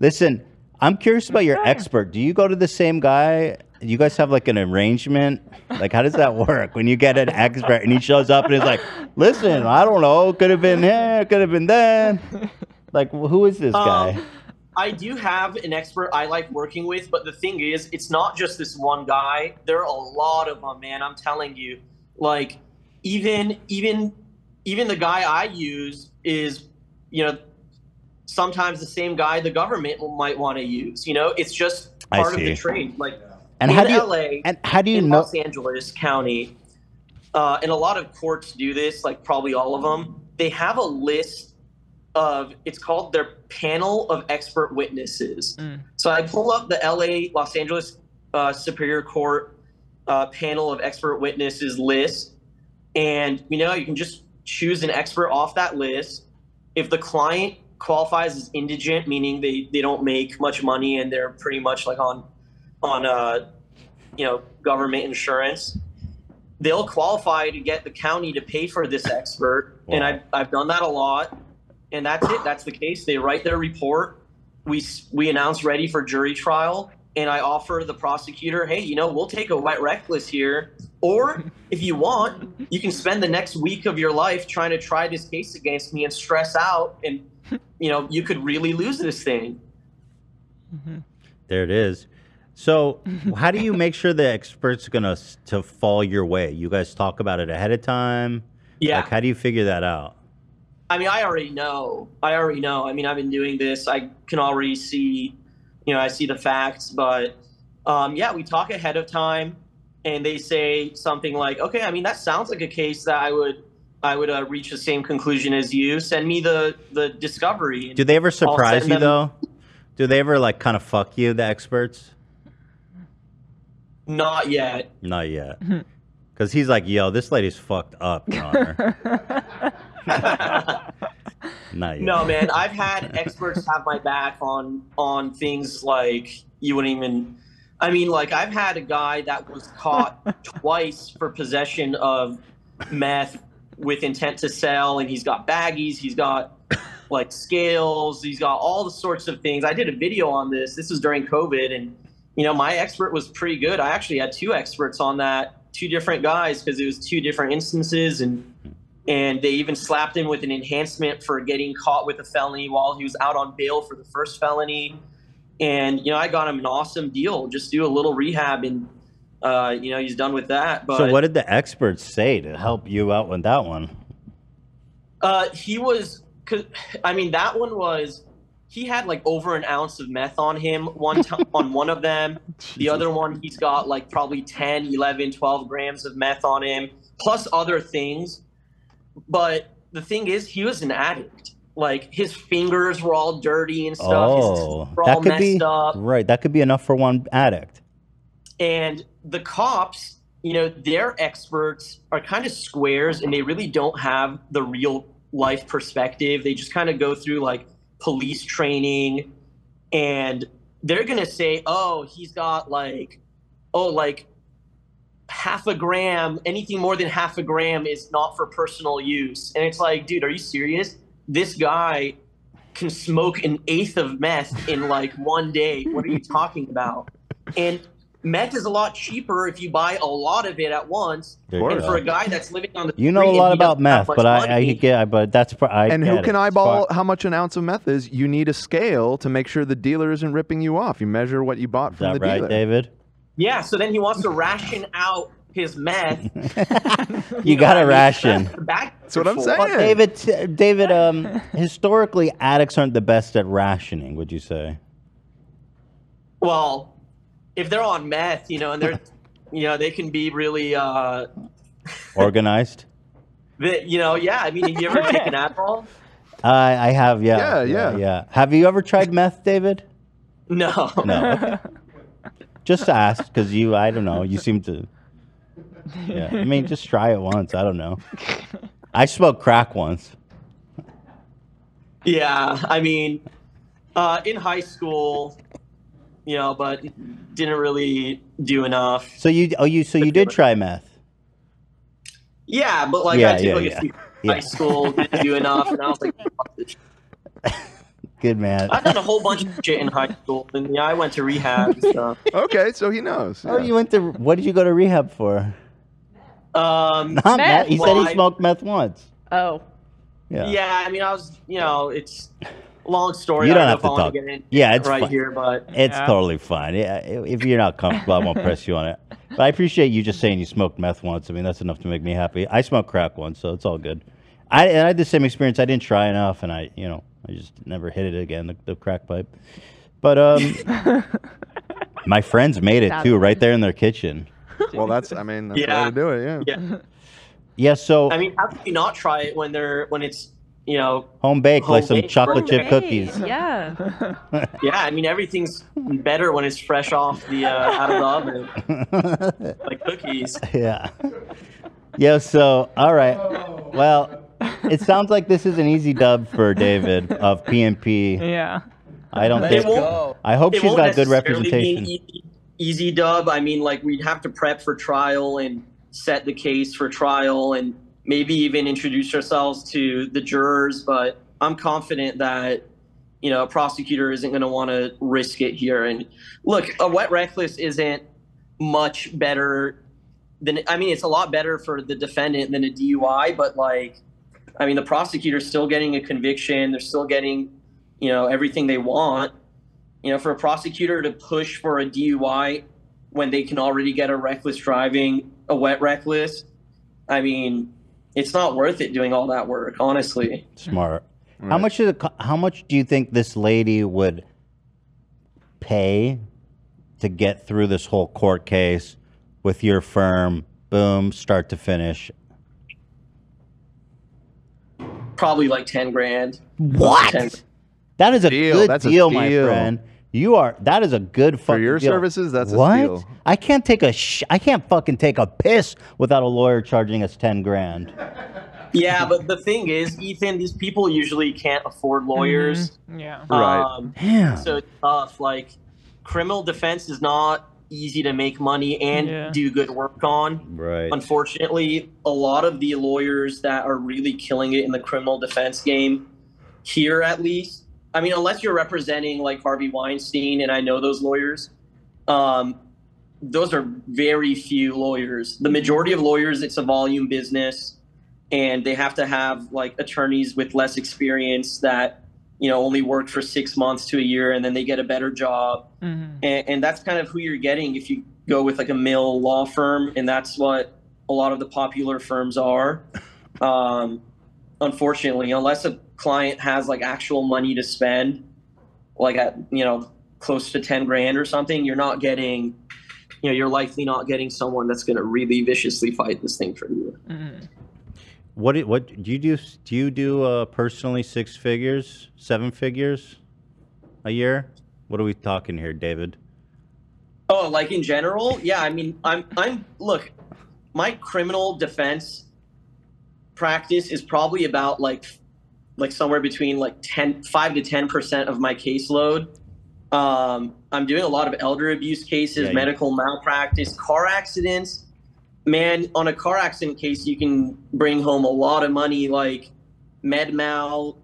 Listen, I'm curious about your expert. Do you go to the same guy? Do you guys have like an arrangement? Like, how does that work when you get an expert and he shows up and he's like, "Listen, I don't know. Could have been here. Could have been there." Like, wh- who is this guy? Um, I do have an expert I like working with, but the thing is, it's not just this one guy. There are a lot of them, man. I'm telling you, like even even even the guy I use is, you know, sometimes the same guy the government might want to use. You know, it's just I part of the see. trade. Like And in how do you- LA, and how do you in know- Los Angeles County, uh, and a lot of courts do this, like probably all of them. They have a list of it's called their panel of expert witnesses. So I pull up the LA Los Angeles uh, Superior Court uh, panel of expert witnesses list, and you know you can just choose an expert off that list. If the client qualifies as indigent, meaning they they don't make much money and they're pretty much like on on uh, you know government insurance, they'll qualify to get the county to pay for this expert. And I've, I've done that a lot. And that's it. That's the case. They write their report. We, s- we announce ready for jury trial. And I offer the prosecutor, hey, you know, we'll take a wet reckless here. Or if you want, you can spend the next week of your life trying to try this case against me and stress out. And, you know, you could really lose this thing. There it is. So, how do you make sure the expert's gonna s- to fall your way? You guys talk about it ahead of time. Yeah. Like, how do you figure that out? I mean, I already know. I already know. I mean, I've been doing this. I can already see, you know, I see the facts. But um, yeah, we talk ahead of time, and they say something like, "Okay, I mean, that sounds like a case that I would, I would uh, reach the same conclusion as you. Send me the the discovery." Do they ever I'll send surprise you them- though? Do they ever like kind of fuck you, the experts? Not yet. Not yet. Because he's like, yo, this lady's fucked up, Connor. Not yet. No, man, I've had experts have my back on on things like you wouldn't even. I mean, like I've had a guy that was caught twice for possession of meth with intent to sell, and he's got baggies, he's got like scales, he's got all the sorts of things. I did a video on this. This was during COVID, and you know my expert was pretty good. I actually had two experts on that, two different guys, because it was two different instances, and and they even slapped him with an enhancement for getting caught with a felony while he was out on bail for the first felony. And you know, I got him an awesome deal. Just do a little rehab, and uh, you know, he's done with that. But so, what did the experts say to help you out with that one? Uh, he was, 'cause- I mean, that one was. He had like over an ounce of meth on him one time on one of them. The other one, he's got like probably 10, 11, 12 grams of meth on him, plus other things. But the thing is, he was an addict. Like his fingers were all dirty and stuff. His oh, teeth were all that could messed be up right. That could be enough for one addict. and the cops you know their experts are kind of squares and they really don't have the real life perspective they just kind of go through like police training and they're gonna say oh he's got like oh like half a gram anything more than half a gram is not for personal use and it's like dude are you serious this guy can smoke an eighth of meth in like one day what are you talking about and meth is a lot cheaper if you buy a lot of it at once. There you and go. for a guy that's living on the You know street a and lot he about doesn't have meth, much but I, I money- get. But that's pr- I and who get can it. eyeball how much an ounce of meth is? You need a scale to make sure the dealer isn't ripping you off. You measure what you bought from that the right, dealer. David? Yeah, so then he wants to ration out his meth. You got to ration. That's what I'm saying. Well, David, t- David, um, historically, addicts aren't the best at rationing. Would you say? Well, if they're on meth, you know, and they're, you know, they can be really, uh, Organized? the, you know, yeah. I mean, you ever take an Adderall? I I have, yeah, Yeah, yeah. yeah. Have you ever tried meth, David? No. No. okay. Just to ask, because you, I don't know, you seem to. Yeah, I mean, just try it once. I don't know. I smoked crack once. Yeah, I mean, uh, in high school, you know, but didn't really do enough. So you, oh, you, so you did try meth. Yeah, but like Yeah, I took yeah, like yeah. a few Yeah. high school, didn't do enough, and I was like, Good man. I've done a whole bunch of shit in high school, and yeah, I went to rehab. and stuff. okay, so he knows. Oh, you went to. What did you go to rehab for? Um, Not meth. He said Well, he I- smoked meth once. Oh. Yeah. Yeah. I mean, I was, you know, it's a long story. You I don't know have if to I wanna talk. get into Yeah, it it's right fine. here, but It's totally fine. Yeah, i- if you're not comfortable, I won't press you on it. But I appreciate you just saying you smoked meth once. I mean, that's enough to make me happy. I smoked crack once, so it's all good. I, and I had the same experience. I didn't try enough, and I, you know, I just never hit it again. The, the crack pipe. But um, my friends made it too, right there in their kitchen. Well, that's. I mean, that's the Yeah. way to do it. Yeah. Yeah. Yeah. So I mean, how could you not try it when they're when it's you know home baked, like some homemade? chocolate chip cookies. Yeah. yeah, I mean everything's better when it's fresh off the uh, out of the oven, like cookies. yeah. Yeah, so, all right. Well, it sounds like this is an easy dub for David of PMP. Yeah. I don't It think. won't- I hope it she's won't got good necessarily be an representation. easy, easy dub. I mean, like we'd have to prep for trial and set the case for trial, and maybe even introduce ourselves to the jurors. But I'm confident that you know a prosecutor isn't going to want to risk it here. And look, a wet reckless isn't much better than I mean, it's a lot better for the defendant than a DUI, but like. I mean, the prosecutor's still getting a conviction. They're still getting, you know, everything they want you know, for a prosecutor to push for a DUI when they can already get a reckless driving, a wet reckless, I mean, it's not worth it doing all that work, honestly. Smart. How much is it, co- How much do you think this lady would pay to get through this whole court case with your firm? Boom, start to finish. Probably like 10 grand. What? 10 That is a Deal, good that's a deal, my steal. friend. You are. That is a good fucking your deal. services, that's a what? steal. I can't take a. Sh- I can't fucking take a piss without a lawyer charging us ten grand. yeah, but the thing is, Ethan, these people usually can't afford lawyers. Yeah. Right. Um, Damn. So it's tough. Like, criminal defense is not easy to make money and Yeah. do good work on. Right. Unfortunately, a lot of the lawyers that are really killing it in the criminal defense game here, at least, I mean, unless you're representing like Harvey Weinstein, and I know those lawyers, um, those are very few lawyers. The majority of lawyers, it's a volume business, and they have to have like attorneys with less experience that you know only work for six months to a year, and then they get a better job. And, and that's kind of who you're getting if you go with like a mill law firm, and that's what a lot of the popular firms are. Um, unfortunately, unless a client has like actual money to spend, like at you know close to ten grand or something, you're not getting, you know, you're likely not getting someone that's going to really viciously fight this thing for you. Mm. What? do- What do you do? Do you do uh, personally six figures, seven figures, a year? What are we talking here, David? Oh, like in general? Yeah, I mean, I'm I'm look, my criminal defense practice is probably about like like somewhere between like 10 5 to 10% of my caseload. Um, I'm doing a lot of elder abuse cases, Yeah, you- medical malpractice, car accidents. Man, on a car accident case, you can bring home a lot of money like med mal,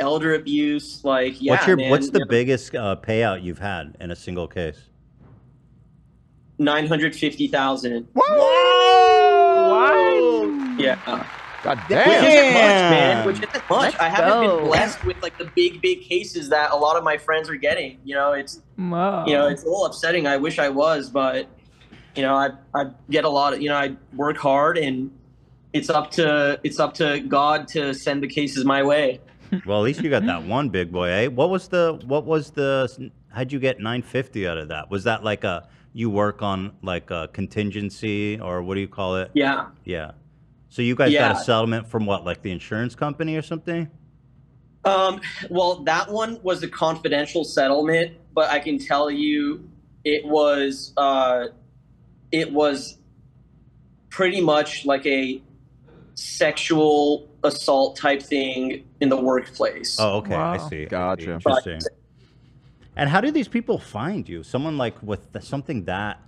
elder abuse, like yeah, what's your man, What's the you know. biggest uh, payout you've had in a single case? nine hundred fifty thousand. What? Yeah. God Which isn't much, man. damn. Which isn't much. I Let's haven't go. been blessed with like the big, big cases that a lot of my friends are getting. You know, it's Wow. you know, it's a little upsetting. I wish I was, but you know, I I get a lot of you know, I work hard and it's up to it's up to God to send the cases my way. Well, at least you got that one big boy, eh? What was the what was the how'd you get 950 out of that? Was that like a you work on like a contingency or what do you call it? Yeah. Yeah. So you guys Yeah. got a settlement from what, like the insurance company or something? Um, well, that one was a confidential settlement, but I can tell you it was uh, it was pretty much like a sexual assault type thing in the workplace. Oh, okay, I see. Gotcha. But- Interesting. And how do these people find you? Someone like with th- something that,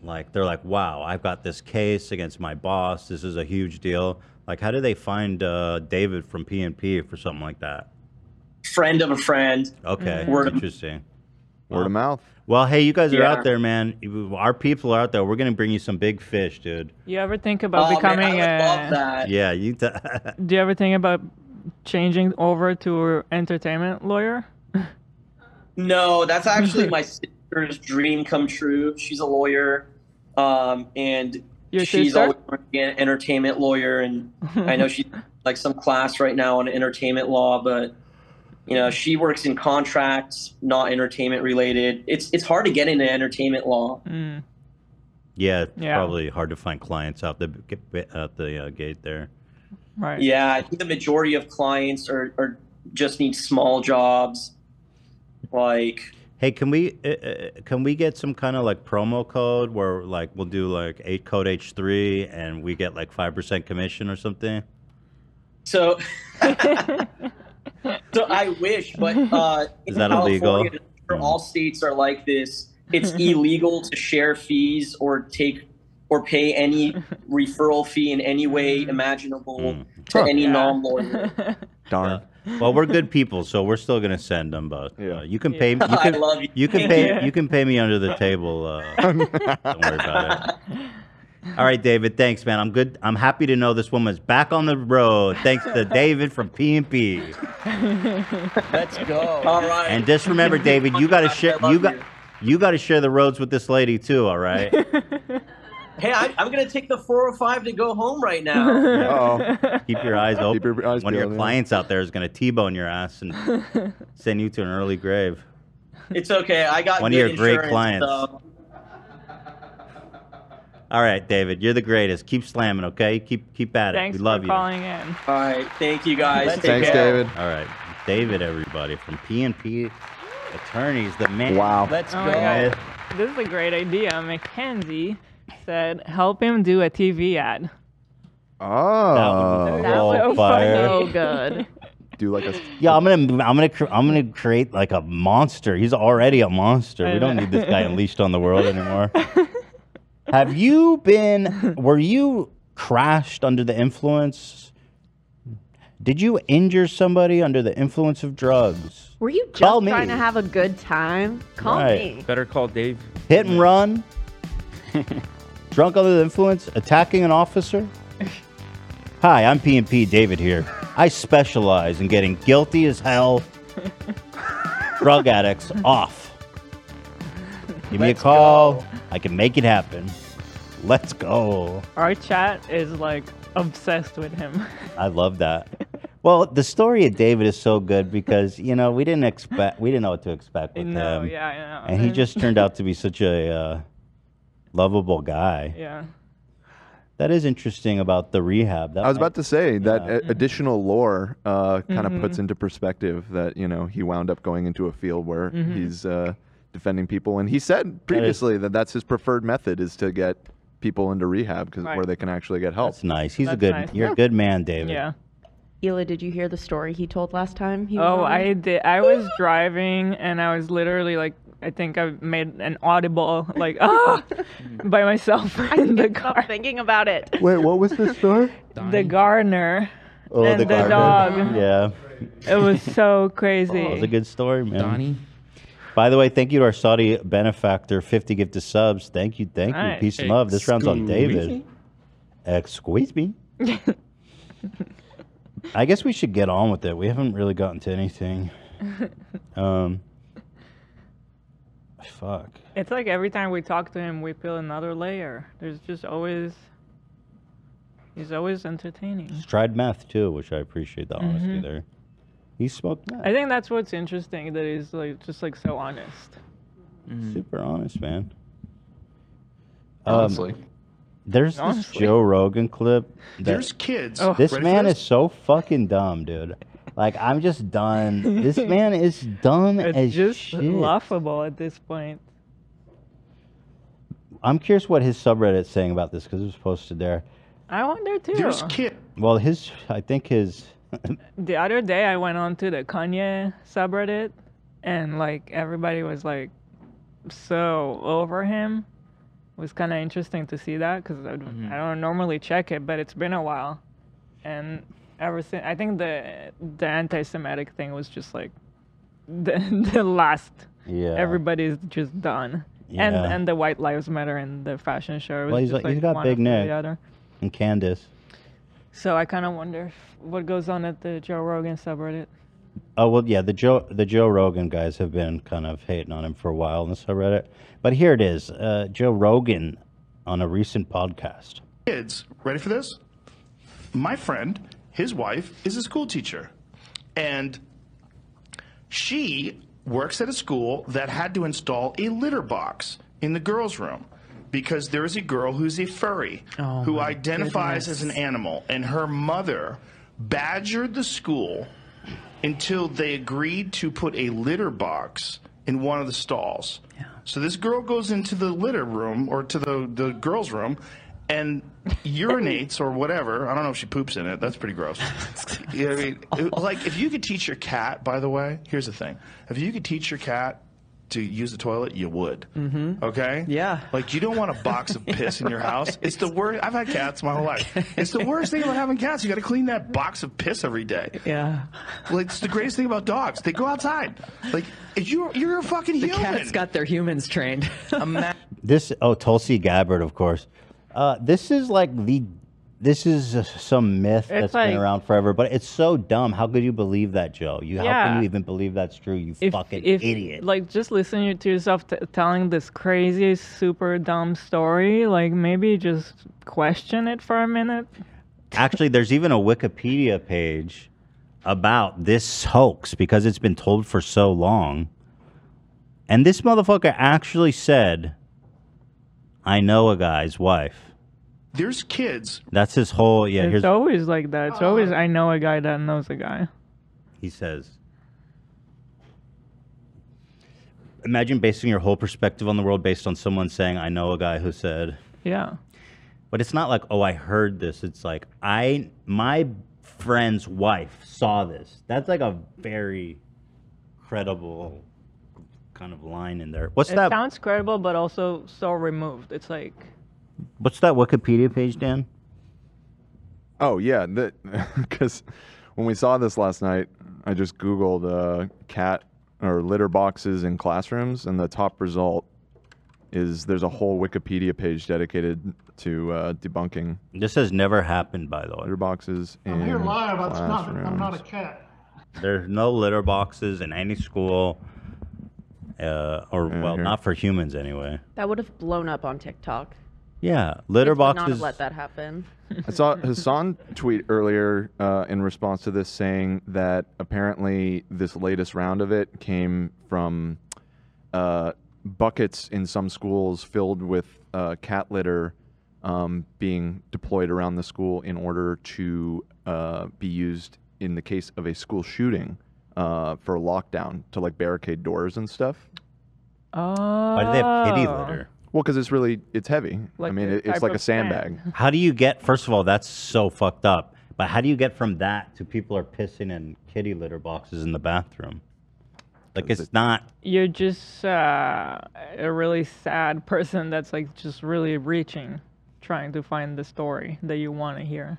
like, they're like, wow, I've got this case against my boss. This is a huge deal. Like, how do they find uh, David from PNP for something like that? Friend of a friend. Okay, Mm-hmm. Word of- interesting. Word of mouth. Well, hey, you guys are Yeah. out there, man. Our people are out there. We're gonna bring you some big fish, dude. You ever think about Oh, man, becoming I a? would love that. Yeah, you. T- Do you ever think about changing over to entertainment lawyer? No, that's actually my sister's dream come true. She's a lawyer, um, and Your she's sister? always wanted to be an entertainment lawyer. And I know she's like some class right now on entertainment law, but you know she works in contracts, not entertainment related. It's it's hard to get into entertainment law. Mm. Yeah, it's Yeah. probably hard to find clients out the out the uh, gate there. Right. Yeah, I think the majority of clients are, are just need small jobs, like Hey, can we uh, uh, can we get some kind of like promo code where like we'll do like eight code H three and we get like five percent commission or something? So, so I wish, but uh, Is in that illegal? California, All states are like this. It's illegal to share fees or take or pay any referral fee in any way Mm. imaginable to any non-lawyer. Darn. Uh, well, we're good people, so we're still gonna send them. But uh, you can pay. You I can, love you. can Thank pay. you. You can pay me under the table. Uh, don't worry about it. All right, David. Thanks, man. I'm good. I'm happy to know this woman's back on the road. Thanks to David from PNP. Let's go. All right. And just remember, David, you got to share. You got. You got to share the roads with this lady too. All right. Hey, I, I'm gonna take the 405 to go home right now. oh. Keep your eyes open. One of your clients out there is going to T-bone your ass and send you to an early grave. It's okay. I got One of good your great insurance, uh, clients. so- All right, David, you're the greatest. Keep slamming, okay? Keep keep at it. Thanks we love for you. calling in. All right. Thank you guys. Take care. All right, David, everybody from PNP Attorneys, the man. Wow. Oh my God. This is a great idea. Mackenzie said, "Help him do a TV ad." Oh, That was so fire. Oh, funny. good. do like a Yeah, I'm gonna I'm gonna cr- I'm gonna create like a monster. He's already a monster. We don't need this guy unleashed on the world anymore. Have you been? Were you crashed under the influence? Did you injure somebody under the influence of drugs? Were you just Call me. trying to have a good time? Call Right. me. Better call Dave. Hit and run? Drunk under the influence? Attacking an officer? Hi, I'm PMP David here. I specialize in getting guilty as hell drug addicts off. Give me a call. I can make it happen. Let's go. Our chat is like obsessed with him. I love that. Well, the story of David is so good because you know we didn't expect we didn't know what to expect with No, him. yeah, I know. And he just turned out to be such a uh, lovable guy. Yeah. That is interesting about the rehab. That I was might- about to say that Yeah. a- additional lore uh, kind of Mhm. puts into perspective that you know he wound up going into a field where Mhm. he's uh, defending people, and he said previously that, that's his preferred method is to get people into rehab because Right. where they can actually get help. That's nice. He's a good. You're a good man, David. Hila, did you hear the story he told last time? He was Oh, on? I did. I was driving and I was literally like, I think I made an audible like ah by myself in the car. thinking about it. Wait, what was this story? The gardener Mm-hmm. oh, and the, garden. dog. Oh, Yeah. It was so That was crazy. a good story, man. Donnie, By the way, thank you to our Saudi benefactor, 50 gifted subs. Thank you, thank you. Alright. Peace and love. This round's on David. Excuse Excuse me. I guess we should get on with it. We haven't really gotten to anything. Um, fuck. It's like every time we talk to him, we peel another layer. There's just always. He's always entertaining. He's tried meth too, which I appreciate the honesty Mhm. there. He smoked meth. I think that's what's interesting that he's like just like so honest. Mm-hmm. Super honest, man. Um, Honestly. There's this Honestly. Joe Rogan clip. that- There's kids. Oh. This Ready for man this? is so fucking dumb, dude. Like I'm just done. This man is dumb It's as just shit. laughable at this point. I'm curious what his subreddit's saying about this because it was posted there. I wonder too. There's kid. Well, his I think his The other day I went on to the Kanye subreddit and like everybody was like so over him. It was kind of interesting to see that because Mm-hmm. I don't normally check it, but it's been a while. And ever since, I think the the anti-Semitic thing was just like the the last. Yeah. Everybody's just done. And Yeah. and the White Lives Matter and the fashion show. it was well he's just, like, he's got one big after neck The other. and Candace. So I kind of wonder if what goes on at the Joe Rogan subreddit. Oh well, yeah. The Joe the Joe Rogan guys have been kind of hating on him for a while on the subreddit, but here it is. Uh, Joe Rogan on a recent podcast. kids. Ready for this? My friend, his wife, is a school teacher. And she works at a school that had to install a litter box in the girls' room because there is a girl who's a furry Oh, who my identifies goodness. as an animal. And her mother badgered the school until they agreed to put a litter box in one of the stalls. So this girl goes into the litter room or to the, the girls' room and urinates or whatever. I don't know if she poops in it. That's pretty gross. you know what I mean? It- Like, if you could teach your cat, by the way, here's the thing. If you could teach your cat to use the toilet, you would. Mm-hmm. Okay? Yeah. Like, you don't want a box of piss in your house. It's the worst. I've had cats my whole life. It's the worst thing about having cats. You got to clean that box of piss every day. Yeah. Like, it's the greatest thing about dogs. They go outside. Like, you're, you're a fucking The human. cats got their humans trained. This oh Tulsi Gabbard, of course. Uh, this is like the this is uh, some myth It's that's like- been around forever, but it's so dumb. How could you believe that, Joe? You how Yeah. can you even believe that's true? You fucking idiot. Like just listen to yourself t- telling this crazy, super dumb story. Like maybe just question it for a minute. Actually, there's even a Wikipedia page about this hoax because it's been told for so long. And this motherfucker actually said, I know a guy's wife. There's kids. That's his whole, yeah, it's here's always like that. It's always I know a guy that knows a guy. he says. Imagine basing your whole perspective on the world based on someone saying, I know a guy who said, Yeah. But it's not like, oh, I heard this. It's like I my friend's wife saw this. That's like a very credible kind of line in there. What's it that sounds credible, but also so removed. It's like what's that Wikipedia page, Dan? Oh yeah, because when we saw this last night, I just Googled uh, cat or litter boxes in classrooms, and the top result is there's a whole Wikipedia page dedicated to uh, debunking. This has never happened, by the way. Litter boxes in I'm here live. I'm not, I'm classrooms. not a cat. There's no litter boxes in any school. Uh, or well, here. not for humans anyway. That would have blown up on TikTok. Yeah, litter Kids would Not have boxes. let that happen. I saw Hassan tweet earlier uh, in response to this saying that apparently this latest round of it came from uh, buckets in some schools filled with uh, cat litter um, being deployed around the school in order to uh, be used in the case of a school shooting uh, for lockdown to like barricade doors and stuff. oh. Well, because it's really it's heavy. I mean, it, it's like a sandbag. How do you get? First of all, that's so fucked up. But how do you get from that to people are pissing in kitty litter boxes in the bathroom? Like it's not. You're just uh, a really sad person that's like just really reaching, trying to find the story that you want to hear.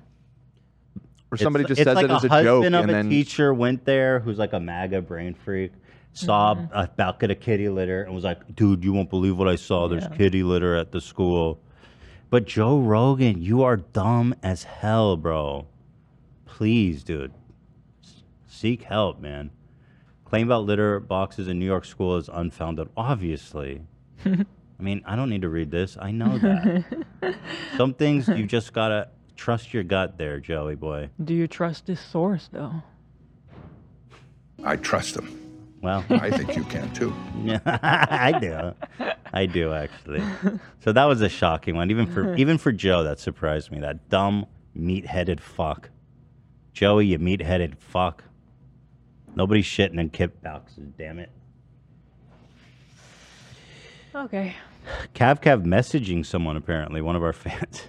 Or somebody it's, just it's says like it as a joke, husband of and a then teacher went there who's like a MAGA brain freak. saw a bucket of kitty litter and was like, dude, you won't believe what I saw. There's Yeah. kitty litter at the school. But Joe Rogan, you are dumb as hell, bro. Please, dude. S- Seek help, man. Claim about litter boxes in New York school is unfounded. Obviously. I mean, I don't need to read this. I know that. Some things you just gotta trust your gut there, Joey boy. Do you trust this source though? I trust him. Well, I think you can too. Yeah, I do. I do actually. So that was a shocking one, even for even for Joe. That surprised me. That dumb meat-headed fuck, Joey, you meat-headed fuck. Nobody's shitting in kit boxes. Damn it. Okay. Cav Cav messaging someone apparently, one of our fans.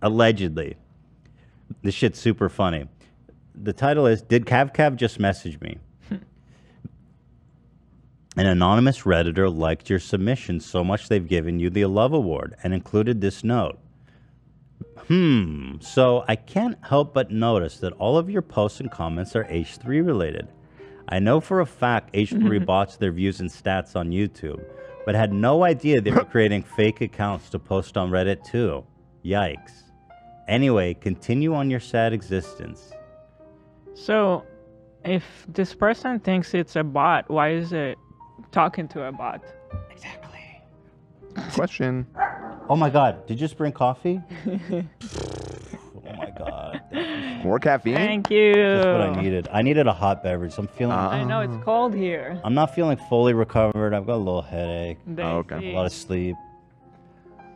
Allegedly. This shit's super funny. The title is Did Cav Cav just message me? An anonymous Redditor liked your submission so much they've given you the Love Award and included this note. Hmm, so I can't help but notice that all of your posts and comments are H3 related. I know for a fact H3 bots their views and stats on YouTube, but had no idea they were creating fake accounts to post on Reddit too. Yikes. Anyway, continue on your sad existence. So, if this person thinks it's a bot, why is it talking to a bot? Question. Oh my god, did you just bring coffee? oh my god. More caffeine? Thank you. That's what I needed. I needed a hot beverage. I'm feeling Ah. I know it's cold here. I'm not feeling fully recovered. I've got a little headache. They Ah, Oh, okay. see. A lot of sleep.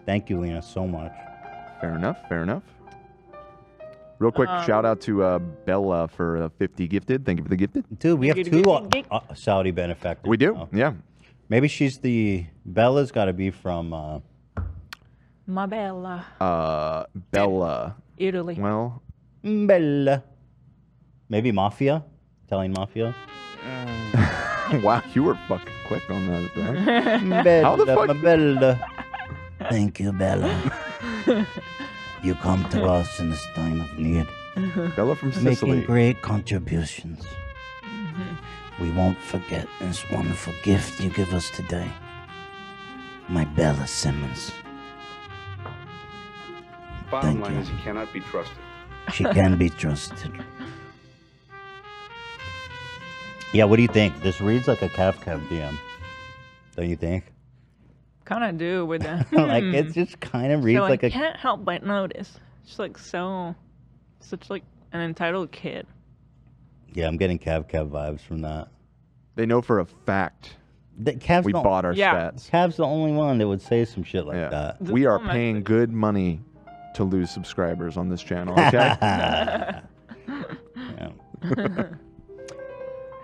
Thank you, Lena, so much. Fair enough. Fair enough. Real quick, Um, shout out to uh, Bella for uh, 50 gifted. Thank you for the gifted. Dude, we have two uh, uh, Saudi benefactors. We do, yeah. Maybe she's the Bella's got to be from uh, Mabella, uh Bella. Italy. Well, Bella. Maybe mafia, Italian mafia. Mm. wow, you were fucking quick on that. huh? Bella, How the my fuck? Bella. Thank you, Bella. you come to us in this time of need. Bella from Sicily. Making great contributions. We won't forget this wonderful gift you give us today. My Bella Simmons. Bottom Thank line you. is he cannot be trusted. She can be trusted. Yeah, what do you think? This reads like a Cav Cav DM. Don't you think? Kind of do with that. Like, it just kinda reads like I a- can't help but notice. She's like so, such like an entitled kid. Yeah, I'm getting Cav Cav vibes from that. They know for a fact. That Cavs we don't- bought our Yeah. stats. Cav's the only one that would say some shit like that. We are paying good money to lose subscribers on this channel, okay?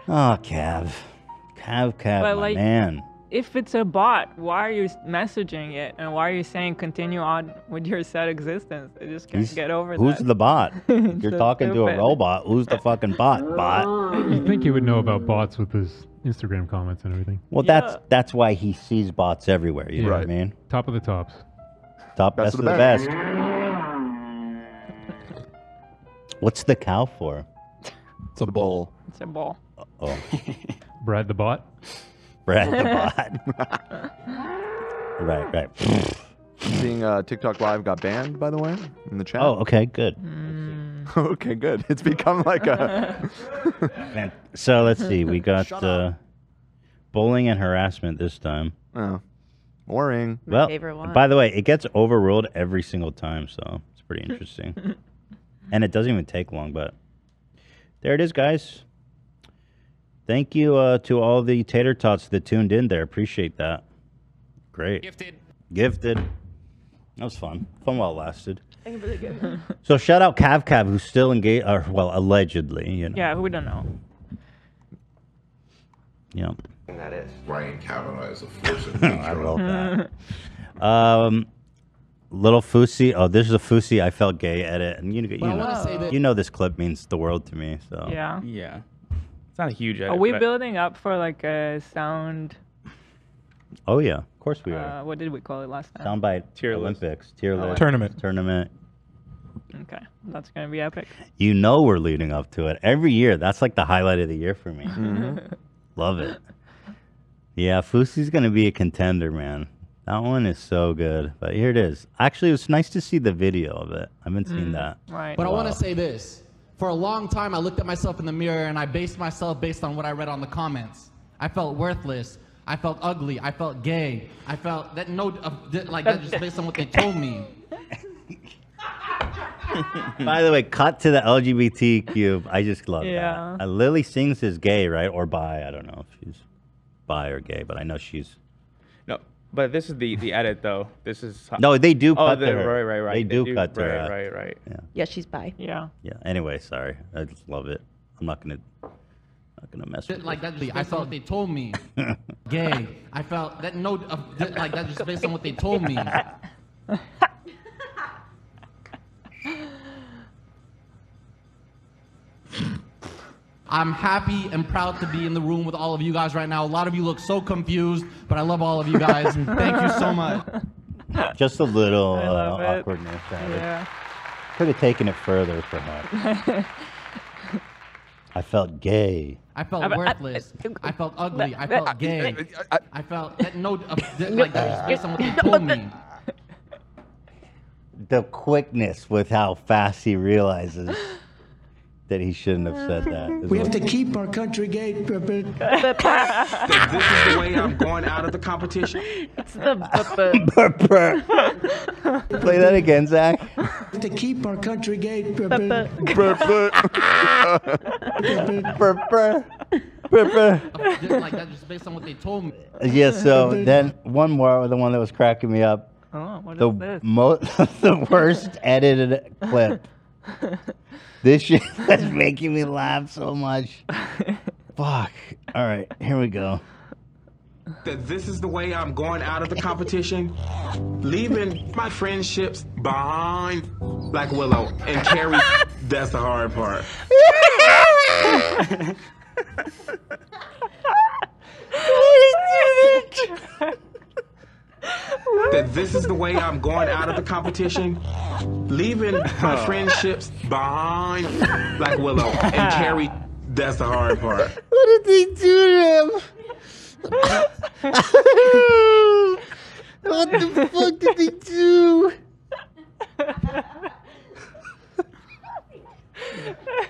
Oh, Cav. Cav Cav, my but like, man. if it's a bot, why are you s- messaging it and why are you saying continue on with your sad existence? I just can't He's- get over Who's that. the bot? You're So talking to a stupid. robot. Who's the fucking bot? Bot. You think he would know about bots with his Instagram comments and everything? Well, that's that's why he sees bots everywhere. You know what I mean? Top of the tops. Top best, Best of of the the best. What's the cow for? It's a bull. It's a ball. Oh, Brad the bot. Brad the bot. right, right. Seeing uh, TikTok Live got banned, by the way, in the chat. Oh, okay, good. okay, good. It's become like a. Man, so let's see. We got uh, bullying and harassment this time. Oh, boring. My well, favorite one. by the way, it gets overruled every single time, so it's pretty interesting. and it doesn't even take long, but there it is, guys. Thank you uh, to all the tater tots that tuned in there. Appreciate that. Great. Gifted. Gifted. That was fun. Fun while it lasted. So shout out Cav Cav, who's still engaged, or well, allegedly, you know. yeah, we don't know. Yeah. And that is. Brian Kavanaugh is a force of nature. I love that. Um, little Fusi. Oh, this is a Fusi. I felt gay edit, and you, you Well, I wanna say know, that- you know, this clip means the world to me. So Yeah. Yeah. It's not a huge edit. Are we but- building up for like a sound? Oh yeah, of course we are. Uh, what did we call it last time? Soundbite tier Olympics tier Oh, list Tournament. tournament. Okay, that's gonna be epic. Mm-hmm. You know we're leading up to it every year. That's like the highlight of the year for me. Love it. Yeah, Fusi's gonna be a contender, man. That one is so good. But here it is. Actually, it was nice to see the video of it. I haven't seen Mm, that. But I want Wow. to say this. For a long time, I looked at myself in the mirror and I based myself based on what I read on the comments. I felt worthless. I felt ugly. I felt gay. I felt that no, uh, that, like that just based on what they told me. Hmm. By the way, cut to the LGBT cube. I just love Yeah. that. Uh, Lily Sings is gay, right? Or bi. I don't know if she's bi or gay, but I know she's. No, but this is the the edit though. This is No, they do oh, cut to the- her. Right, right, right. They do cut to right, her. Right, right, Yeah. Yeah, she's bi. Yeah. Yeah. Anyway, sorry. I just love it. I'm not gonna. Not gonna mess with That, it. like that just based on what they told me. Gay. I felt that no, uh, that, like that just based on what they told me. I'm happy and proud to be in the room with all of you guys right now. A lot of you look so confused, but I love all of you guys. Thank you so much. Just a little I uh, love it. awkwardness. added. Yeah. Could have taken it further, perhaps. I felt gay. I felt I- I- worthless. I, felt ugly. I I- felt gay. I, felt that no, uh, that, like that was just based on what they told me. The quickness with how fast he realizes that he shouldn't have said that. is We have what- to keep our country gay. this is the way I'm going out of the competition. It's the Play that again, Zach. to keep our country gay. like that just based on what they told me. Yeah, so then one more, the one that was cracking me up. Oh, what the is this? Mo- the worst edited clip. This shit was making me laugh so much. Fuck. All right, here we go. That this is the way I'm going out of the competition, leaving my friendships behind like Willow and Carrie. that's the hard part. that this is the way I'm going out of the competition, leaving Oh. my friendships behind like Willow and Carrie. That's the hard part. What did they do to him? what the fuck did they do?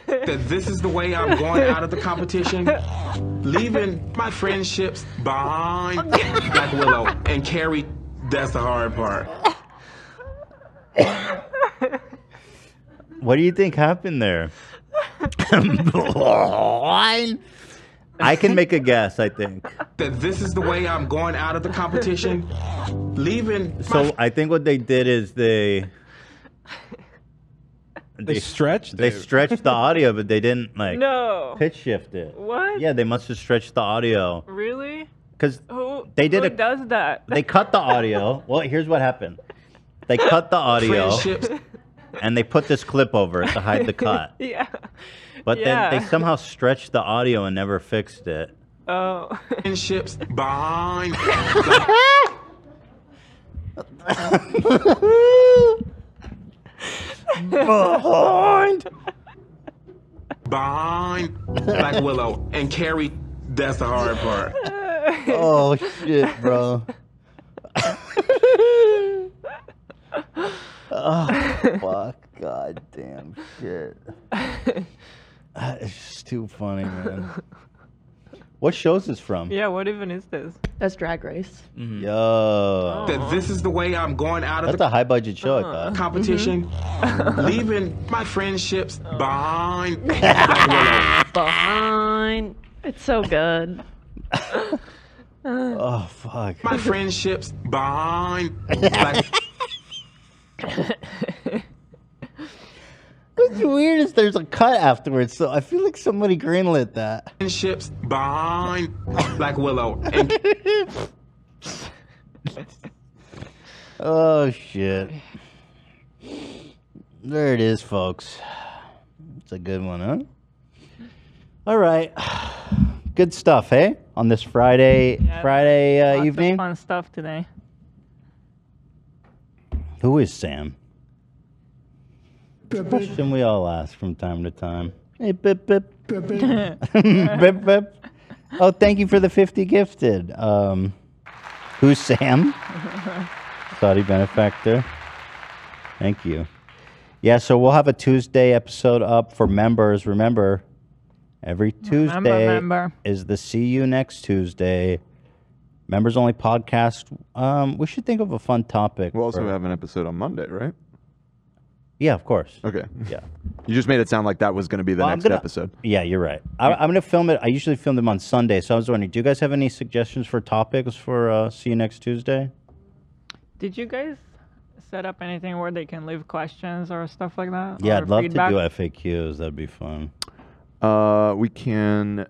that this is the way I'm going out of the competition, leaving my friendships behind like Willow and Carrie. That's the hard part. What do you think happened there? I can make a guess, I think. That this is the way I'm going out of the competition, leaving. So I think what they did is they They stretched They it. stretched the audio, but they didn't like No. pitch shift it. What? Yeah, they must have stretched the audio Really? because Who? They did who a- does that? they cut the audio. well, here's what happened: they cut the audio Friendships. and they put this clip over it to hide the cut. yeah. But then they Yeah. somehow stretched the audio and never fixed it. Oh. Friendships behind. Behind. behind like Willow and Carrie. That's the hard part. Oh shit, bro. oh fuck, god damn shit. That is just too funny, man. What show's this from? Yeah. What even is this? That's Drag Race. Yo. That this is the way I'm going out of That's the a high budget show, I thought. Mm-hmm. competition, leaving my friendships behind. like Willow. Behind. It's so good. Oh fuck. My friendships behind. Like, What's weird is there's a cut afterwards, so I feel like somebody greenlit that. friendships behind. Like Willow and Oh shit. There it is, folks. It's a good one, huh? All right. Good stuff, hey? On this Friday Yeah, Friday uh, Lots of evening. fun stuff today. Who is Sam? Question we all ask from time to time. Hey, bip, bip. bip, bip. Oh, thank you for the 50 gifted. Um, who's Sam? Saudi benefactor. Thank you. Yeah, so we'll have a Tuesday episode up for members. Remember, every Tuesday Remember, member. is the See You Next Tuesday. Members only podcast. Um, we should think of a fun topic. We'll also for- have an episode on Monday, right? Yeah, of course. Okay. Yeah. You just made it sound like that was going to be the Well, I'm next gonna- episode. Yeah, you're right. I, I'm going to film it. I usually film them on Sunday, so I was wondering, do you guys have any suggestions for topics for uh, See You Next Tuesday? Did you guys set up anything where they can leave questions or stuff like that? Yeah, Or I'd love feedback? to do FAQs. That'd be fun. Uh, we can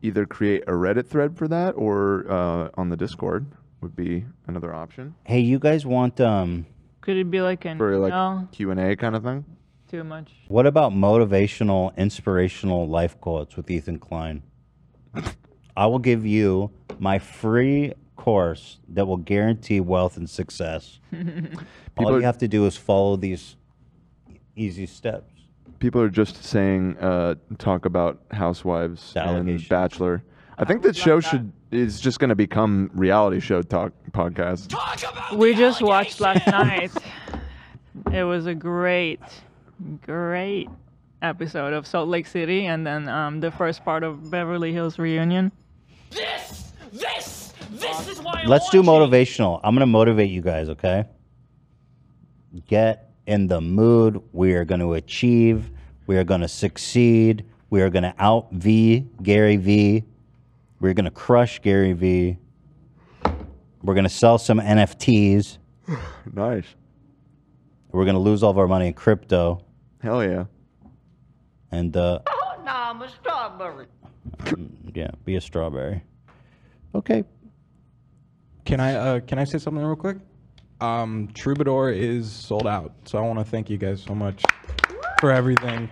either create a Reddit thread for that or uh, on the Discord would be another option Hey, you guys want um? Could it be like an for like no? Q and A kind of thing. Too much. What about motivational, inspirational life quotes with Ethan Klein? I will give you my free course that will guarantee wealth and success. All People you have to do is follow these easy steps. People are just saying uh, talk about Housewives and Bachelor. I think that show should is just going to become reality show talk podcast. We just watched last night. It was a great, great episode of Salt Lake City, and then um, the first part of Beverly Hills Reunion. This, this, this is why. Let's do motivational. I'm going to motivate you guys, okay? Get in the mood. We are going to achieve. We are going to succeed. We are going to out V Gary V. We're going to crush Gary V. We're going to sell some NFTs. nice. We're going to lose all of our money in crypto. Hell yeah. And uh, mm, Oh, no, I'm a strawberry. yeah, be a strawberry. Okay. Can I uh, can I say something real quick? Um, Troubadour is sold out, so I want to thank you guys so much for everything.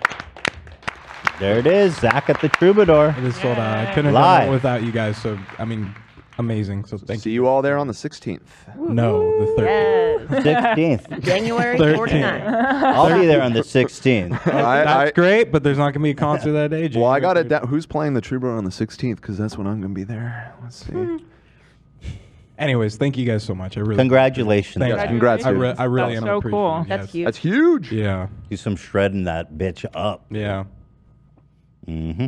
There it is, Zach at the Troubadour. It is sold out. I couldn't have done Live. it without you guys. So I mean, amazing. So thank See you all there on the 16th. you. No, the thirteenth. 16th. January 49th. I'll be there on the 16th. That's great, but there's not gonna be a concert that day. Well, I got January it. down who's playing the Troubadour on the 16th? Because that's when I'm going to be there. Let's Hmm. see. Anyways, thank you guys so much. I really Congratulations. Thank you. guys. I, re- I really am. appreciative, yes. That's huge. Yeah. Do some shredding that bitch up. Yeah. Mm-hmm.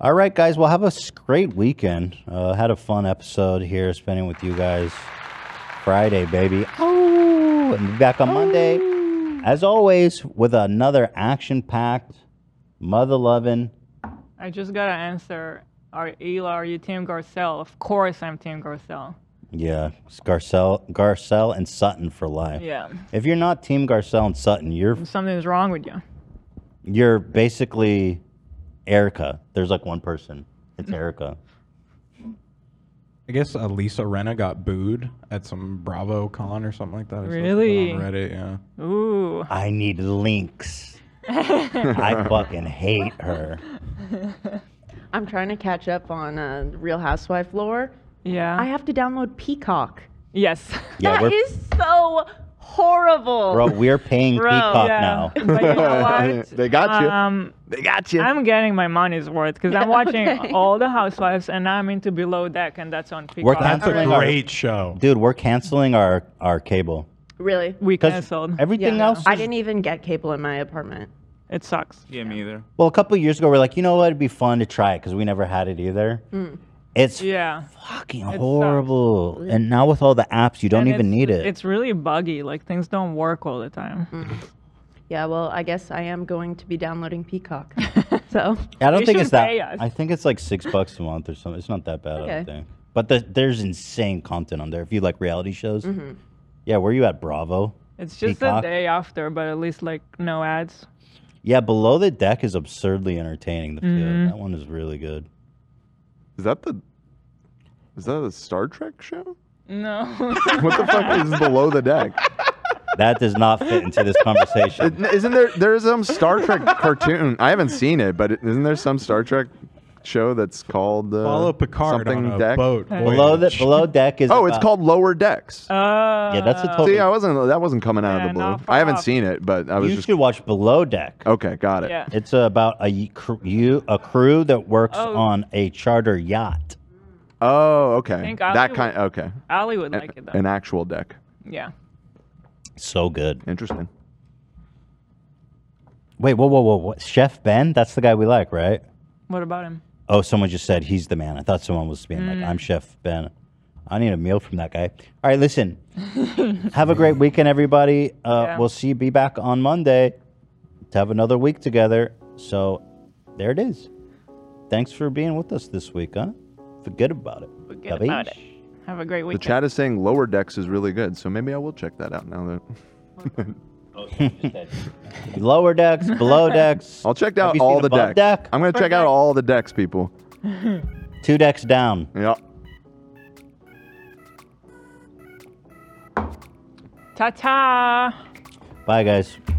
All right, guys. Well, have a s- great weekend. Uh, had a fun episode here spending with you guys. Friday, baby. Oh, and be back on Monday. Oh. As always, with another action-packed, mother-loving. I just gotta answer. Are Ela? Are you Team Garcelle? Of course, I'm Team Garcelle. Yeah, it's Garcelle, Garcelle, and Sutton for life. Yeah. If you're not Team Garcelle and Sutton, you're Something's wrong with you. You're basically Erica. There's like one person. It's Mm. Erica. I guess uh, Lisa Renna got booed at some Bravo Con or something like that. I saw something Really? On Reddit, yeah. Ooh. I need links. I fucking hate her. I'm trying to catch up on uh, Real Housewife lore. Yeah. I have to download Peacock. Yes. Yeah, that we're- is so horrible. Bro, we're paying Bro, Peacock yeah. now. But you know what? They got you. Um, they got you. I'm getting my money's worth because I'm watching Okay. all the Housewives and I'm into Below Deck and that's on Peacock. We're canceling our- Dude, we're canceling our, our cable. Really? We 'Cause canceled. everything Yeah. else I didn't even get cable in my apartment. It sucks. Yeah, me either. Well, a couple years ago, we are like, you know what? It'd be fun to try it because we never had it either. It's yeah. fucking horrible. And now with all the apps, you don't And even it's- need it. It's really buggy. Like things don't work all the time. Yeah, well, I guess I am going to be downloading Peacock. so I don't think it's that. pay us. I think it's like six bucks a month or something. It's not that bad. I Okay. don't think. But the, there's insane content on there. If you like reality shows, Mm-hmm. Mhm. yeah. Where you at, Bravo? It's just the Peacock? day after, but at least like no ads. Yeah, below the deck is absurdly entertaining. The few. Mm-hmm. Mhm. that one is really good. Is that the? Is that a Star Trek show? No. What the fuck is below the deck? That does not fit into this conversation. Isn't there? There is some Star Trek cartoon. I haven't seen it, but isn't there some Star Trek show that's called uh, Follow Picard something on a deck? boat Below the- voyage. below deck is Oh, it's about- called Lower Decks. Oh. yeah, that's a total. See, I wasn't that wasn't coming out of the blue. I haven't seen it, but I was you just should watch Below Deck. Okay, got it. Yeah. It's about a y- cr- you a crew that works Oh. on a charter yacht. Oh, okay. think Ali That would- kind. Okay. Ali would An- like it, though. An actual deck. Yeah. So good. Interesting. Wait, whoa, whoa, whoa, what? Chef Ben? That's the guy we like, right? What about him? Oh, someone just said he's the man. I thought someone was being Mm. like, "I'm Chef Ben." I need a meal from that guy. All right, listen. have a great weekend, everybody. Uh, Yeah. We'll see. you. Be back on Monday to have another week together. So, there it is. Thanks for being with us this week, huh? Forget about it. Forget about it. Have a great The weekend. chat is saying Lower Decks is really good, so maybe I will check that out now that. Lower decks, below decks. I'll check Have out you all seen the above decks. deck? I'm gonna Upper check out deck? all the decks, people. Two decks down. Yeah. Ta ta. Bye, guys.